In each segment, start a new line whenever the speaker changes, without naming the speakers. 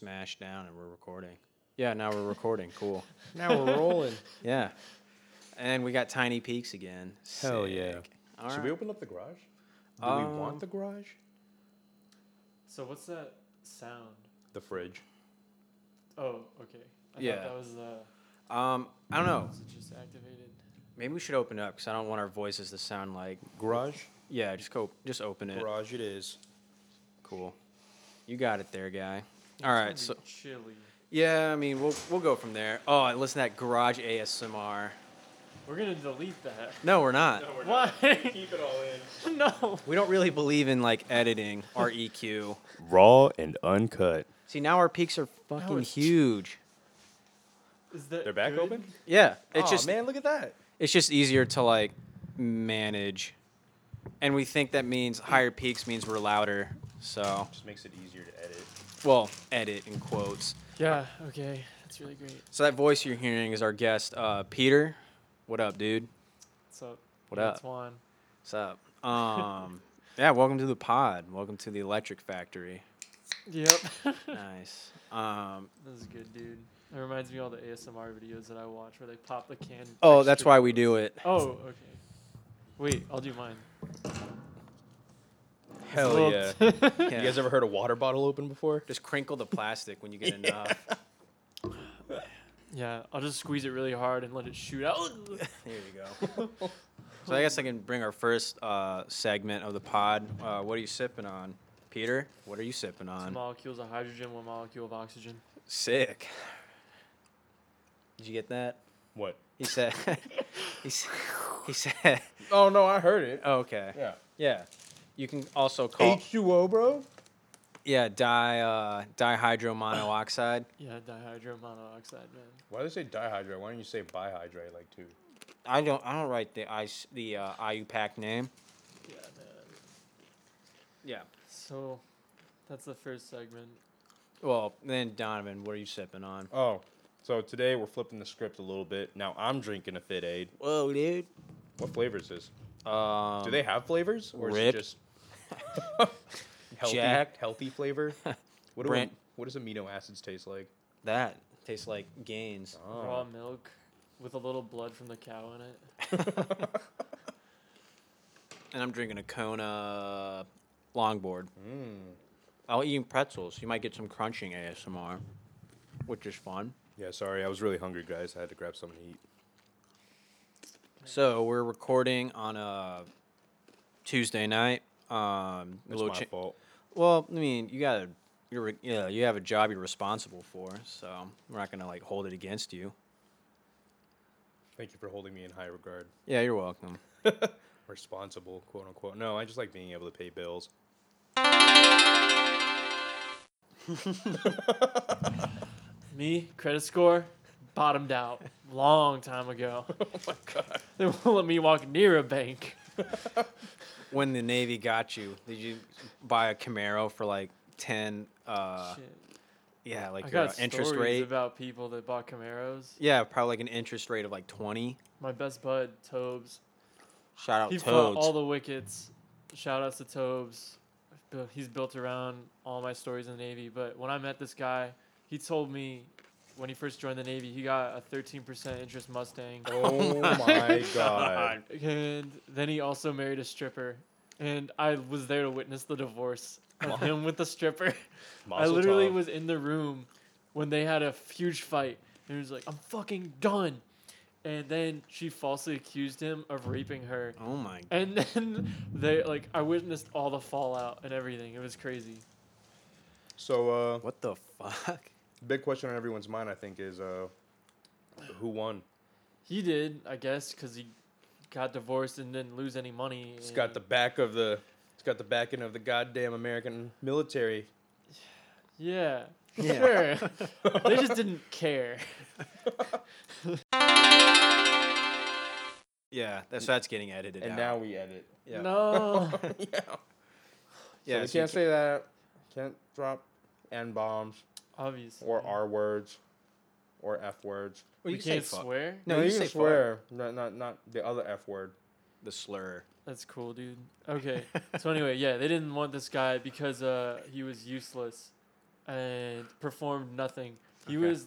smash down and we're recording. Yeah, now we're recording. Cool.
Now we're rolling.
Yeah. And we got Tiny Peaks again.
Hell yeah.
Sick. All
Should
right.
we open up the garage? Do we
Um,
want the garage?
So what's that sound?
The fridge.
Oh, okay. I
Yeah.
thought that was the.
um, I don't know.
Was it just activated?
Maybe we should open up because I don't want our voices to sound like.
Garage?
Yeah, just go. Just open it.
Garage it is.
Cool. You got it there, guy. All right.
It's
So
gonna be chilly.
yeah, I mean, we'll we'll go from there. Oh, and listen to that garage ASMR.
We're gonna delete that.
No, we're not.
Why?
Keep it all in.
no.
We don't really believe in like editing our EQ.
Raw and uncut.
See, now our peaks are fucking
it's-
huge.
Is that
They're back
good?
open?
Yeah, it's
Aw,
just
man, look at that.
it's just easier to like manage and we think that means higher peaks means we're louder so
Just makes it easier to edit.
well edit in quotes
Yeah. Okay. That's really great.
so that voice you're hearing is our guest uh, peter what up dude
What's up?
What up?
That's Juan.
what's up um yeah welcome to the pod welcome to the electric factory
Yep. that
nice um
was good, dude. It reminds me of all the ASMR videos that I watch where they pop the can.
oh that's
extra-
why we do it
Oh, okay. Wait, I'll do mine.
hell yeah,
It's a little-
Yeah.
You guys ever heard a water bottle open before?
just crinkle the plastic when you get enough
yeah, I'll just squeeze it really hard and let it shoot out.
There you go. so I guess I can bring our first uh, segment of the pod. Uh, what are you sipping on, Peter? What are you sipping
Two
on?
molecules of hydrogen, one molecule of oxygen.
Sick. Did you get that?
What?
He said. he, s- he said.
Oh, no, I heard it.
Okay.
Yeah.
Yeah. You can also call
H2O, bro?
yeah di uh, dihydromonoxide.
Yeah, dihydromonoxide, man.
Why do they say dihydrate? Why don't you say bihydrate, like, too?
I don't I don't write the I the uh, IUPAC name.
Yeah, man.
Yeah.
So, that's the first segment.
Well, then Donovan, what are you sipping on?
Oh, so today we're flipping the script a little bit. Now I'm drinking a Fit Aid.
Whoa, dude.
What flavor is this?
Um,
Do they have flavors? Or
Rip.
is it just healthy,
Jack.
healthy flavor? What, do
Brent.
am- what does amino acids taste like? Oh.
That tastes like
Um,
gains.
Raw milk with a little blood from the cow in it.
And I'm drinking a Kona longboard. Mm. I'll eat pretzels. You might get some crunching ASMR, which is fun.
Yeah, sorry, I was really hungry, guys. I had to grab something to eat.
So we're recording on a Tuesday night. Um, a
It's
little
my
cha-
fault.
Well, I mean, you gotta, you're, re- yeah, you have a job you're responsible for, so we're not gonna like hold it against you.
Thank you for holding me in high regard.
Yeah, you're welcome.
Responsible, quote unquote. No, I just like being able to pay bills.
Me, credit score, bottomed out long time ago. oh my god. They won't let me walk near a bank.
When the Navy got you, did you buy a Camaro for like ten? Uh,
Shit.
yeah, like
I
your
got
uh, interest
stories
rate.
about people that bought Camaros.
Yeah, probably like an interest rate of like twenty.
My best bud, Tobes.
Shout out
He fought
Toads.
all the wickets. Shout outs to Tobes. I've built- He's built around all my stories in the Navy. But when I met this guy, he told me when he first joined the Navy, he got a 13% interest Mustang.
Oh my god.
And then he also married a stripper. And I was there to witness the divorce of him with the stripper. I
Mazel
literally
tov.
was in the room when they had a huge fight. And he was like, I'm fucking done. And then she falsely accused him of raping her.
oh my!
And then they like I witnessed all the fallout and everything. It was crazy.
So, uh,
What the fuck?
big question on everyone's mind, I think, is uh, who won?
He did, I guess, because he got divorced and didn't lose any money.
It's got the
and-
back of the. It's got the backing of the goddamn American military.
yeah,
Yeah.
sure. they just didn't care.
Yeah, that's that's getting edited.
And
out.
now we edit.
yeah,
No,
yeah.
yeah. so
Oh, so they
you
can't
ca-
say that. Can't drop n bombs
obviously.
or r words or f words.
well,
we
you can
can't
say fuck.
swear.
No, you,
can
say swear.
swear. Not, not not the other f word.
The slur.
That's cool, dude. Okay. so anyway, yeah, they didn't want this guy because uh, he was useless, and performed nothing. He
Okay.
was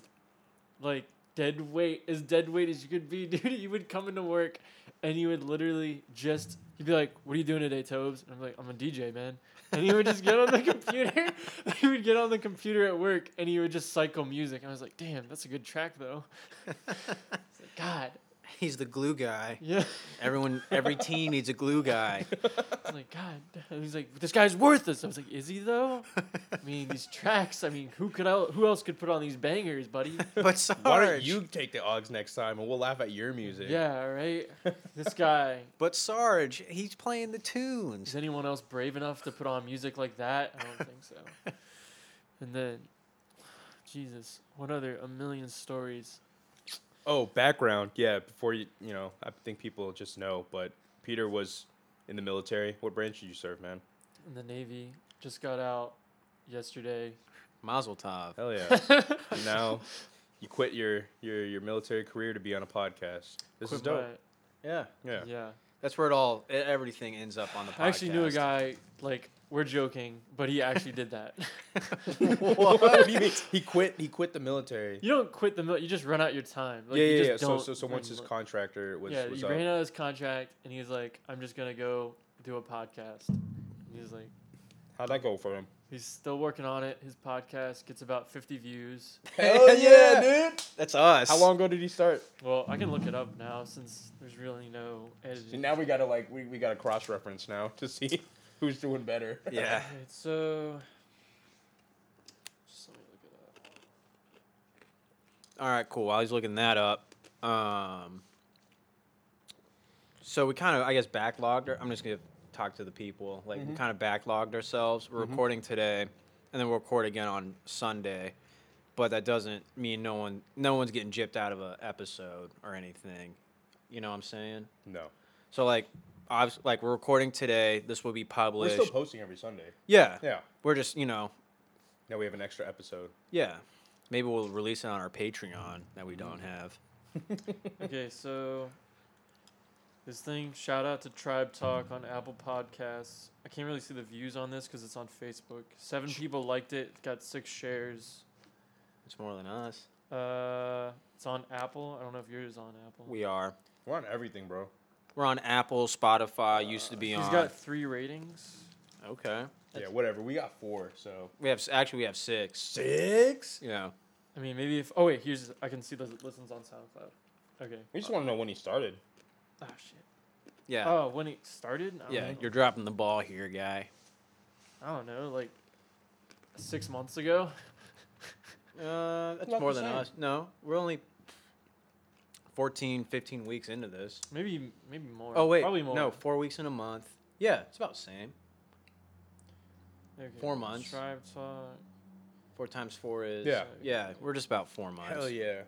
like dead weight, as dead weight as you could be, dude. He would come into work and he would literally just he'd be like, What are you doing today, Tobes? And I'm like, I'm a DJ, man. And he would just get on the computer. he would get on the computer at work and he would just cycle music. I was like, damn, that's a good track though. It's like, God.
He's the glue guy.
Yeah.
Everyone, every team needs a glue guy.
I was like, God. And he's like, this guy's worthless. I was like, is he though? I mean, these tracks. I mean, who could el- who else could put on these bangers, buddy?
but
Why don't
Sarge,
you take the Augs next time and we'll laugh at your music?
Yeah, right. This guy.
but Sarge, he's playing the tunes.
Is anyone else brave enough to put on music like that? I don't think so. And then, Jesus, what other a million stories?
Oh, background. Yeah, before you, you know, I think people just know, but Peter was in the military. What branch did you serve, man?
And the Navy just got out yesterday.
Mazel tov.
Hell yeah. now you quit your, your your military career to be on a podcast. This is
Quit
dope.
my-
Yeah, yeah.
yeah.
That's where it all, e- everything ends up on the podcast.
I actually knew a guy. Like we're joking, but he actually did that.
what? what do you mean? He quit he quit the military.
You don't quit the mil- you just run out your time. Like,
yeah,
you
yeah,
just
yeah. So
Don't
so so once his
run-
contractor was
yeah,
was
he
up.
ran out of his contract, and he was like, "I'm just gonna go do a podcast." And he was like,
How'd that go for him?
he's still working on it. His podcast gets about 50 views.
Hell yeah, dude.
That's us.
How long ago did he start?
Well, I can look it up now since there's really no editing.
Now we gotta like we, we gotta cross reference now to see who's doing better.
Yeah.
Alright, so uh, just let me look it up.
All right, cool. While he's looking that up, um, so we kind of, I guess, backlogged. Our, I'm just gonna talk to the people. Like
Mm-hmm.
we kind of backlogged ourselves. We're recording today, and then we'll record again on Sunday. But that doesn't mean no one, no one's getting gypped out of a episode or anything. You know what I'm saying?
No.
So like, obvi- like we're recording today. This will be
We're
published.
still posting every Sunday.
yeah.
Yeah.
We're just, you know,
Now we have an extra episode.
yeah. Maybe we'll release it on our Patreon that we
Mm-hmm.
don't have.
Okay, so this thing, shout out to Tribe Talk on Apple Podcasts. I can't really see the views on this because it's on Facebook. Seven people liked it, it's got six shares.
It's more than us.
Uh, it's on Apple. I don't know if yours is on Apple.
We are.
We're on everything, bro.
We're on Apple, Spotify. used to be
He's
on.
got three ratings.
okay.
Yeah, whatever. We got four, so
We have actually we have six.
six.
Yeah.
I mean, maybe if oh wait, here's I can see the listens on SoundCloud. Okay.
We just want to know when he started.
Oh shit.
Yeah.
Oh, when it started? I don't
yeah.
know.
You're dropping the ball here, guy.
I don't know, like six months ago.
Uh, that's
Not
more
the
than
same.
us. No, we're only 14, 15 weeks into this.
Maybe maybe more.
Oh wait,
probably more.
no, four weeks in a month. Yeah, it's about the same.
Okay,
four months.
Tribe Talk.
Four times four is.
Yeah.
Yeah, we're just about four months.
yeah.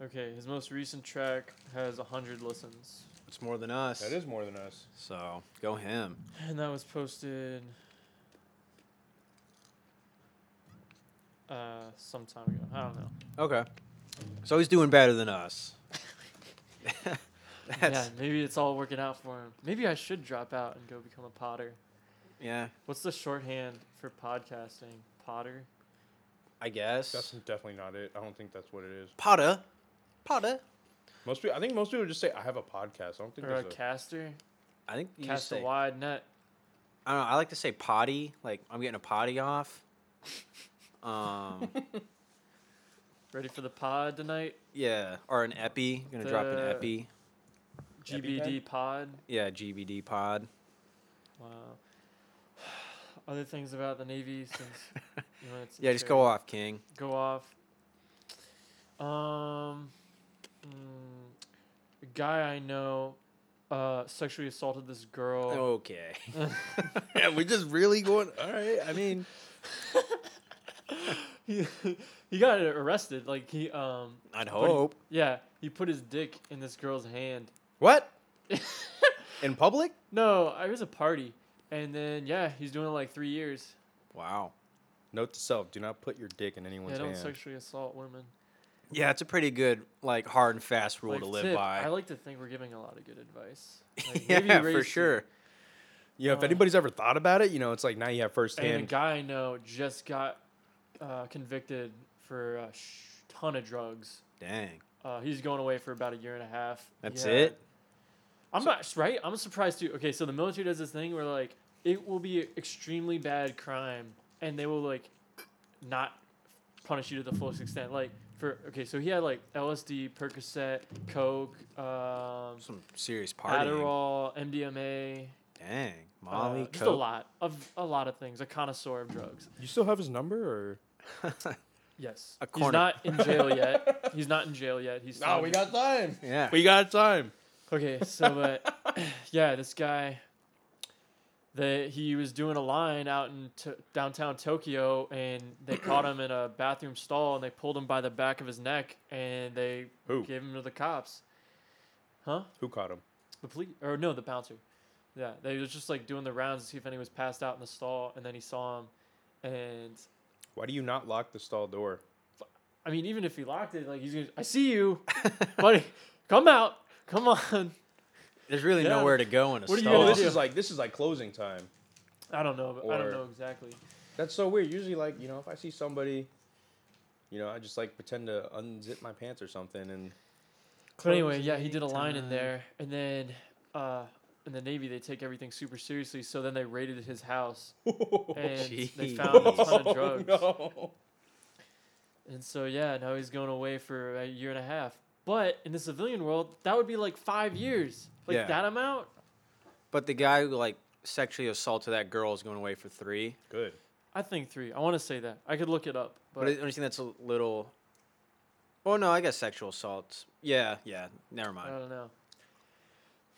Okay, his most recent track has hundred listens,
It's more than us.
That is more than us.
So go him.
and that was posted uh some time ago. I don't know.
Okay. So he's doing better than us.
Yeah,
That's,
maybe it's all working out for him. Maybe I should drop out and go become a potter.
yeah,
What's the shorthand for podcasting? Potter.
I guess.
That's definitely not it. I don't think that's what it is.
Potter. Potter.
Most people, I think most people just say I have a podcast. I don't think
Or a
there's a,
caster?
I think you just
Cast
say,
a wide net.
I don't know. I like to say potty. Like I'm getting a potty off. Um,
Ready for the pod tonight?
yeah, or an epi. gonna drop an
The-
epi.
GBD pod.
Yeah, GBD pod.
Wow. Other things about the Navy since you know, it's
Yeah, just go
off.
off, King.
Go off. Um, mm, a guy I know uh, sexually assaulted this girl.
Okay.
yeah, we just really going. All right. I mean,
he he got arrested. Like he um
I'd
he-
Oh.
hope.
yeah he put his dick in this girl's hand.
what? In public?
No, I was a party, and then yeah, he's doing it like three years.
Wow.
Note to self: Do not put your dick in
Oh,
anyone's
yeah, don't
hand.
sexually assault women.
Yeah, it's a pretty good, like, hard and fast rule
Like,
to live
tip,
by.
I like to think we're giving a lot of good advice. Like, maybe
yeah, for
raise-
sure.
You know, if
Oh.
anybody's ever thought about it, you know, it's like now you have
And a
firsthand.
guy I know just got uh, convicted for a sh- ton of drugs.
Dang.
Uh, he's going away for about a year and a half. He
That's
had-
it?
I'm not right. I'm surprised too. Okay, so the military does this thing where like it will be an extremely bad crime, and they will like not punish you to the fullest extent. Like for okay, so he had like LSD, Percocet, coke, um,
Some serious partying.
Adderall, MDMA,
Dang.
uh,
Molly,
just a lot of a lot of things. A connoisseur of drugs.
You still have his number, or
lot.
Yes,
A
he's
corner-
not in jail yet. He's not in jail yet. He's still under-
time.
yeah.
We got time.
Okay, so but yeah, this guy, they he was doing a line out in to downtown Tokyo, and they caught him in a bathroom stall, and they pulled him by the back of his neck, and they
Who?
gave him to the cops. Huh?
Who caught him?
The police? Or no, the bouncer. Yeah, they was just like doing the rounds to see if anyone was passed out in the stall, and then he saw him, and
Why do you not lock the stall door?
I mean, even if he locked it, like he's gonna, I see you, buddy, come out, come on.
There's really
Yeah.
nowhere to go in a
What are you
stall.
gonna
Oh, this
do?
is like this is like closing time.
I don't know, but I
Or-
don't know exactly.
That's so weird. Usually, like you know, if I see somebody, you know, I just like pretend to unzip my pants or something, and
But anyway, yeah, he
Closing
did a line in
time.
there, and then uh, in the Navy they take everything super seriously. So then they raided his house and they found a ton of drugs.
Oh, no.
And so yeah, now he's going away for a year and a half. But in the civilian world, that would be like five years, like
Yeah.
that amount.
But the guy who like sexually assaulted that girl is going away for three.
Good.
I think three. I want to say that. I could look it up,
But, I
but
don't you think that's a little. Oh no, I guess sexual assault. Yeah, yeah. Never
I
mind.
don't know.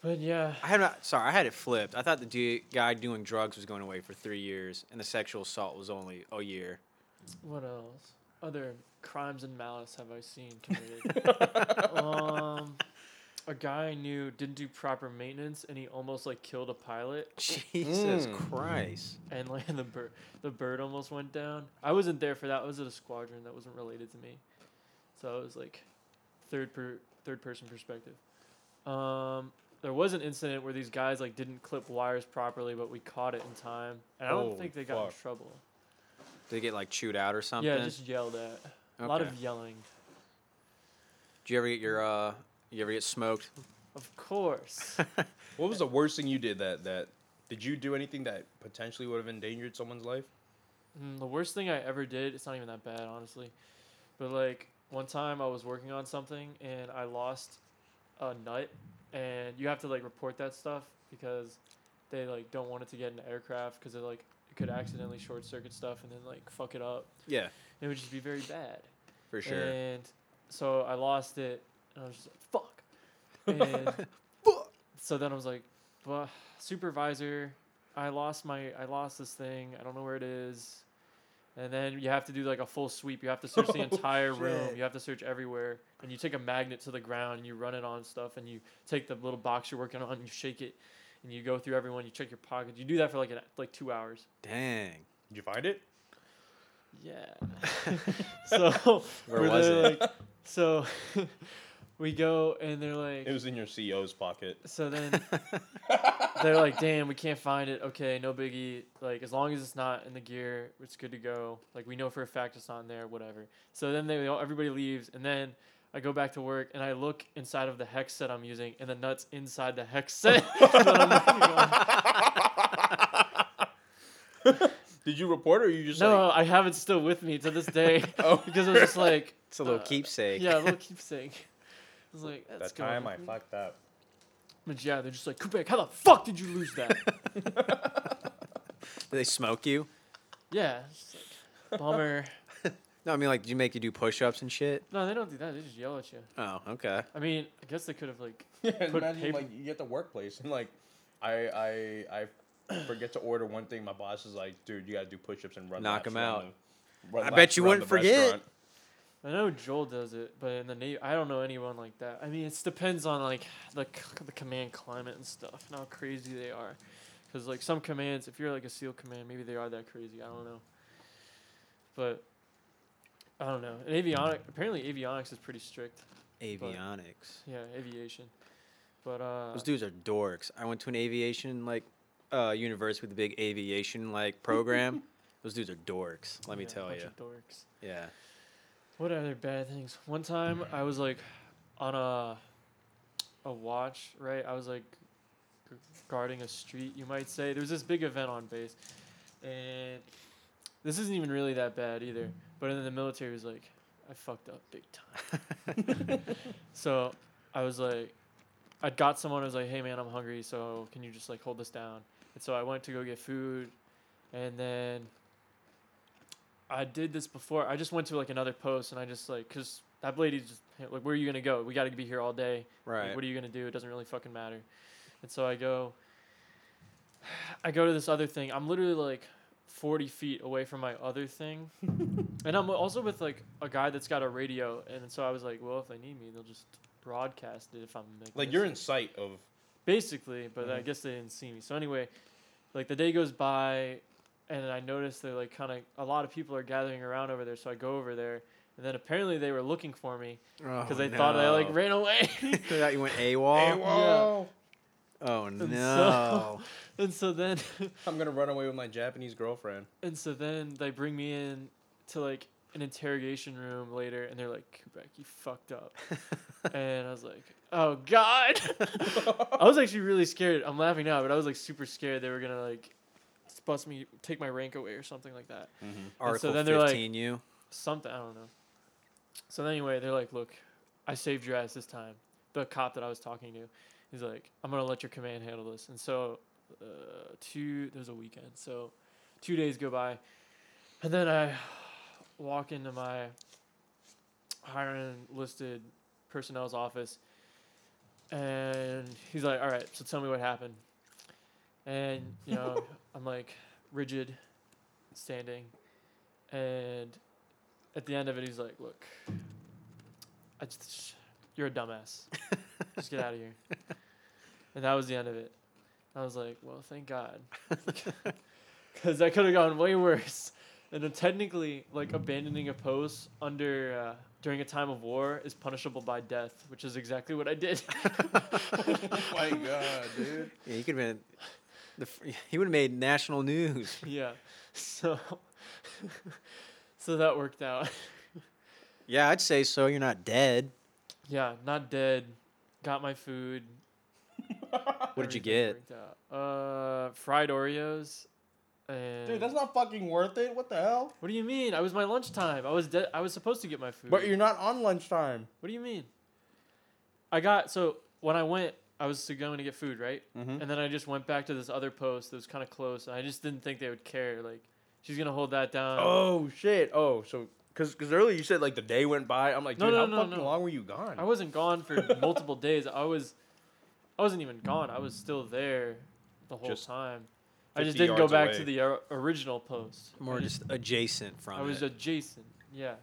But yeah,
I had not, sorry, I had it flipped. I thought the du- guy doing drugs was going away for three years, and the sexual assault was only a year.
what else? Other crimes and malice have I seen committed? um, a guy I knew didn't do proper maintenance, and he almost like killed a pilot, Hmm.
Jesus
Mm.
Christ!
and like the bird, the bird almost went down. I wasn't there for that. I was at a squadron that wasn't related to me, so it was like third per third person perspective. Um, there was an incident where these guys like didn't clip wires properly, but we caught it in time, and I don't
Holy
think they got in
fuck.
trouble.
Did they get like chewed out or something?
Yeah, just yelled at. A lot
Okay.
of yelling.
Do you ever get your uh? You ever get smoked?
Of course.
What was the worst thing you did that that did you do anything that potentially would have endangered someone's life?
Mm, the worst thing I ever did, it's not even that bad, honestly. But like one time I was working on something and I lost a nut and you have to like report that stuff because they like don't want it to get in the aircraft because it like it could accidentally short circuit stuff and then like fuck it up.
Yeah,
It would just be very bad.
for sure.
And so I lost it, and I was just like, fuck. And
Fuck.
so then I was like, well, supervisor, I lost my, I lost this thing. I don't know where it is. And then you have to do like a full sweep. You have to search the
Oh,
entire room.
shit.
You have to search everywhere. And you take a magnet to the ground and you run it on stuff. And you take the little box you're working on and you shake it. And you go through everyone. You check your pockets. You do that for like an, like two hours.
Dang.
Did you find it?
Yeah. so
Where
we're
was
there,
it?
Like, so we go and they're like,
It was in your CEO's pocket.
so then they're like, damn, we can't find it. Okay, no biggie. Like as long as it's not in the gear, it's good to go. Like we know for a fact it's not in there. Whatever. So then they all, everybody leaves and then. I go back to work and I look inside of the hex set I'm using, and the nuts inside the hex set. that I'm working on.
Did you report or you just
No,
like
I have it still with me to this day
Oh.
because I was just like,
It's a little
uh,
keepsake.
Yeah, a little keepsake. I was like, that's
that
good.
time I fucked up?
But yeah, they're just like, Kubek, how the fuck did you lose that?
Did they smoke you?
yeah. it's just like, Bummer.
No, I mean like, did you make you do push-ups and shit?
No, they don't do that. They just yell at you.
Oh, okay.
I mean, I guess they could have, like,
Yeah,
Put
imagine
paper-
like you get the workplace and like I I I forget to order one thing. My boss is like, dude, you gotta do push-ups and run.
Knock
laps
'em
around
out.
the- run
I
laps
bet you
around
wouldn't
the
forget.
restaurant."
I know Joel does it, but in the Navy, I don't know anyone like that. I mean, it depends on, like, the, c- the command climate and stuff and how crazy they are. Because, like, some commands, if you're, like, a SEAL command, maybe they are that crazy. I don't know. But, I don't know. And avionic, apparently, avionics is pretty strict.
Avionics.
Yeah, aviation. But, uh,
Those dudes are dorks. I went to an aviation like uh, university with a big aviation like program. Those dudes are dorks. Let me
Yeah,
tell
bunch
you.
of dorks.
Yeah.
What other bad things? One time I was like on a a watch, right? I was like g- guarding a street, you might say. There was this big event on base, and this isn't even really that bad either. But in the military, it was like I fucked up big time. so I was like, I got someone. I was like, hey man, I'm hungry, so can you just like hold this down? And so I went to go get food, and then I did this before. I just went to like another post and I just like, cause that lady just hey, like, where are you gonna go? We got to be here all day. Like,
Right.
what are you gonna do? It doesn't really fucking matter. And so I go. I go to this other thing. I'm literally like 40 feet away from my other thing, and I'm also with like a guy that's got a radio. And so I was like, well, if they need me, they'll just broadcast it if I'm like,
Like you're
missing
in sight of
basically but i
Mhm.
guess they didn't see me so anyway like the day goes by and i notice that like kind of a lot of people are gathering around over there so i go over there and then apparently they were looking for me
Oh,
because they thought i like ran away
They thought you went AWOL.
AWOL.
Oh
so-
no.
and so then
I'm gonna run away with my Japanese girlfriend.
and so then they bring me in to like an interrogation room later and they're like Kubek, you fucked up and i was like oh god
Oh
I was actually really scared. I'm laughing now, but I was like super scared they were gonna like bust me, take my rank away or something like that.
Article
then they're like-
15 you.
Something I don't know. So then anyway, they're like, "Look, I saved your ass this time." The cop that I was talking to, he's like, "I'm gonna let your command handle this." And so, uh, two there's a weekend, so two days go by, and then I walk into my hiring listed personnel's office, and he's like, "All right, so tell me what happened." And you know, I'm like rigid, standing, and at the end of it, he's like, "Look, I just, you're a dumbass. Just get out of here." And that was the end of it. I was like, "Well, thank God," because that could have gone way worse. And then technically, like abandoning a post under uh, during a time of war is punishable by death, which is exactly what I did.
oh my god, dude.
Yeah, you could have been. The, f- he would have made national news.
yeah, so so that worked out.
Yeah, I'd say so. You're not dead.
Yeah, not dead. Got my food.
What did you
everything
get?
worked out. Uh, fried Oreos. And
Dude, that's not fucking worth it. What the hell?
What do you mean? I was my lunchtime. I was de- I was supposed to get my food.
But you're not on lunchtime.
What do you mean? I got so when I went, I was going to get food, right?
Mm-hmm.
Mhm.
And then I just went back to this other post that was kind of close, and I just didn't think they would care. Like, she's gonna hold that down.
Oh shit. Oh, so because because earlier you said like the day went by. I'm like,
No,
dude,
no,
how
no,
fucking
no.
long were you gone?
I wasn't gone for multiple days. I was, I wasn't even gone. I was still there the whole
Just
time. I
50
just didn't go
yards
back to
away.
the or- original post. I
More
just-
just adjacent from
I was
it.
adjacent, yeah,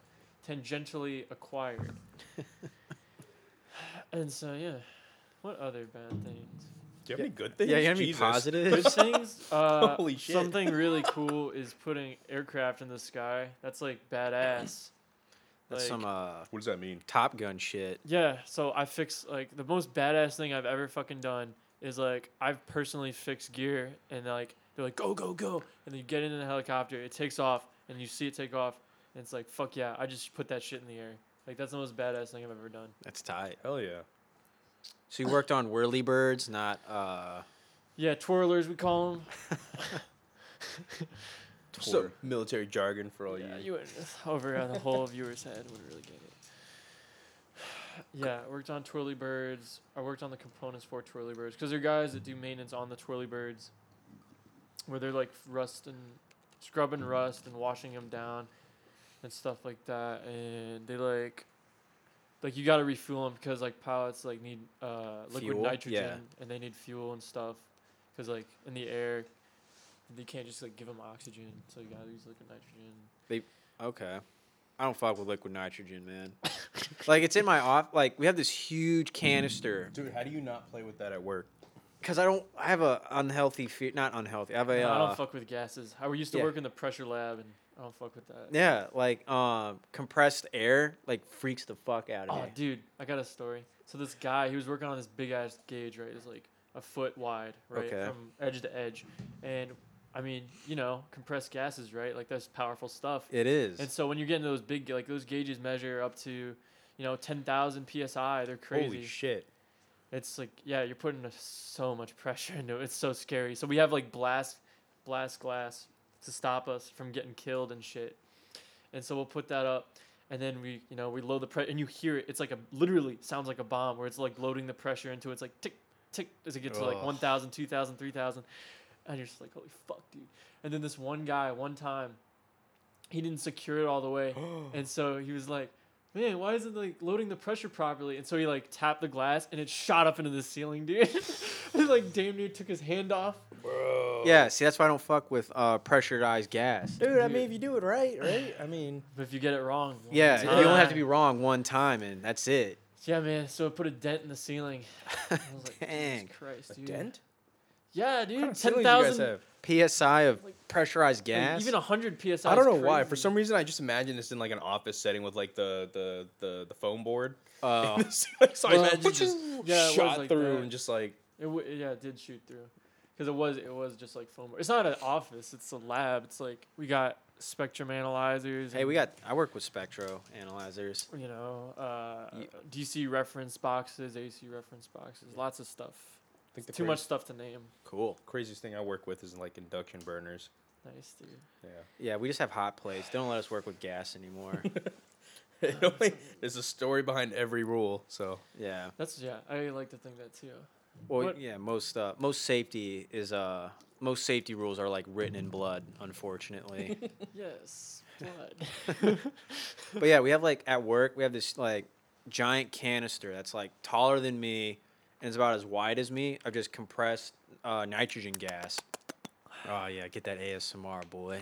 tangentially acquired. and so yeah, what other bad things?
Do you have any good things?
yeah, you have any
Jesus.
Good
positives?
things. Uh,
Holy shit.
Something really cool is putting aircraft in the sky. That's like badass.
That's
Like-
some uh,
What does that mean?
Top Gun shit.
Yeah, so I fix like the most badass thing I've ever fucking done is like I've personally fixed gear and like they're like go go go and then you get in a helicopter, it takes off and you see it take off and it's like fuck yeah, I just put that shit in the air. Like that's the most badass thing I've ever done.
That's tight.
Hell yeah.
So you worked on whirly birds, not uh,
Yeah, twirlers we call them.
tour.
So military jargon for all
yeah,
you.
you went over on the whole viewer's head would really get it. Yeah, I worked on Twirly Birds. I worked on the components for Twirly Birds because they're guys that do maintenance on the Twirly Birds, where they're like rust and
Mm-hmm.
scrubbing rust and washing them down and stuff like that. And they like, like you got to refuel them because like pilots like need uh, liquid
Fuel? Yeah.
nitrogen and they need fuel and stuff because like in the air. You can't just like give them oxygen, so you gotta use liquid nitrogen.
Okay. I don't fuck with liquid nitrogen, man. like it's in my off. Like we have this huge canister
Dude, how do you not play with that at work?
because I don't. I have a unhealthy fear. Not unhealthy. I have a.
No, I
uh,
don't fuck with gases. I we used to
yeah.
work in the pressure lab, and I don't fuck with that.
yeah, like um, compressed air like freaks the fuck out of
Oh,
me.
dude, I got a story. So this guy, he was working on this big ass gauge, right? It's like a foot wide, right,
Okay.
from edge to edge, and I mean, you know, compressed gases, right? Like that's powerful stuff.
It is.
And so when you get into those big, like those gauges measure up to, you know, 10,000 PSI, they're crazy.
Holy shit.
it's like, yeah, you're putting a, so much pressure into it. It's so scary. So we have like blast, blast glass to stop us from getting killed and shit. And so we'll put that up and then we, you know, we load the pressure and you hear it. It's like a, literally sounds like a bomb where it's like loading the pressure into it. It's like tick, tick as it gets to like
Ugh.
1,000, 2,000, 3,000. And you're just like, holy fuck, dude. And then this one guy, one time, he didn't secure it all the way. and so he was like, man, why isn't like loading the pressure properly? And so he like tapped the glass and it shot up into the ceiling, dude. it like damn near took his hand off.
Bro.
Yeah, see, that's why I don't fuck with uh, pressurized gas.
Dude, I
Dude.
mean, if you do it right, right? I mean,
But if you get it wrong, one
Yeah, you only have to
time-
be wrong one time, and that's it.
Yeah, man. So it put a dent in the ceiling. I was like,
Dang.
Jesus Christ, dude.
dent?
Yeah, dude.
What kind of ceilings
Ten
do you guys
thousand.
have?
PSI of pressurized gas.
Even hundred psi.
I don't
is
know why. For
crazy.
some reason, I just imagine this in like an office setting with like the the the, the foam board.
Oh.
so I
Uh, Well,
imagine just
yeah, it was
shot
like
through
that.
and just like
It w- yeah, it did shoot through, because it was it was just like foam. It's not an office. It's a lab. It's like we got spectrum analyzers.
hey,
and,
we got. I work with spectro analyzers.
you know uh,
Ye-
DC reference boxes, AC reference boxes, lots of stuff.
I think the
Too
cra-
much stuff to name.
Cool.
Craziest thing I work with is like induction burners.
Nice dude.
Yeah.
Yeah, we just have hot plates. They don't let us work with gas anymore.
It only- There's a story behind every rule. So
yeah.
That's yeah. I like to think that too.
Well,
What-
yeah. Most uh, most safety is uh most safety rules are like written in blood, unfortunately.
yes, blood.
but yeah, we have like at work we have this like giant canister that's like taller than me and it's about as wide as me of just compressed uh, nitrogen gas. Oh yeah, get that ASMR boy.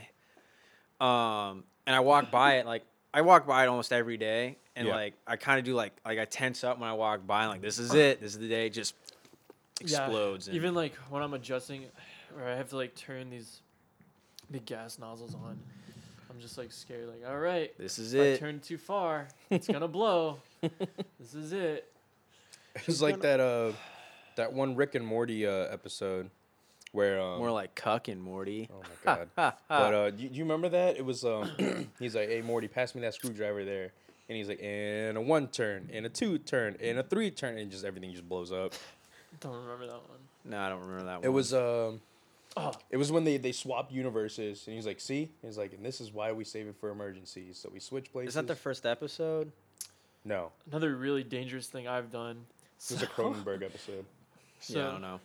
Um, and I walk by it like I walk by it almost every day, and
Yeah.
like I kind of do like like I tense up when I walk by, and like this is it, this is the day, it just explodes.
Yeah,
and-
even like when I'm adjusting, or I have to like turn these big gas nozzles on, I'm just like scared. Like, all right,
this is
if I
it.
turn too far, it's gonna blow. This is it.
it was like that uh that one Rick and Morty uh, episode where um,
More like cuck and Morty.
oh my god. But uh, do, do you remember that? It was um, he's like, "Hey Morty, pass me that screwdriver there," and he's like, "And a one turn, and a two turn, and a three turn, and just everything just blows up."
Don't remember that one.
no, I don't remember that one.
It was um,
Oh,
it was when they they swapped universes, and he's like, "See," he's like, "And this is why we save it for emergencies." So we switch places.
Is that the first episode?
no?
another really dangerous thing I've done.
It was a Cronenberg episode.
So,
yeah, I don't know.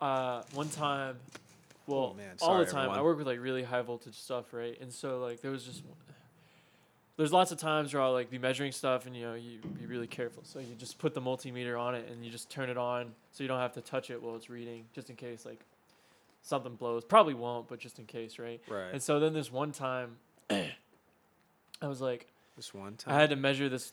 uh, one time, well,
Oh, man,
all the
sorry,
time. I
everyone.
work with like really high voltage stuff, right? And so like there was just there's lots of times where I'll like be measuring stuff, and you know you be really careful. So you just put the multimeter on it, and you just turn it on, so you don't have to touch it while it's reading, just in case like something blows. Probably won't, but just in case, right?
Right.
And so then this one time, I was like,
This one time.
I had to measure this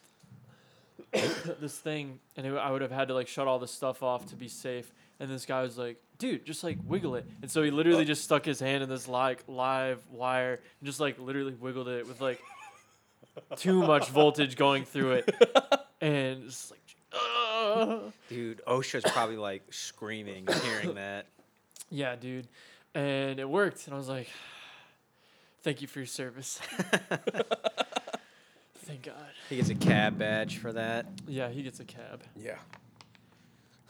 this thing, and it, I would have had to like shut all this stuff off to be safe. And this guy was like, "Dude, just like wiggle it." And so he literally just stuck his hand in this like live wire and just like literally wiggled it with like too much voltage going through it, and it's like. "Ugh."
Dude, OSHA's probably like screaming hearing that.
Yeah, dude. And it worked. And I was like, thank you for your service. Thank God.
He gets a cab badge for that.
Yeah, he gets a cab.
Yeah.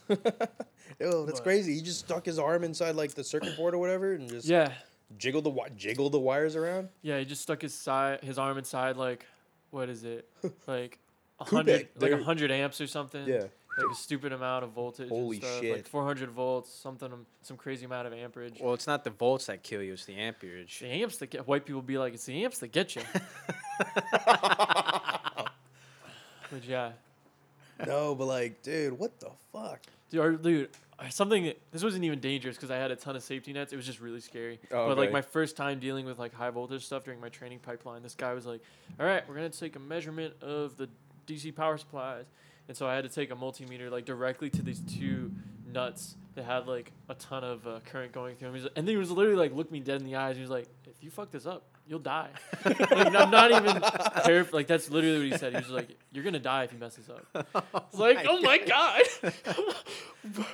Oh, that's
But-
crazy. He just stuck his arm inside like the circuit board or whatever, and just
Yeah,
jiggled the wi- jiggled the wires around.
Yeah, he just stuck his side, his arm inside like, what is it, like a
Kubek,
hundred, like a
they're-
hundred amps or something.
Yeah.
like a stupid amount of voltage. and
Holy
stuff, Like
shit.
four hundred volts, something, um, some crazy amount of amperage.
Well, it's not the volts that kill you, it's the amperage.
the amps that get white people be like, it's the amps that get you. but yeah,
no, but like, dude, what the fuck?
dude, or, dude, uh, something. that- This wasn't even dangerous because I had a ton of safety nets. It was just really scary.
Oh,
But like
okay.
my first time dealing with like high voltage stuff during my training pipeline, this guy was like, "All right, we're gonna take a measurement of the DC power supplies," and so I had to take a multimeter like directly to these two nuts that had like a ton of uh, current going through them. He's- And then he was literally like, looked me dead in the eyes. He was like, "If you fuck this up, you'll die. like, I'm not even paraph- like that's literally what he said. He was like, "You're gonna die if he messes up." It's like, oh my god.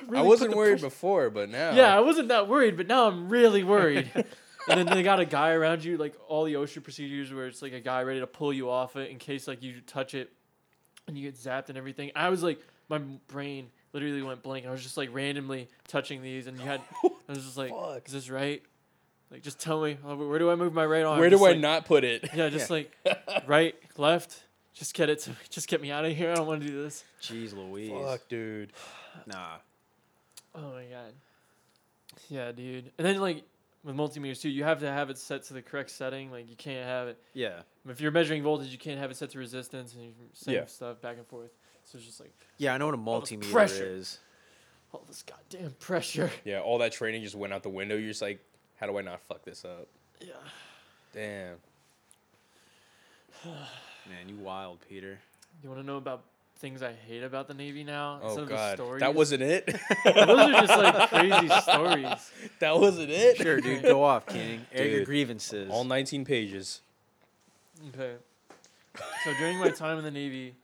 Really
I
put
wasn't
the
worried
pressure-
before, but now.
Yeah, I wasn't that worried, but now I'm really worried. and then they got a guy around you, like all the OSHA procedures, where it's like a guy ready to pull you off it in case like you touch it and you get zapped and everything. I was like, my brain literally went blank. I was just like randomly touching these, and you had, I was just like,
Fuck.
is this right? Like, just tell me, oh, where do I move my right arm?
Where do
Just,
I
like-
not put it?
Yeah, just like right, left. Just get it. To, just get me out of here. I don't want to do this.
Jeez Louise.
Fuck, dude.
Nah.
Oh my god. Yeah, dude. And then like with multimeters too, you have to have it set to the correct setting. Like you can't have it
Yeah.
if you're measuring voltage, you can't have it set to resistance and you send
Yeah.
stuff back and forth. So it's just like
Yeah, I know what a
this
multimeter
pressure.
is.
all this goddamn pressure.
Yeah, all that training just went out the window. You're just like, how do I not fuck this up?
Yeah.
Damn.
Man, you wild, Peter.
You want to know about things I hate about the Navy now?
Oh
Instead of the
god,
stories?
that wasn't it.
Those are just like crazy stories.
that wasn't it.
Sure, dude. Go off, King. Air your
Dude.
grievances.
All 19 pages.
Okay. So during my time in the Navy,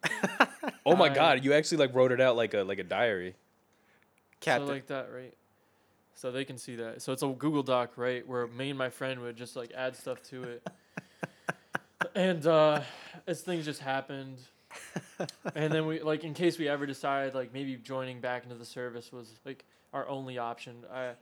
Oh my
I-
god, you actually like wrote it out like a like a diary.
Captain.
So like that, right? So they can see that. So it's a Google Doc, right? Where me and my friend would just like add stuff to it. and uh as things just happened. And then we like in case we ever decided like maybe joining back into the service was like our only option. I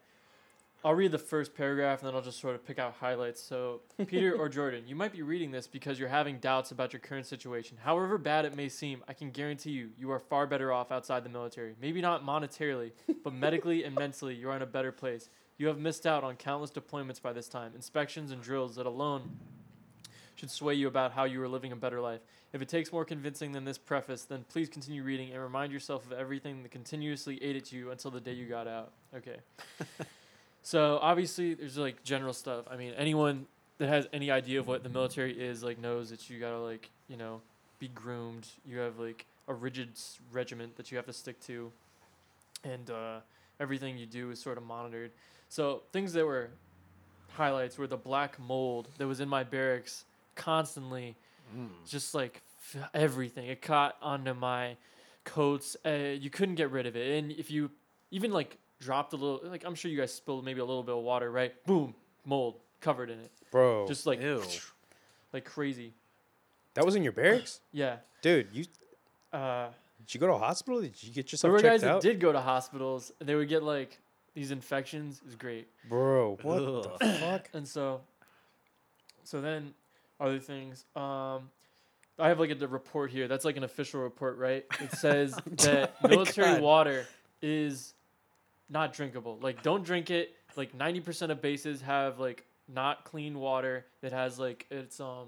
I'll read the first paragraph and then I'll just sort of pick out highlights. So, Peter or Jordan, you might be reading this because you're having doubts about your current situation. However bad it may seem, I can guarantee you, you are far better off outside the military. Maybe not monetarily, but medically and mentally, you're in a better place. You have missed out on countless deployments by this time, inspections and drills that alone should sway you about how you are living a better life. If it takes more convincing than this preface, then please continue reading and remind yourself of everything that continuously ate at you until the day you got out. Okay. So obviously, there's like general stuff. I mean, anyone that has any idea of what the military is like knows that you gotta like you know be groomed. You have like a rigid s- regiment that you have to stick to, and uh, everything you do is sort of monitored. So things that were highlights were the black mold that was in my barracks constantly,
Mm.
just like f- everything. It caught onto my coats. Uh, you couldn't get rid of it, and if you even like dropped a little like i'm sure you guys spilled maybe a little bit of water right boom mold covered in it
Bro.
just like
Ew.
like crazy
that was in your barracks?
yeah
Dude, you
uh
did you go to a hospital? Did you get
there
yourself
were
checked
guys
out?
that did go to hospitals and they would get like these infections is great
Bro, what
Ugh.
the fuck?
and so so then other things um i have like a the report here that's like an official report right it says that
my
military
God.
water is not drinkable like don't drink it like 90% of bases have like not clean water that has like it's um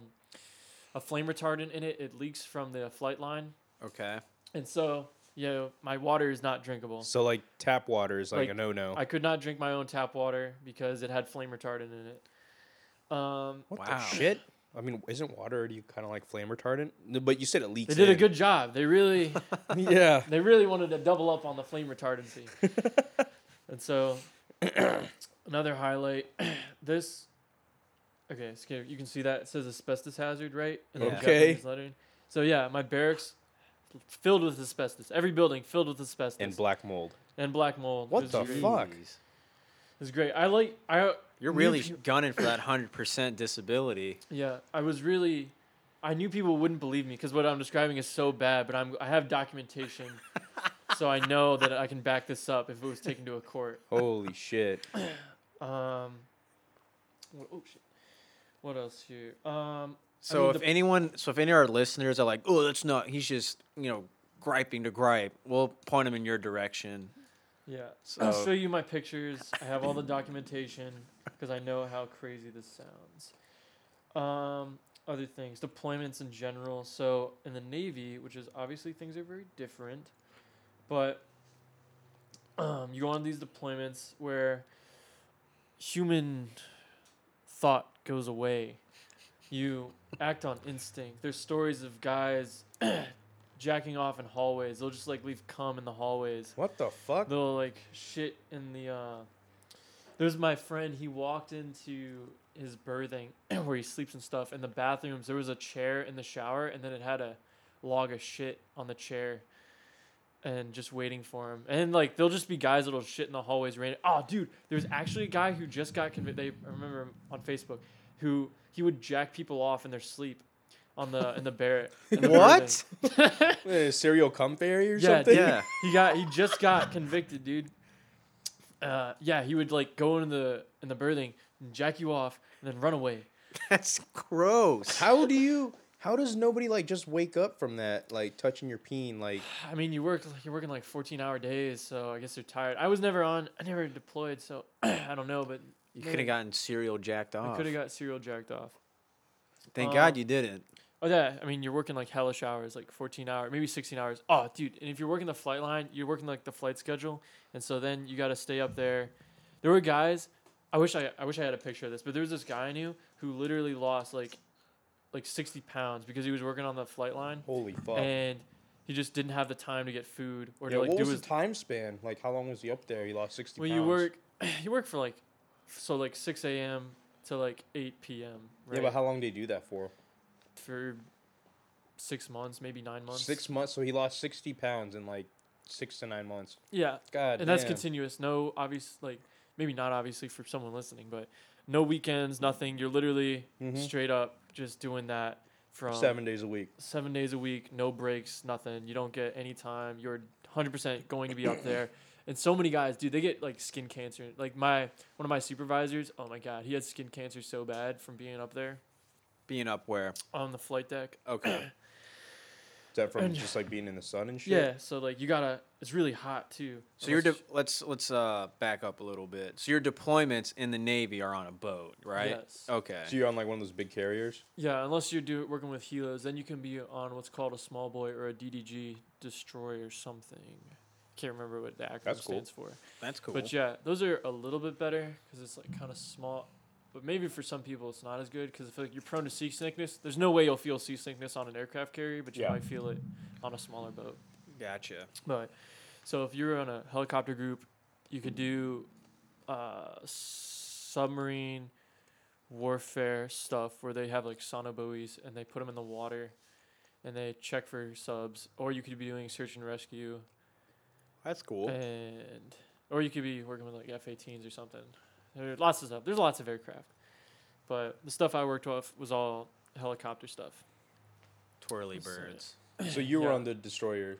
a flame retardant in it it leaks from the flight line
Okay.
and so you know my water is not drinkable
So like tap water is like,
Like,
a no no.
i could not drink my own tap water because it had flame retardant in it um
What the
Wow.
shit? I mean, isn't water already kind of like flame retardant? No, But you said it
They
leaks.
did a
in.
good job. They really,
yeah.
they really wanted to double up on the flame retardancy. and so, another highlight. This, okay, it's okay, you can see that it says asbestos hazard, right? And then
Yeah.
Okay.
Japanese lettering. So yeah, my barracks filled with asbestos. Every building filled with asbestos
And black mold.
and black mold.
What
It was
the
great.
fuck?
Jeez.
It was great. I like. I
You're
knew
really
peop-
gunning for that 100% disability.
Yeah, I was really. I knew people wouldn't believe me because what I'm describing is so bad, but I'm I have documentation, so I know that I can back this up if it was taken to a court.
Holy shit.
Um, what, oh shit. What else here? Um,
So
mean,
if
the-
anyone, so if any of our listeners are like, "Oh, that's not," he's just you know griping to gripe. We'll point him in your direction.
yeah. I'll
So-
show you my pictures. I have all the documentation because I know how crazy this sounds. Um, other things, deployments in general. So in the Navy, which is obviously things are very different, but um, you go on these deployments where human thought goes away. You act on instinct. There's stories of guys jacking off in hallways. They'll just like leave cum in the hallways
What the fuck?
little like shit in the uh there's my friend he walked into his birthing where he sleeps and stuff in the bathrooms there was a chair in the shower and then it had a log of shit on the chair and just waiting for him and like there'll just be guys that'll shit in the hallways random oh dude there's actually a guy who just got convicted they I remember him on facebook who he would jack people off in their sleep on the in the Barrett. in the
What?
building.
Uh, serial cum fairy or
yeah,
something?
dude, he got he just got convicted, dude. Uh, yeah, he would like go in the in the birthing, and jack you off, and then run away.
That's gross.
How do you? How does nobody like just wake up from that like touching your peen? Like
I mean, you work you're working like 14 hour days, so I guess you're tired. I was never on, I never deployed, so I don't know, but
You could have gotten cereal jacked
I
off.
could have got serial jacked off.
Thank
um,
God you didn't.
Oh yeah, I mean you're working like hellish hours, like 14 hours, maybe 16 hours. Oh, dude, and if you're working the flight line, you're working like the flight schedule, and so then you got to stay up there. There were guys, I wish I I wish I had a picture of this, but there was this guy I knew who literally lost like like 60 pounds because he was working on the flight line
holy fuck.
and he just didn't have the time to get food or
yeah,
to like
what
do
was
his
the time span? Like how long was he up there? He lost sixty.
when
pounds.
you work you work for like so like 6 a.m. to like 8 p.m. right
Yeah, but how long did he do that for?
for 6 months, maybe 9 months.
Six months. So he lost sixty pounds in like six to nine months.
Yeah.
God,
and that's
damn.
continuous. No, obvious, like maybe not obviously for someone listening, but no weekends, nothing. You're literally
Mhm.
straight up just doing that from
seven days a week.
seven days a week, no breaks, nothing. You don't get any time. You're 100% going to be up there. And so many guys, dude, they get like skin cancer. Like my one of my supervisors, oh my god, he had skin cancer so bad from being up there
Being up where?
on the flight deck.
Okay.
Is that from
And-
just like being in the sun and shit?
Yeah, so like you gotta, it's really hot too.
So your de-
Unless-
let's let's uh back up a little bit. So your deployments in the Navy are on a boat, right?
Yes.
Okay.
So you're on like one of those big carriers.
Yeah, unless you're do, working with helos, then you can be on what's called a small boy or a DDG destroyer something. Can't remember what the acronym
That's cool.
stands for.
That's cool.
But yeah, those are a little bit better because it's like kind of small. But maybe for some people it's not as good because I feel like you're prone to seasickness. There's no way you'll feel seasickness on an aircraft carrier, but you
Yeah.
might feel it on a smaller boat.
Gotcha.
But so if you're on a helicopter group, you could do uh, submarine warfare stuff where they have like sonobuoys and they put them in the water and they check for subs. Or you could be doing search and rescue
That's cool.
and or you could be working with like F-18s or something. There are lots of stuff. There's lots of aircraft, but the stuff I worked with was all helicopter stuff.
Twirly
So-
birds.
So you were
Yeah.
on the destroyer.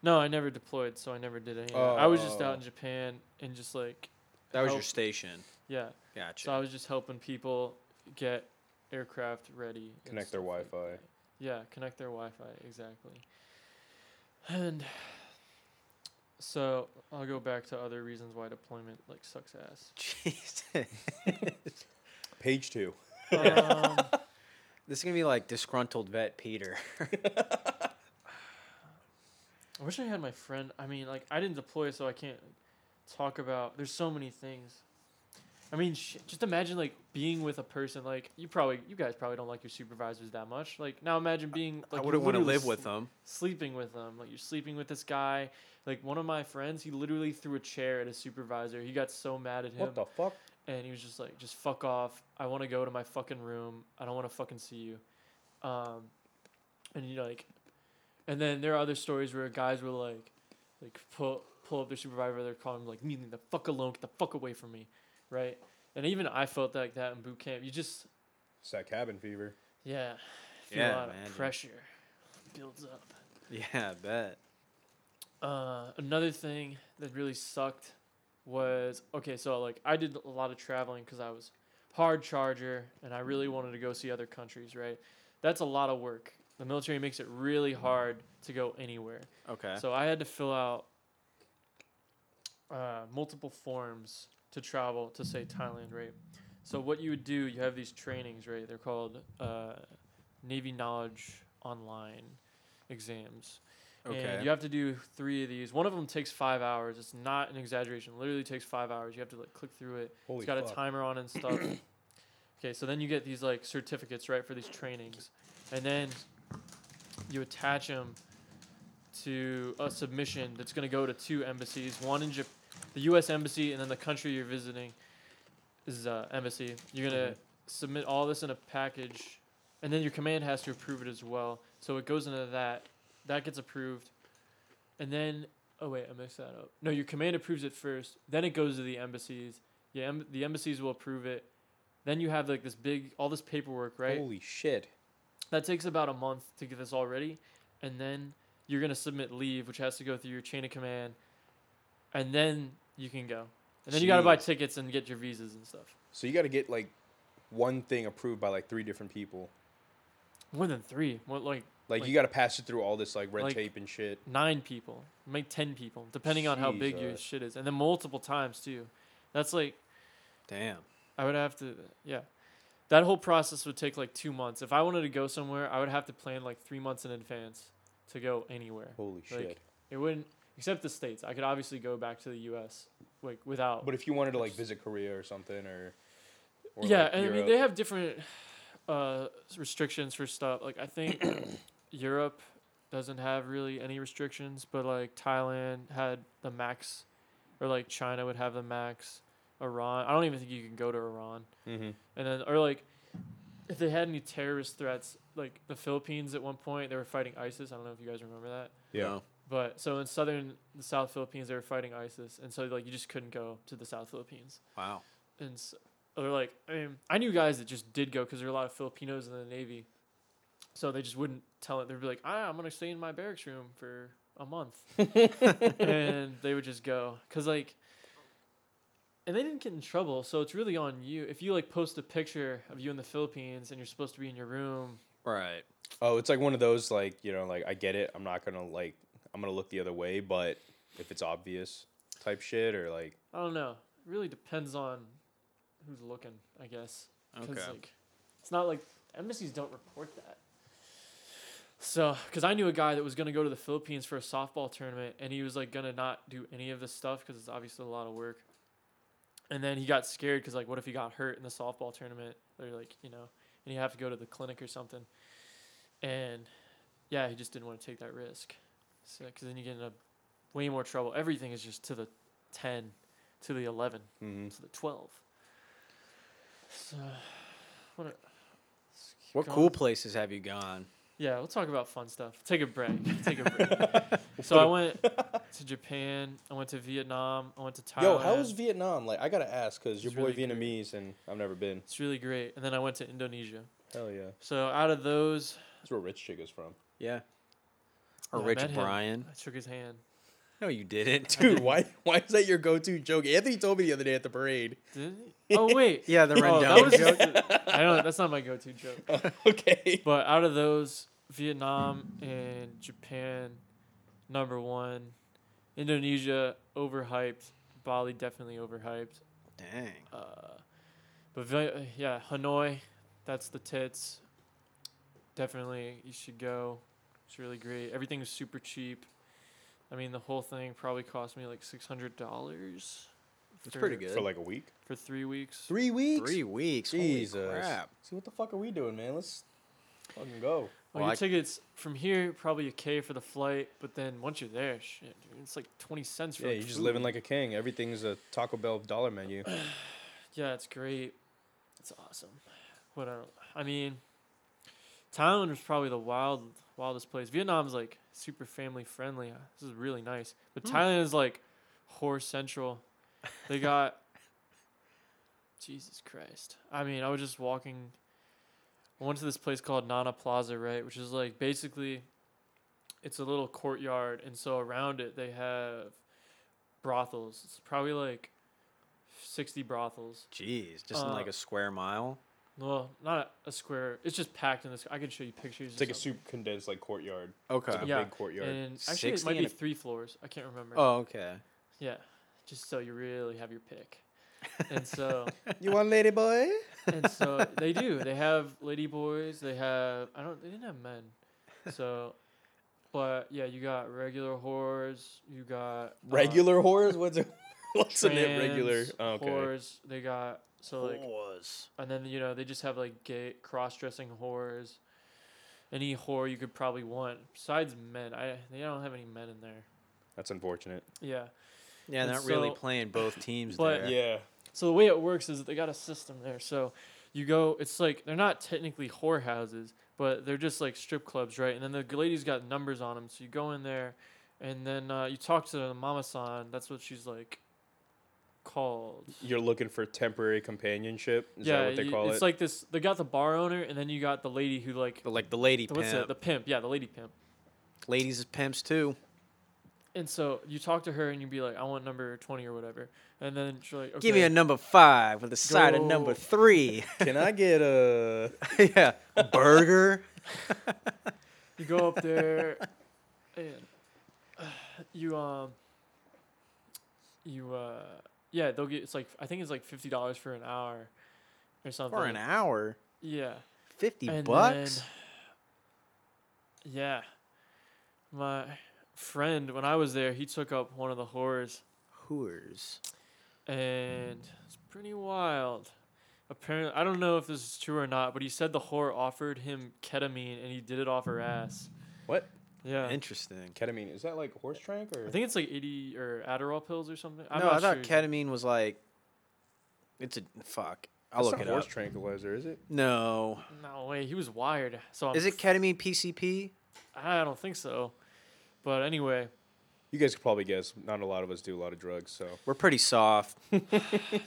No, I never deployed, so I never did any. of that. I was just
Oh.
out in Japan and just like
That was your
help-
station.
yeah.
Gotcha.
So I was just helping people get aircraft ready. and
Connect their
stuff like
Wi-Fi.
that. yeah, connect their Wi-Fi exactly. And so I'll go back to other reasons why deployment like sucks ass.
Jesus.
Page two.
Um,
This is gonna be like disgruntled vet Peter.
I wish I had my friend. I mean, like I didn't deploy, so I can't talk about. There's so many things. I mean, sh- just imagine like being with a person like you probably you guys probably don't like your supervisors that much. Like now, imagine being like
I
you're
wouldn't want to
literally
live
sl-
with them.
Sleeping with them, like you're sleeping with this guy. Like one of my friends, he literally threw a chair at his supervisor. He got so mad at him,
What the fuck?
and he was just like, "Just fuck off. I want to go to my fucking room. I don't want to fucking see you." Um, and you like, and then there are other stories where guys were like, like pull pull up their supervisor, they're calling like, "Leave me the fuck alone. Get the fuck away from me," right? And even I felt like that in boot camp. You just
It's that cabin fever.
yeah, feel
Yeah,
a lot
imagine.
of pressure builds up.
Yeah, I bet.
Uh, another thing that really sucked was okay. So like I did a lot of traveling because I was hard charger and I really wanted to go see other countries. Right, that's a lot of work. The military makes it really hard to go anywhere.
Okay.
So I had to fill out uh, multiple forms to travel to say Thailand, right? So what you would do, you have these trainings, right? They're called uh, Navy Knowledge Online exams. And
okay.
you have to do three of these. One of them takes five hours. It's not an exaggeration. Literally takes five hours. You have to like click through it.
Holy
it's got
fuck.
a timer on and stuff. okay, so then you get these like certificates right for these trainings, and then you attach them to a submission that's going to go to two embassies. One in Jap- the U.S. embassy, and then the country you're visiting is uh, embassy. You're gonna submit all this in a package, and then your command has to approve it as well. So it goes into that. That gets approved, and then oh wait, I mixed that up. No, your command approves it first. Then it goes to the embassies. Yeah, em- the embassies will approve it. Then you have like this big all this paperwork, right?
Holy shit.
That takes about a month to get this all ready, and then you're gonna submit leave, which has to go through your chain of command, and then you can go. And then you gotta buy tickets and get your visas and stuff.
So you got to get like one thing approved by like three different people.
More than three, more like
Like,
Like-
you got to pass it through all this like red
Like-
tape and shit.
nine people, make ten people, depending on how big your
Jesus.
shit is, and then multiple times too. That's like
Damn.
I would have to, yeah. That whole process would take like two months. If I wanted to go somewhere, I would have to plan like three months in advance to go anywhere.
Holy shit.
Like, It wouldn't, except the states. I could obviously go back to the U.S. like without.
but if you wanted to like visit Korea or something or, or
yeah,
like,
and I mean
Europe-
they have different uh, restrictions for stuff. Like I think Europe doesn't have really any restrictions, but like Thailand had the max, or like China would have the max. Iran, I don't even think you can go to Iran.
Mhm.
And then, or like, if they had any terrorist threats, like the Philippines at one point, they were fighting ISIS. I don't know if you guys remember that.
Yeah.
No.
But so in southern the South Philippines, they were fighting ISIS. And so, like, you just couldn't go to the South Philippines.
Wow.
And so, or like, I mean, I knew guys that just did go because there were a lot of Filipinos in the Navy. So they just wouldn't tell it. They'd be like, ah, I'm going to stay in my barracks room for a month. and they would just go. Because, like, and they didn't get in trouble. So it's really on you. If you, like, post a picture of you in the Philippines and you're supposed to be in your room,
Right.
Oh, it's like one of those like you know like I get it. I'm not gonna like I'm gonna look the other way, but if it's obvious type shit or like
I don't know. It really depends on who's looking, I guess. 'Cause,
Okay.
Like, it's not like embassies don't report that. So, because I knew a guy that was going to go to the Philippines for a softball tournament, and he was like going to not do any of this stuff because it's obviously a lot of work. And then he got scared because like, what if he got hurt in the softball tournament or like you know, and you have to go to the clinic or something. And yeah, he just didn't want to take that risk. So, because then you get in a way more trouble. Everything is just to the ten, to the eleven
mhm.
to the 12. So, what, a- let's keep
What
going.
cool places have you gone?
Yeah, we'll talk about fun stuff. Take a break. Take a break. so I went to Japan. I went to Vietnam. I went to Thailand.
yo, how was Vietnam? Like I gotta ask because your
It's
boy
really great.
Vietnamese and I've never been.
It's really great. And then I went to Indonesia.
Hell yeah,
So out of those,
that's where Rich Chick is from.
Yeah. Or
Yeah, I
Rich
met him.
Brian?
I shook his hand.
No, you didn't.
Dude, why why is that your go to joke? Anthony told me the other day at the parade.
Did he? Oh wait.
yeah, the
Oh,
rundown.
that was just, I don't. That's not my go-to joke.
okay.
But out of those, Vietnam and Japan, number one. Indonesia, overhyped. Bali, definitely overhyped.
Dang.
Uh, but Vi- yeah, Hanoi, that's the tits. Definitely, you should go. It's really great. Everything was super cheap. I mean, the whole thing probably cost me like six hundred dollars.
It's pretty good.
For like a week.
for three weeks.
Three weeks.
Three weeks.
Jesus.
Holy crap.
See what the fuck are we doing, man? Let's fucking go.
Well,
Well,
your
I-
tickets from here probably a K for the flight, but then once you're there, shit, dude, it's like twenty cents for.
Yeah,
like,
you're just
food.
living like a king. Everything's a Taco Bell dollar menu.
Yeah, it's great. It's awesome. What I, I mean, Thailand was probably the wild wildest place. Vietnam's like super family friendly. Uh, This is really nice, but Thailand is like whore central. They got Jesus Christ. I mean, I was just walking. I went to this place called Nana Plaza, right, which is like basically, it's a little courtyard, and so around it they have brothels. It's probably like sixty brothels.
Jeez. Just in
Uh,
like a square mile.
Well, not a, a square. It's just packed in this. I could show you pictures.
It's like a
soup.
super condensed like courtyard.
Okay.
a
Yeah.
big courtyard.
And actually, it
60
might
and
be
a-
three floors. I can't remember.
Oh, okay.
Yeah, just so you really have your pick. And so,
You want lady boy?
Uh, and so they do. They have lady boys. They have. I don't. They didn't have men. So, but yeah, you got regular whores. You got uh,
regular whores? What's it? What's in it? Regular.
trans
Oh, okay.
whores. They got so like
was.
And then you know they just have like gay cross-dressing whores, any whore you could probably want besides men. I they don't have any men in there.
That's unfortunate.
Yeah.
Yeah,
And
not really
so-
playing both teams
But-
there.
Yeah.
So the way it works is that they got a system there. So you go. It's like they're not technically whorehouses, but they're just like strip clubs, right? And then the ladies got numbers on them, so you go in there, and then uh, you talk to the mama-san. That's what she's like called.
You're looking for temporary companionship. Is that what they
you-
call
it's
it?
like this. They got the bar owner, and then you got the lady who like
But like the lady
the,
pimp,
what's it? The pimp. Yeah, the lady pimp.
ladies is pimps too.
And so you talk to her, and you'd be like, "I want number twenty or whatever," and then she's like, okay.
Give me a number five with a side of number
Go.
three.
Can I get a?
yeah, burger.
You go up there, and you um, you uh, yeah, they'll get it's like I think it's like fifty dollars for an hour, or something.
For an hour,
Yeah.
fifty
And
bucks.
then- yeah, my friend when I was there, he took up one of the whores,
Whoers.
and it's pretty wild. Apparently, I don't know if this is true or not, but he said the whore offered him ketamine, and he did it off her ass.
What?
Yeah.
Interesting.
Ketamine? Is that like horse trank or?
I think it's like 80 or Adderall pills or something. I'm
no,
not
I thought
sure.
ketamine was like. It's a fuck. I'll
That's
look
not
it
horse
up.
tranquilizer, is it?
No,
No way, he was wired. So I'm,
is it ketamine PCP?
I don't think so. But anyway,
You guys could probably guess. Not a lot of us do a lot of drugs, so
We're pretty soft.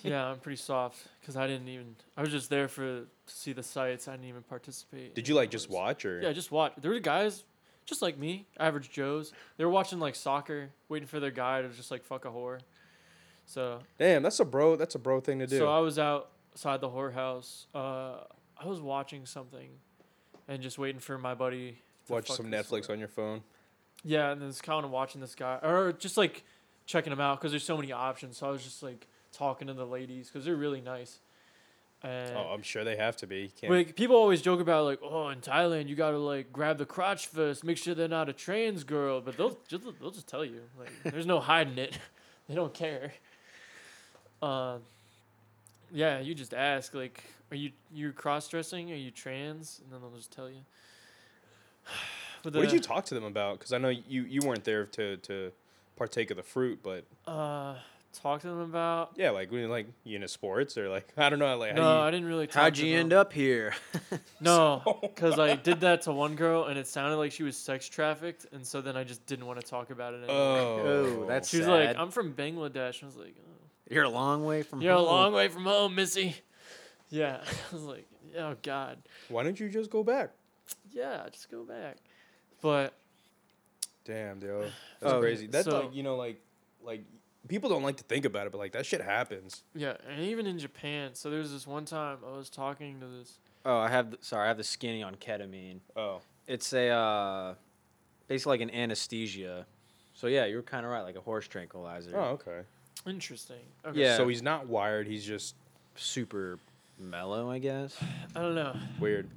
yeah, I'm pretty soft because I didn't even. I was just there for to see the sights. I didn't even participate.
did
in
you
it.
like just
It was-
watch or?
Yeah, just watch. There were guys just like me, average Joes. They were watching like soccer, waiting for their guy to just like fuck a whore. So
Damn, that's a bro. That's a bro thing to do.
So I was outside the whorehouse. Uh, I was watching something, and just waiting for my buddy. to
watch
fuck
some
this
Netflix
whore.
on your phone.
Yeah, and then it's kind of watching this guy, or just like checking him out because there's so many options. So I was just like talking to the ladies because they're really nice. And
Oh, I'm sure they have to be. You can't.
like people always joke about like, oh, in Thailand you gotta like grab the crotch first, make sure they're not a trans girl, but they'll just they'll just tell you like, there's no hiding it, they don't care. Um, yeah, you just ask like, are you you cross dressing? Are you trans? And then they'll just tell you. But
what did
the-
you talk to them about? Because I know you you weren't there to to partake of the fruit, but
uh, talk to them about?
yeah, like we like you into sports or like I don't know, like
No,
how
I
do
didn't really. Talk
How'd
to
you
them.
end up Oh, here?
No, because I did that to one girl, and it sounded like she was sex trafficked, and so then I just didn't want to talk about it
you,
anymore.
oh,
Oh, that's-
She was
Sad.
like, "I'm from Bangladesh." I was like, oh,
You're a long way from.
"You're a
home.
long way from home, Missy." Yeah, I was like, "Oh God,
why don't you just go back?
yeah, just go back." But
Damn, dude, that's
Oh,
crazy. That's
so-
like you know, like like people don't like to think about it, but like that shit happens.
yeah, and even in Japan, so there was this one time I was talking to this.
Oh, I have. The, sorry, I have the skinny on ketamine.
Oh,
It's a uh, basically like an anesthesia. So yeah, you were kind of right, like a horse tranquilizer.
oh, okay.
Interesting. Okay.
Yeah.
So he's not wired. He's just
Super mellow, I guess.
I don't know.
weird.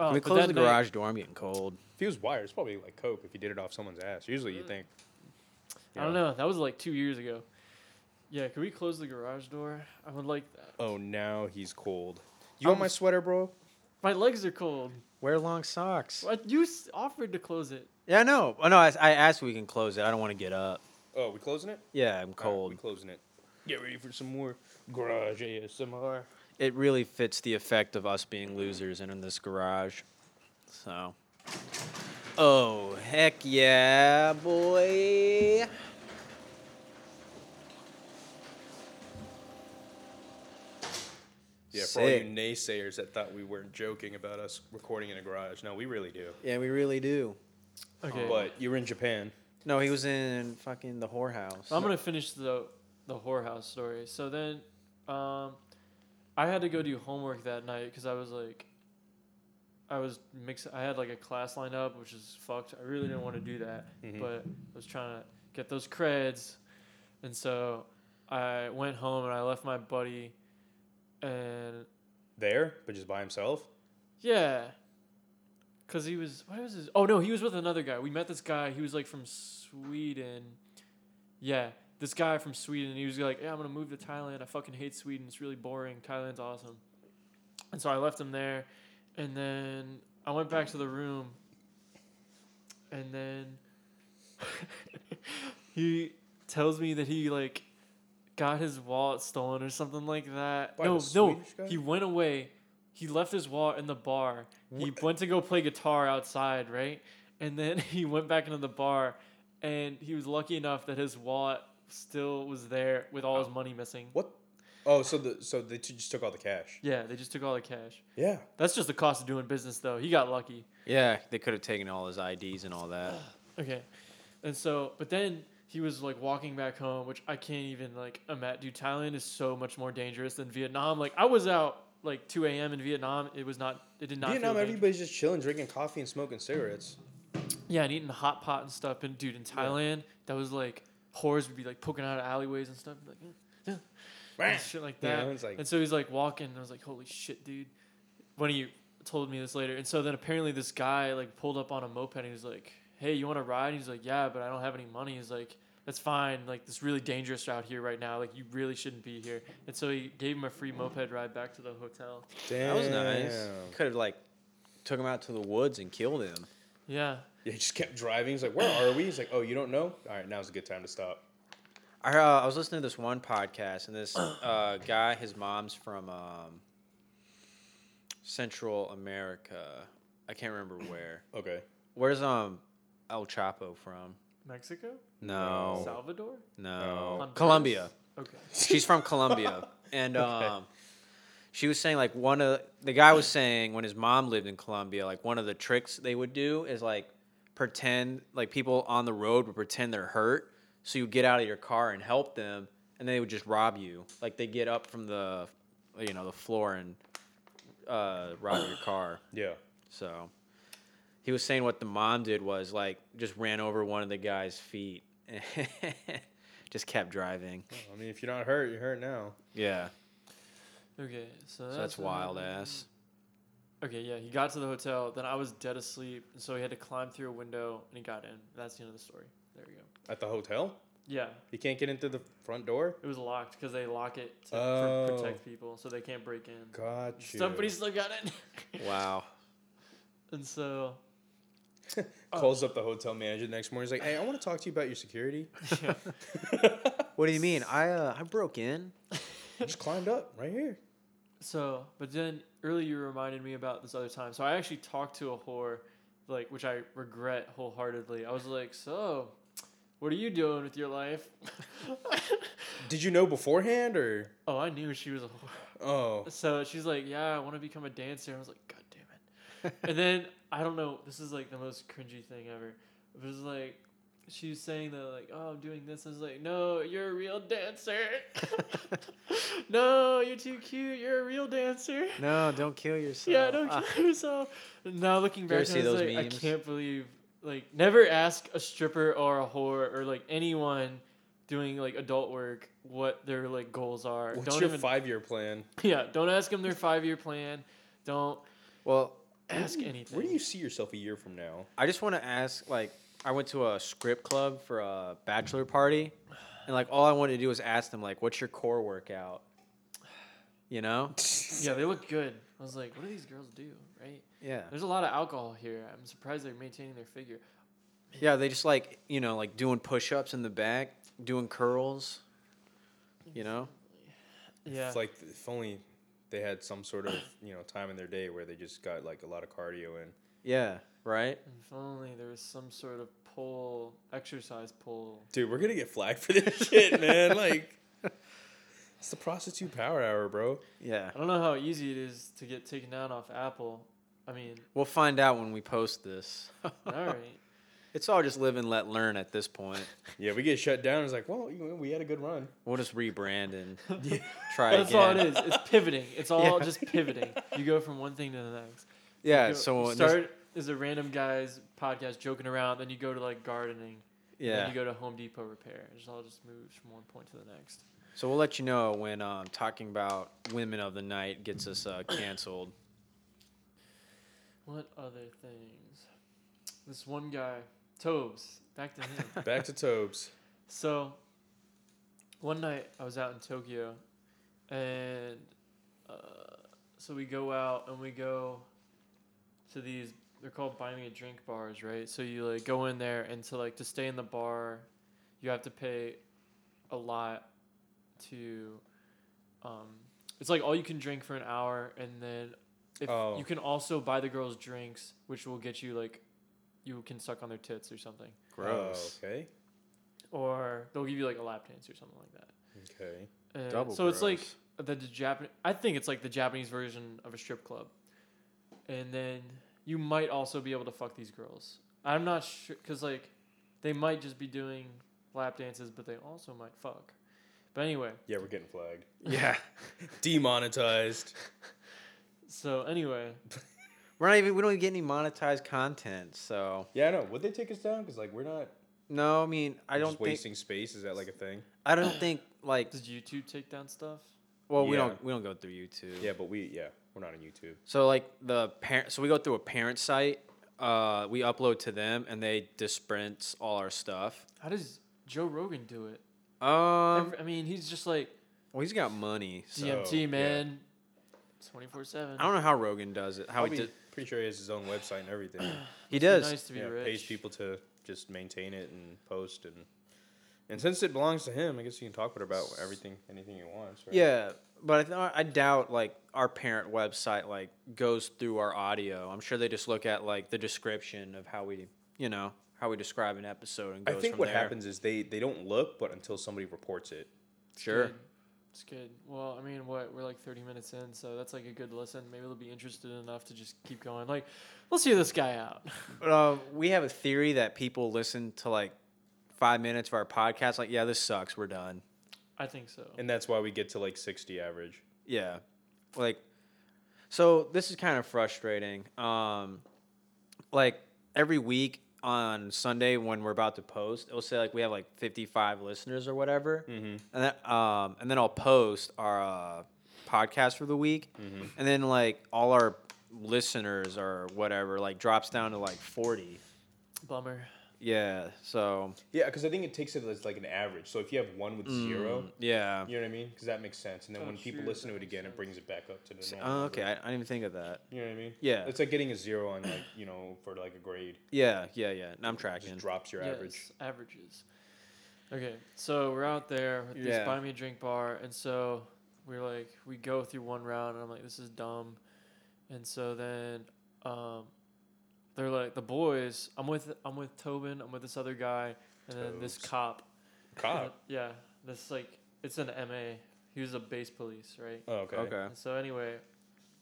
Oh,
Can we
but
close
that
the
night-
garage door? I'm getting cold.
If he was wired, it's probably like coke. If he did it off someone's ass, usually you think.
Mm. I don't know. That was like two years ago. Yeah, could we close the garage door? I would like that.
Oh, now he's cold. You want
I'm-
my sweater, bro?
My legs are cold.
Wear long socks.
What you s- offered to close it?
Yeah, I know. Oh, no, I, I asked if we can close it. I don't want to get up.
Oh, we closing it?
Yeah, I'm
All right,
cold.
we closing it. Get ready for some more garage ASMR.
It really fits the effect of us being losers and in this garage. So. Oh, heck yeah, boy.
Yeah, for all you
Sick.
naysayers that thought we were joking about us recording in a garage, no, we really do.
Yeah, we really do.
Okay.
But you were in Japan.
No, he was in fucking the whorehouse.
I'm gonna finish the the whorehouse story. So then, um, I had to go do homework that night because I was like, I was mix. I had like a class lined up, which is fucked. I really didn't want to do that,
Mhm.
but I was trying to get those creds, and so I went home and I left my buddy, and
There, but just by himself.
yeah. Cause he was what was his? Oh no, he was with another guy. We met this guy. He was like from Sweden. Yeah, this guy from Sweden. He was like, "Yeah, I'm gonna move to Thailand. I fucking hate Sweden. It's really boring. Thailand's awesome." And so I left him there, and then I went back to the room. And then he tells me that he like got his wallet stolen or something like that.
By
no,
the
no,
Swedish guy?
he went away he left his wallet in the bar. He went to go play guitar outside, right? And then he went back into the bar, and he was lucky enough that his wallet still was there with all his money missing.
What? Oh, so the so they t- just took all the cash.
Yeah, they just took all the cash.
Yeah.
That's just the cost of doing business, though. He got lucky.
Yeah, they could have taken all his IDs and all that.
Okay. And so, but then he was like walking back home, which I can't even like imagine. Dude, Thailand is so much more dangerous than Vietnam. Like I was out like 2 a.m. in Vietnam. It was not. It did not.
Vietnam,
feel dangerous.
everybody's just chilling, drinking coffee and smoking cigarettes.
yeah, and eating hot pot and stuff. And dude, in Thailand, that was like whores would be like poking out of alleyways and stuff. Like. eh, eh, and shit like
You
that.
know, it's like-
and so he's like walking, and I was like, "Holy shit, dude!" When he told me this later, and so then apparently this guy like pulled up on a moped, and he was like, "Hey, you want to ride?" he's like, "Yeah, but I don't have any money." He's like, "That's fine. Like, it's really dangerous out here right now. Like, you really shouldn't be here." And so he gave him a free moped ride back to the hotel.
That
Damn.
was nice. Could have like took him out to the woods and killed him.
Yeah,
Yeah, he just kept driving. He's like, "Where are we?" He's like, "Oh, you don't know? All right, now's a good time to stop."
I, uh, I was listening to this one podcast, and this uh, guy, his mom's from um, Central America. I can't remember where.
Okay.
Where's um El Chapo from?
Mexico,
No,
Salvador,
no,
Honduras?
Colombia.
Okay,
She's from Colombia, and um, she was saying like one of the guy was saying when his mom lived in Colombia, like one of the tricks they would do is like pretend like people on the road would pretend they're hurt, so you get out of your car and help them, and they would just rob you. Like they get up from the, you know, the floor and uh, rob your car.
Yeah.
So he was saying what the mom did was like just ran over one of the guy's feet, and just kept driving.
I mean, if you're not hurt, you're hurt now.
Yeah.
okay. So that's,
So that's
what
wild
happened.
ass.
Okay, yeah, he got to the hotel. Then I was dead asleep, and so he had to climb through a window, and he got in. That's the end of the story. There we go.
At the hotel,
Yeah,
you can't get into the front door.
it was locked because they lock it to
Oh.
pr- protect people, so they can't break in.
Got you.
Somebody still got it,
Wow.
and so uh,
calls up the hotel manager the next morning. He's like, "Hey, I want to talk to you about your security."
yeah,
What do you mean? I uh, I broke in.
I just climbed up right here.
so. But then earlier you reminded me about this other time. So I actually talked to a whore, like which I regret wholeheartedly. I was like, so. What are you doing with your life?
Did you know beforehand or?
oh, I knew she was a whore.
Oh,
So she's like, "Yeah, I want to become a dancer." I was like, "God damn it!" and then I don't know. This is like the most cringy thing ever. It was like she was saying that like, "Oh, I'm doing this." I was like, "No, you're a real dancer." no, you're too cute. You're a real dancer.
No, don't kill yourself.
Yeah, don't kill yourself. And now looking
Oh, You ever
back,
see
I was
those
like, I
memes?
can't believe like never ask a stripper or a whore or like anyone doing like adult work what their like goals are.
what's
don't
your
even
five-year plan?
yeah, don't ask them their five year plan. Don't
Well,
ask
Where do
anything.
you see yourself a year from now?
I just want to ask. Like, I went to a script club for a bachelor party, and like all I wanted to do was ask them like, "What's your core workout?" You know?
Yeah, they look good. I was like, what do these girls do, right?
Yeah.
There's a lot of alcohol here. I'm surprised they're maintaining their figure.
Yeah, they just like you know like doing push-ups in the back, doing curls. You know?
Yeah.
It's like if only they had some sort of you know time in their day where they just got like a lot of cardio in.
Yeah. Right.
if only there was some sort of pull, exercise pull.
Dude, we're gonna get flagged for this shit, man. Like, it's the prostitute power hour, bro.
Yeah.
I don't know how easy it is to get taken down off Apple. I mean,
We'll find out when we post this.
all right.
It's all just live and let learn at this point.
Yeah, we get shut down. It's like, well, you know, we had a good run.
We'll just rebrand and try
That's all
again.
it is. It's pivoting. It's all
Yeah.
just pivoting. You go from one thing to the next.
Yeah.
You go-
so
you
when this-
start is a random guy's podcast joking around, then you go to like gardening. And
yeah.
then you go to Home Depot repair. It just all just moves from one point to the next.
so we'll let you know when um, talking about women of the night gets us uh, canceled.
What other things? This one guy, Tobes. Back to him.
Back to Tobes.
so, one night I was out in Tokyo, and uh, so we go out and we go to these. They're called buy me a drink bars, right? So you like go in there and to like to stay in the bar, you have to pay a lot to. Um, it's like all you can drink for an hour, and then If
Oh.
you can also buy the girls drinks, which will get you like, you can suck on their tits or something,
Gross.
Oh, okay.
or they'll give you like a lap dance or something like that.
Okay.
Uh,
Double
so it's like
gross.
the, the Japan. I think it's like the Japanese version of a strip club, and then you might also be able to fuck these girls. I'm not sure because like they might just be doing lap dances, but they also might fuck. But anyway,
Yeah, we're getting flagged.
Yeah.
Demonetized.
so anyway,
We're not even. We don't even get any monetized content. So
Yeah, I know. Would they take us down? Because like we're not.
no, I mean, I
I
don't
just
think.
wasting space. Is that like a thing?
I don't think like.
does YouTube take down stuff?
Well, we
Yeah.
don't. We don't go through YouTube.
Yeah, but we yeah we're not on YouTube.
So like the parent, so we go through a parent site. Uh, we upload to them, and they dispense all our stuff.
How does Joe Rogan do it?
Um,
Every- I mean, he's just like
well, he's got money. So
DMT
yeah.
man, twenty four seven.
I don't know how Rogan does it. How
Probably
he did,
pretty sure he has his own website and everything.
he
It'd be
does.
nice to be
yeah,
rich.
pays people to just maintain it and post and and since it belongs to him, I guess you can talk about everything, anything he wants. Right?
Yeah, but I, th- uh, I doubt like our parent website like goes through our audio. I'm sure they just look at like the description of how we, you know, how we describe an episode and
I
goes
think
from
what
there.
happens is they they don't look, but until somebody reports it.
Sure.
Good. It's good. Well, I mean, what we're like 30 minutes in, so that's like a good listen. Maybe they'll be interested enough to just keep going. Like, let's hear this guy out.
But, uh, we have a theory that people listen to like five minutes of our podcast. Like, yeah, this sucks. We're done.
I think so.
And that's why we get to like 60 average.
Yeah. Like so this is kind of frustrating. Um like every week on Sunday when we're about to post, it'll say like we have like 55 listeners or whatever.
Mm-hmm.
And then um and then I'll post our uh podcast for the week.
Mm-hmm.
And then like all our listeners or whatever like drops down to like 40.
Bummer.
Yeah. So mm,
Yeah, because I think it takes it as like an average. So if you have one with
Mm.
zero,
yeah.
you know what I mean? Because that makes sense. And then
Oh,
when people
true,
listen
that
to it
makes
again, it
sense.
brings it back up to the normal.
Oh,
number.
okay. I, I didn't even think of that.
You know what I mean?
Yeah.
It's like getting a zero on like you know for like a grade.
Yeah, yeah, yeah. Now I'm
It just
tracking.
drops your
Yes,
average.
averages. Okay, so we're out there with this
Yeah.
buy me a drink bar, and so we're like, we go through one round, and I'm like, this is dumb. And so then, um, they're like the boys. I'm with I'm with Tobin. I'm with this other guy, and then this
Tobes.
cop.
Cop.
Yeah, this like it's an MA. He was a base police, right?
Oh, okay.
Okay.
And so anyway,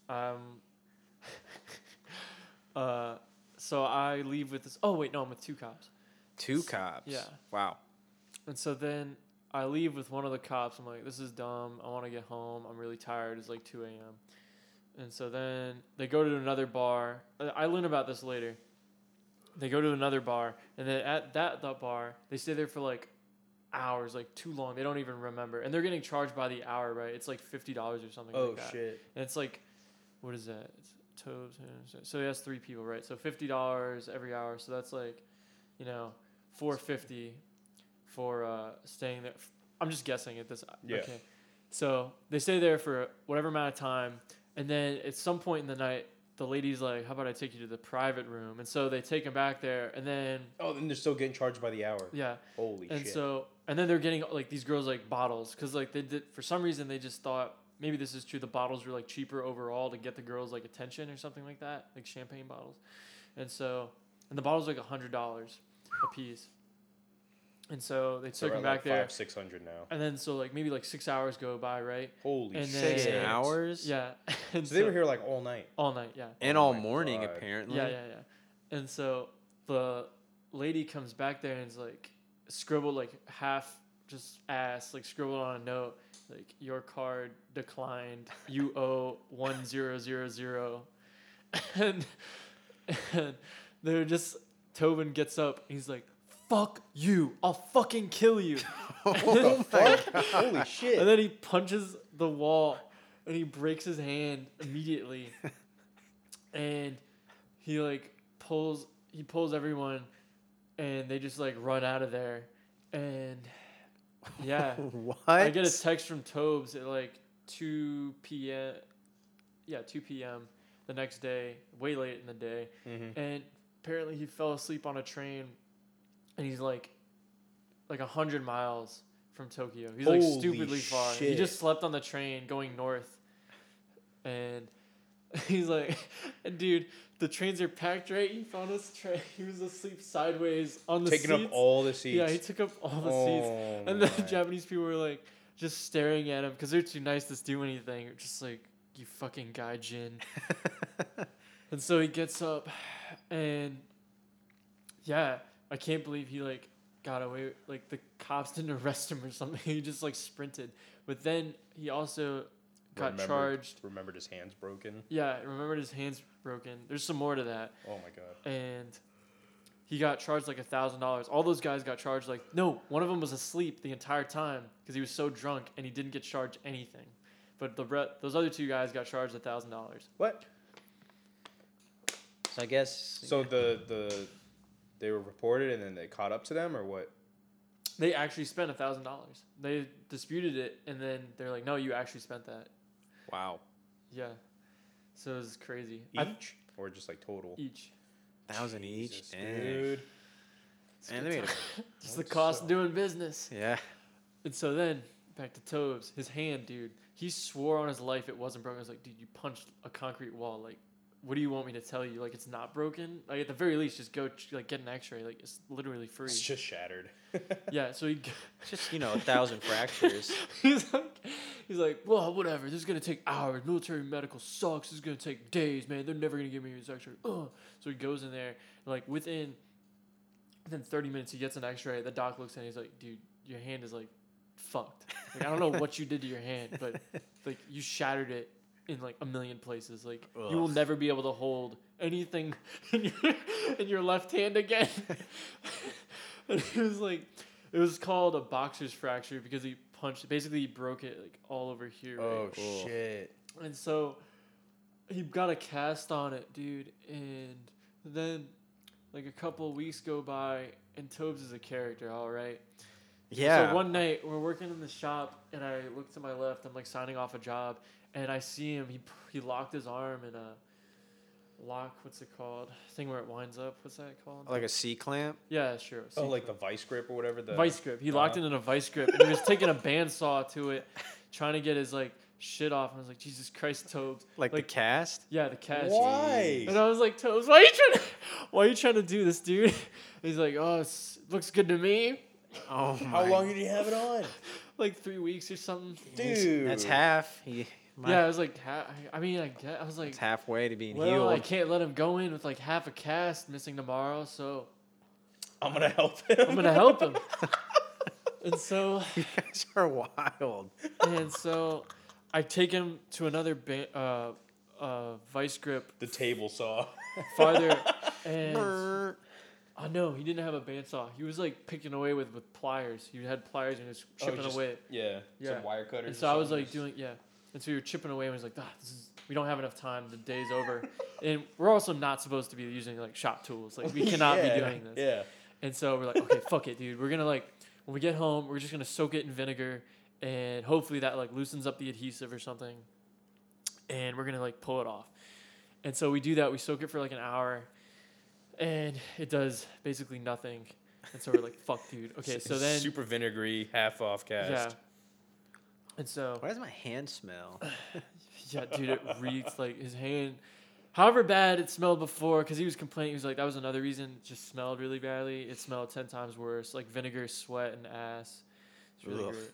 um, uh, so I leave with this. Oh wait, no, I'm with two cops.
Two cops.
Yeah.
Wow.
And so then I leave with one of the cops. I'm like, this is dumb. I want to get home. I'm really tired. It's like 2 a.m. And so then they go to another bar. I- I learn about this later. They go to another bar, and then at that, that bar, they stay there for like hours, like too long. They don't even remember. And they're getting charged by the hour, right? It's like $50 or something
Oh
like that.
shit.
And it's like, what is that? It's toes. hands, So he has three people, right? So fifty dollars every hour. So that's like, you know, four fifty for uh, staying there. I'm just guessing at this.
Yeah.
Okay. So they stay there for whatever amount of time, and then at some point in the night, the lady's like, "How about I take you to the private room?" And so they take him back there, and then
Oh, then they're still getting charged by the hour.
yeah,
Holy
and
shit.
so and then they're getting like these girls like bottles because like they did for some reason they just thought maybe this is true the bottles were like cheaper overall to get the girls like attention or something like that like champagne bottles and so and the bottles were, like a hundred dollars a piece and so they
So
took
we're
them
at,
back
like
there
Five, six hundred now.
and then so like maybe like six hours go by right
Holy
And
shit.
then-
hours?
yeah and
So they were here like all night.
all night yeah
And
Oh
all
my
morning,
God.
apparently.
Yeah, yeah, yeah. And so the lady comes back there and is like scribbled like half just ass, like scribbled on a note, like your card declined. You owe one zero zero zero. And and they're just Tobin gets up and he's like, Fuck you, I'll fucking kill you.
Holy shit.
And then he punches the wall and he breaks his hand immediately. and he like pulls he pulls everyone and they just like run out of there. And yeah.
What?
I get a text from Tobes at like 2 p.m. Yeah, 2 p.m. the next day, way late in the day. And apparently he fell asleep on a train and he's like like 100 miles from Tokyo. He's like
Holy
stupidly far. He
shit.
just slept on the train going north. And He's like, dude, the trains are packed, right? He found his train. He was asleep sideways on the
Taking
seats.
up all the seats.
Yeah, he took up all the seats.
Oh
And the
my.
Japanese people were like, just staring at him because they're too nice to do anything. They're Just like, you fucking gaijin. and so he gets up, and yeah, I can't believe he like got away. Like the cops didn't arrest him or something. He just like sprinted. But then he also got
Remembered-
charged.
Remembered his hands broken.
Yeah, remembered his hands broken. There's some more to that
Oh my god.
and he got charged like a thousand dollars. All those guys got charged like no, one of them was asleep the entire time because he was so drunk and he didn't get charged anything. But the re- those other two guys got charged a thousand dollars.
What?
So I guess.
So the the they were reported and then they caught up to them or what?
They actually spent a thousand dollars. They disputed it and then they're like, no, you actually spent that.
Wow.
Yeah, so it was crazy.
Each
I-
or just like total?
each.
thousand each.
Jesus,
Dang.
It's
And
good
they made
time. just the
Hope
cost
so.
of doing business.
Yeah.
And so then back to Tobes, his hand, dude. He swore on his life it wasn't broken. I was like, dude, you punched a concrete wall. Like, what do you want me to tell you? Like, it's not broken. Like at the very least, just go ch- like get an X-ray. Like it's literally free.
It's just shattered.
yeah. So he, g-
Just you know, a thousand fractures.
he's like, he's like, well, whatever. This is gonna take hours. Military medical sucks. This is gonna take days, man. They're never gonna give me this X-ray. Ugh. So he goes in there. Like within, within 30 minutes, he gets an X-ray. The doc looks at it. He's like, dude, your hand is like fucked. Like I don't know what you did to your hand, but like you shattered it in like a million places. Like you will never be able to hold anything in your in your left hand again. and it was like it was called a boxer's fracture because he punched basically he broke it like all over here. right?
Oh shit.
And so he got a cast on it, dude. And then like a couple weeks go by, and Tobes is a character, all right.
Yeah.
So one night we're working in the shop, and I look to my left. I'm like signing off a job, and I see him. He he locked his arm in a lock. What's it called? Thing where it winds up. What's that called?
like a C clamp.
yeah, sure.
Oh,
secret.
like the vice grip or whatever. The
vice grip. He locked it
uh-huh.
in a vice grip, and he was taking a bandsaw to it, trying to get his like shit off. And I was like, Jesus Christ, Tobes.
Like,
Like-
the cast.
Yeah, the catch.
Why?
And I was like, Toes, why are you trying to, why are you trying to do this, dude? He's like, oh, it's, looks good to me.
Oh my.
How long did you have it on,
Like three weeks or something.
dude?
That's half. He, my,
yeah, I was like, ha- I mean, I guess, I was like,
It's halfway to being
well, I
healed.
can't let him go in with like half a cast missing tomorrow, so
I'm gonna help him.
I'm gonna help him. and so,
you guys are wild.
and so, I take him to another ba- uh, uh, vice grip
The table saw.
Oh, farther, and Oh no, he didn't have a bandsaw. He was like picking away with, with pliers. He had pliers and he was
Oh,
chipping
just-
away.
Yeah.
Yeah.
Some wire cutters.
And
or
so I was
something.
like doing yeah. And so we were chipping away and was like, ah, this is, we don't have enough time. The day's over. and we're also not supposed to be using like shop tools. Like we cannot
Yeah,
be doing this.
Yeah.
And so we're like, okay, fuck it, dude. We're gonna like when we get home, we're just gonna soak it in vinegar, and hopefully that like loosens up the adhesive or something. And we're gonna like pull it off. And so we do that. We soak it for like an hour, and it does basically nothing. And so we're like, fuck, dude. Okay,
S-
so then
super vinegary half off cast.
yeah. And so
Why does my hand smell?
yeah, dude, it reeks like his hand. However bad it smelled before, because he was complaining, he was like, that was another reason. It just smelled really badly. It smelled ten times worse, like vinegar, sweat, and ass. It's really
Ugh.
great.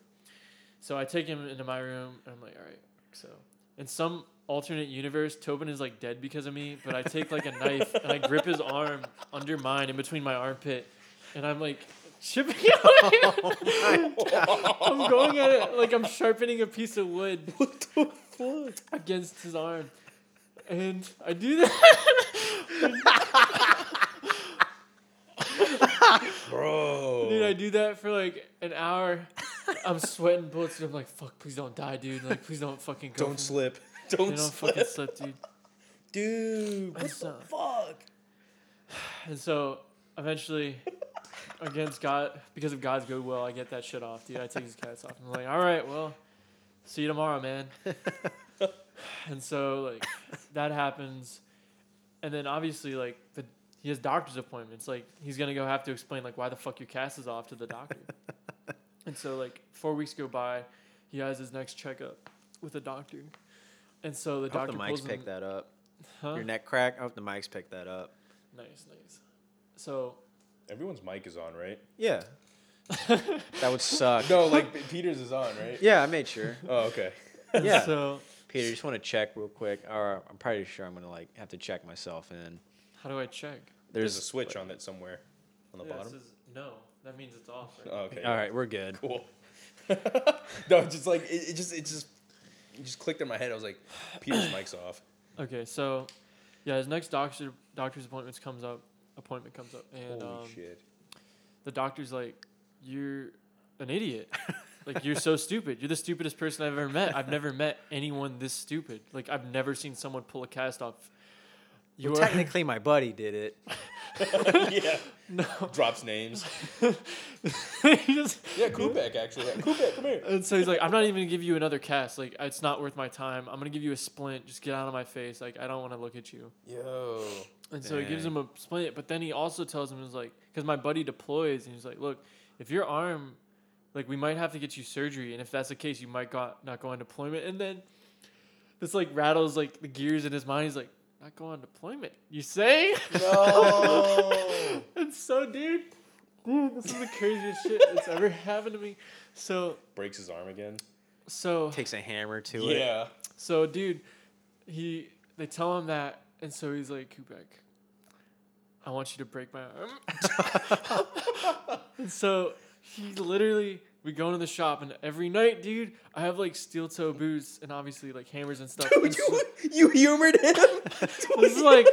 So I take him into my room, and I'm like, all right. So in some alternate universe, Tobin is like dead because of me, but I take like a knife and I grip his arm under mine, in between my armpit, and I'm like. Chipping away. I'm going at it like I'm sharpening a piece of wood
What the fuck?
against his arm. And I do that.
Bro.
dude, I do that for like an hour. I'm sweating bullets. And I'm like, fuck, please don't die, dude. Like, please don't fucking go.
don't
for-
slip.
They
Don't,
don't
slip.
fucking slip, dude.
Dude,
And
what
so,
the fuck?
and so eventually, against God, because of God's goodwill, I get that shit off, dude. I take his cats off. I'm like, all right, well, see you tomorrow, man. and so like that happens, and then obviously like the he has doctor's appointments. Like he's gonna go have to explain like why the fuck your cast is off to the doctor. and so like four weeks go by, he has his next checkup with the doctor, And so the
I hope
doctor
the
pulls
mics
him.
picked that up.
Huh?
Your neck crack. I hope the mics picked that up.
Nice, nice. So
Everyone's mic is on, right?
Yeah, that would suck.
No, like P- Peter's is on, right?
Yeah, I made sure.
Oh, okay.
and
Yeah.
So
Peter, just want to check real quick. Or I'm pretty sure I'm gonna like have to check myself in.
how do I check?
There's a switch on that somewhere on the
Yeah, it
bottom.
says no. That means it's off. Right?
Oh, okay.
All right, we're good.
Cool. no, just like it, it just it just it just clicked in my head. I was like, Peter's mic's off.
Okay, so yeah, his next doctor doctor's appointments comes up appointment comes up and
Holy
um,
shit.
the doctor's like, You're an idiot. like you're so stupid. You're the stupidest person I've ever met. I've never met anyone this stupid. Like I've never seen someone pull a cast off. You
Well,
are
technically, my buddy did it.
yeah.
no.
Drops names.
He just-
Yeah, Kubek actually. Yeah. Kubek, come here.
and so he's like, I'm not even gonna give you another cast. Like it's not worth my time. I'm gonna give you a splint. Just get out of my face. Like I don't want to look at you.
Yo.
And so he gives him a splint, but then he also tells him, he's like, because my buddy deploys, and he's like, look, if your arm, like, we might have to get you surgery, and if that's the case, you might got, not go on deployment. And then this, like, rattles, like, the gears in his mind. He's like, not go on deployment. You say?
No.
and so, dude, dude, this is the craziest shit that's ever happened to me. So,
Breaks his arm again.
so.
Takes a hammer to it.
Yeah.
So, dude, he they tell him that, and so he's like, Kubek, I want you to break my arm. and so he literally, we go into the shop, and every night, dude, I have like steel toe boots and obviously like hammers and stuff. And so-
you humored him?
this is like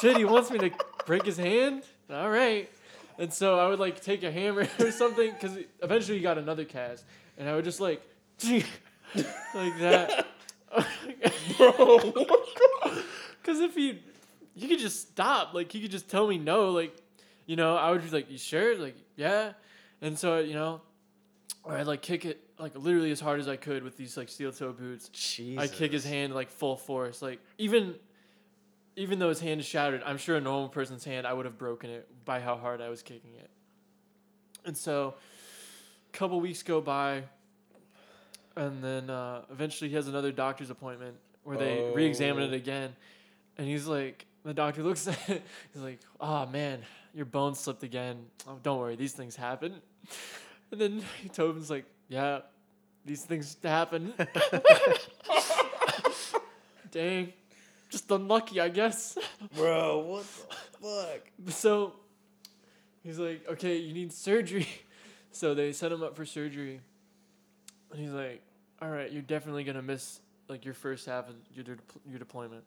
shit. He wants me to break his hand. All right. And so I would like take a hammer or something because eventually he got another cast, and I would just like like that, bro. Because if you you could just stop, like you could just tell me no, like you know, I would be like, you sure? Like yeah. And so you know, or I'd like kick it like literally as hard as I could with these like steel toe boots.
Jesus.
I kick his hand like full force. Like even even though his hand is shattered, I'm sure a normal person's hand I would have broken it by how hard I was kicking it. And so a couple weeks go by and then uh, eventually he has another doctor's appointment where they
Oh.
re-examine it again and he's like the doctor looks at it he's like oh man your bone slipped again oh, don't worry these things happen and then Tobin's like yeah these things happen dang just unlucky i guess
Bro, what the fuck?
so he's like, okay, you need surgery. So they set him up for surgery. And he's like, all right, you're definitely going to miss like your first half of your, de- your deployment.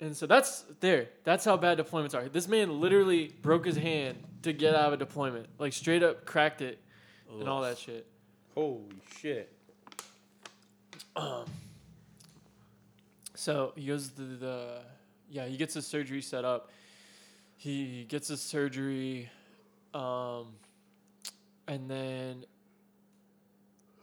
And so that's there. That's how bad deployments are. This man literally broke his hand to get out of a deployment. Like straight up cracked it and all that shit.
Holy shit.
So he goes to the yeah, he gets his surgery set up. He gets his surgery, um, and then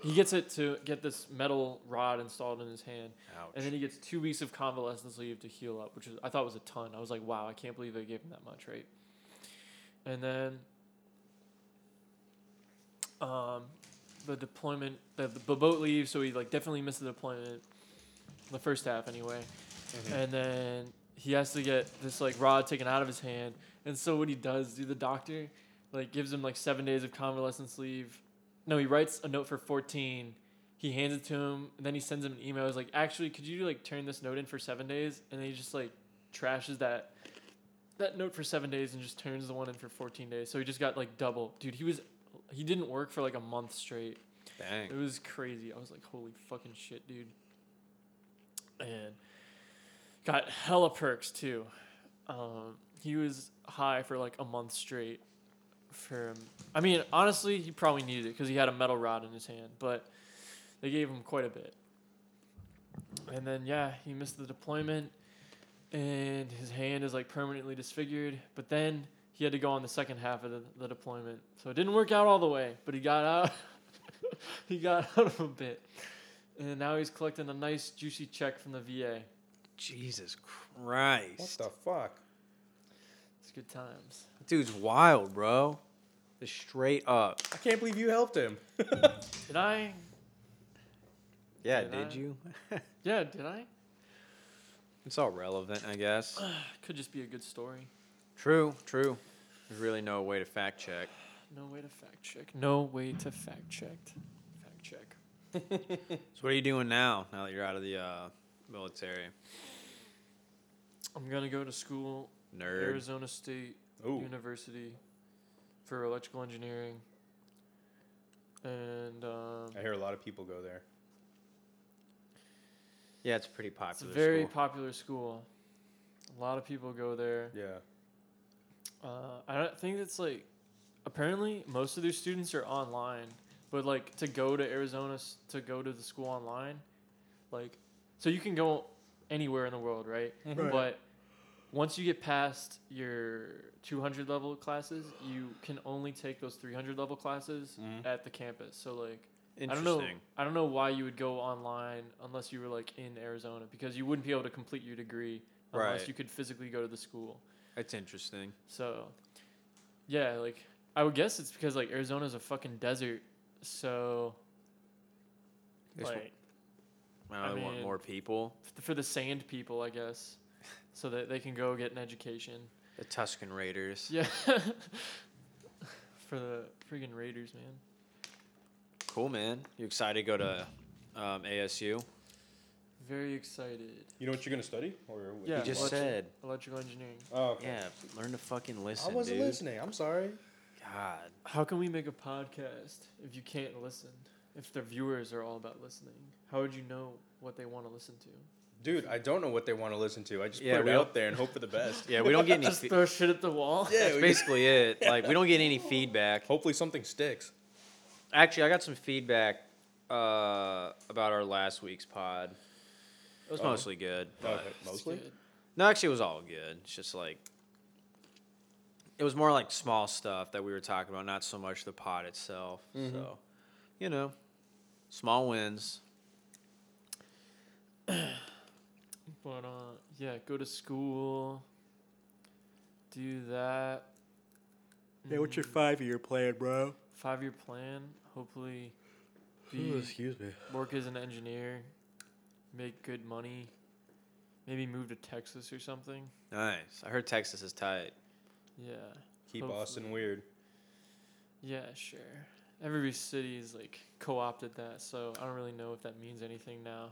he gets it to get this metal rod installed in his hand, and then he gets two weeks of convalescence leave to heal up, which is, I thought was a ton. I was like, wow, I can't believe they gave him that much, right? And then um, the deployment, the, the boat leaves, so he like definitely missed the deployment, the first half anyway. And then he has to get this like rod taken out of his hand, and so what he does, do the doctor like gives him like seven days of convalescence leave. No, he writes a note for fourteen. He hands it to him, and then he sends him an email. He's like, "Actually, could you like turn this note in for seven days?" And then he just like trashes that that note for seven days and just turns the one in for fourteen days. So he just got like double, dude. He was he didn't work for like a month straight.
Dang.
It was crazy. I was like, holy fucking shit, dude. And got hella perks too. Um, he was high for like a month straight. For I mean, honestly, he probably needed it because he had a metal rod in his hand, but they gave him quite a bit. And then yeah, he missed the deployment, and his hand is like permanently disfigured. But then he had to go on the second half of the, the deployment, so it didn't work out all the way. But he got out. he got out of a bit, and now he's collecting a nice juicy check from the VA.
Jesus
What
Christ.
the fuck?
It's good times.
Dude's wild, bro. Just straight up.
I can't believe you helped him.
Did I?
Yeah,
Did
did
I?
you?
Yeah, did I?
It's all relevant, I guess.
Could just be a good story.
True, true. There's really no way to fact check.
No way to fact check. No way to fact check. Fact check.
So what are you doing now? Now that you're out of the uh, military,
I'm gonna go to school,
nerd.
Arizona State
Ooh.
University, for electrical engineering. And um,
I hear a lot of people go there.
Yeah, it's a pretty
it's a
popular.
very
school.
popular school. A lot of people go there.
Yeah.
Uh, I don't think it's like apparently most of their students are online, but like to go to Arizona s- to go to the school online, like so you can go anywhere in the world, right?
Mm-hmm.
Right.
But once you get past your 200 level classes, you can only take those 300 level classes
Mhm.
at the campus. So like I don't
Mm-hmm. Interesting.
know I don't know why you would go online unless you were like in Arizona because you wouldn't be able to complete your degree unless
Right.
you could physically go to the school.
That's interesting.
So, yeah, like I would guess it's because like Arizona's a fucking desert, so
It's-
like
Wow,
I
they want
mean-
more people.
f- for the sand people, I guess, so that they can go get an education.
The Tuscan Raiders.
Yeah, for the freaking Raiders, man.
Cool, man. You excited to go to um, ASU?
Very excited.
You know what you're gonna study? Or what-
Yeah,
you just
electri-
said.
electrical engineering.
Oh, okay.
Yeah, learn to fucking
I
listen,
wasn't
dude.
listening. I'm sorry.
God,
How can we make a podcast if you can't listen? If the viewers are all about listening, how would you know what they want to listen to?
Dude, I don't know what they want to listen to. I just
Yeah,
put
we
it
all-
out there and hope for the best.
yeah, we don't get any.
Just
Fe-
throw shit at the wall.
yeah.
that's
we-
basically it. Like we don't get any feedback.
Hopefully something sticks.
Actually, I got some feedback uh, about our last week's pod. It was
Uh-huh.
Oh.
mostly good. but-
Okay,
It's
mostly.
good.
No, actually, it was all good. It's just like it was more like small stuff that we were talking about, not so much the pod itself. So, you know, small wins.
But uh, yeah, go to school, do that.
Yeah, what's your five year plan, bro?
five year plan? Hopefully, be,
excuse me.
work as an engineer, make good money, maybe move to Texas or something.
Nice. I heard Texas is tight.
Yeah,
Keep
Hopefully.
Austin weird.
yeah, sure. Every city is like co opted that, so I don't really know if that means anything now.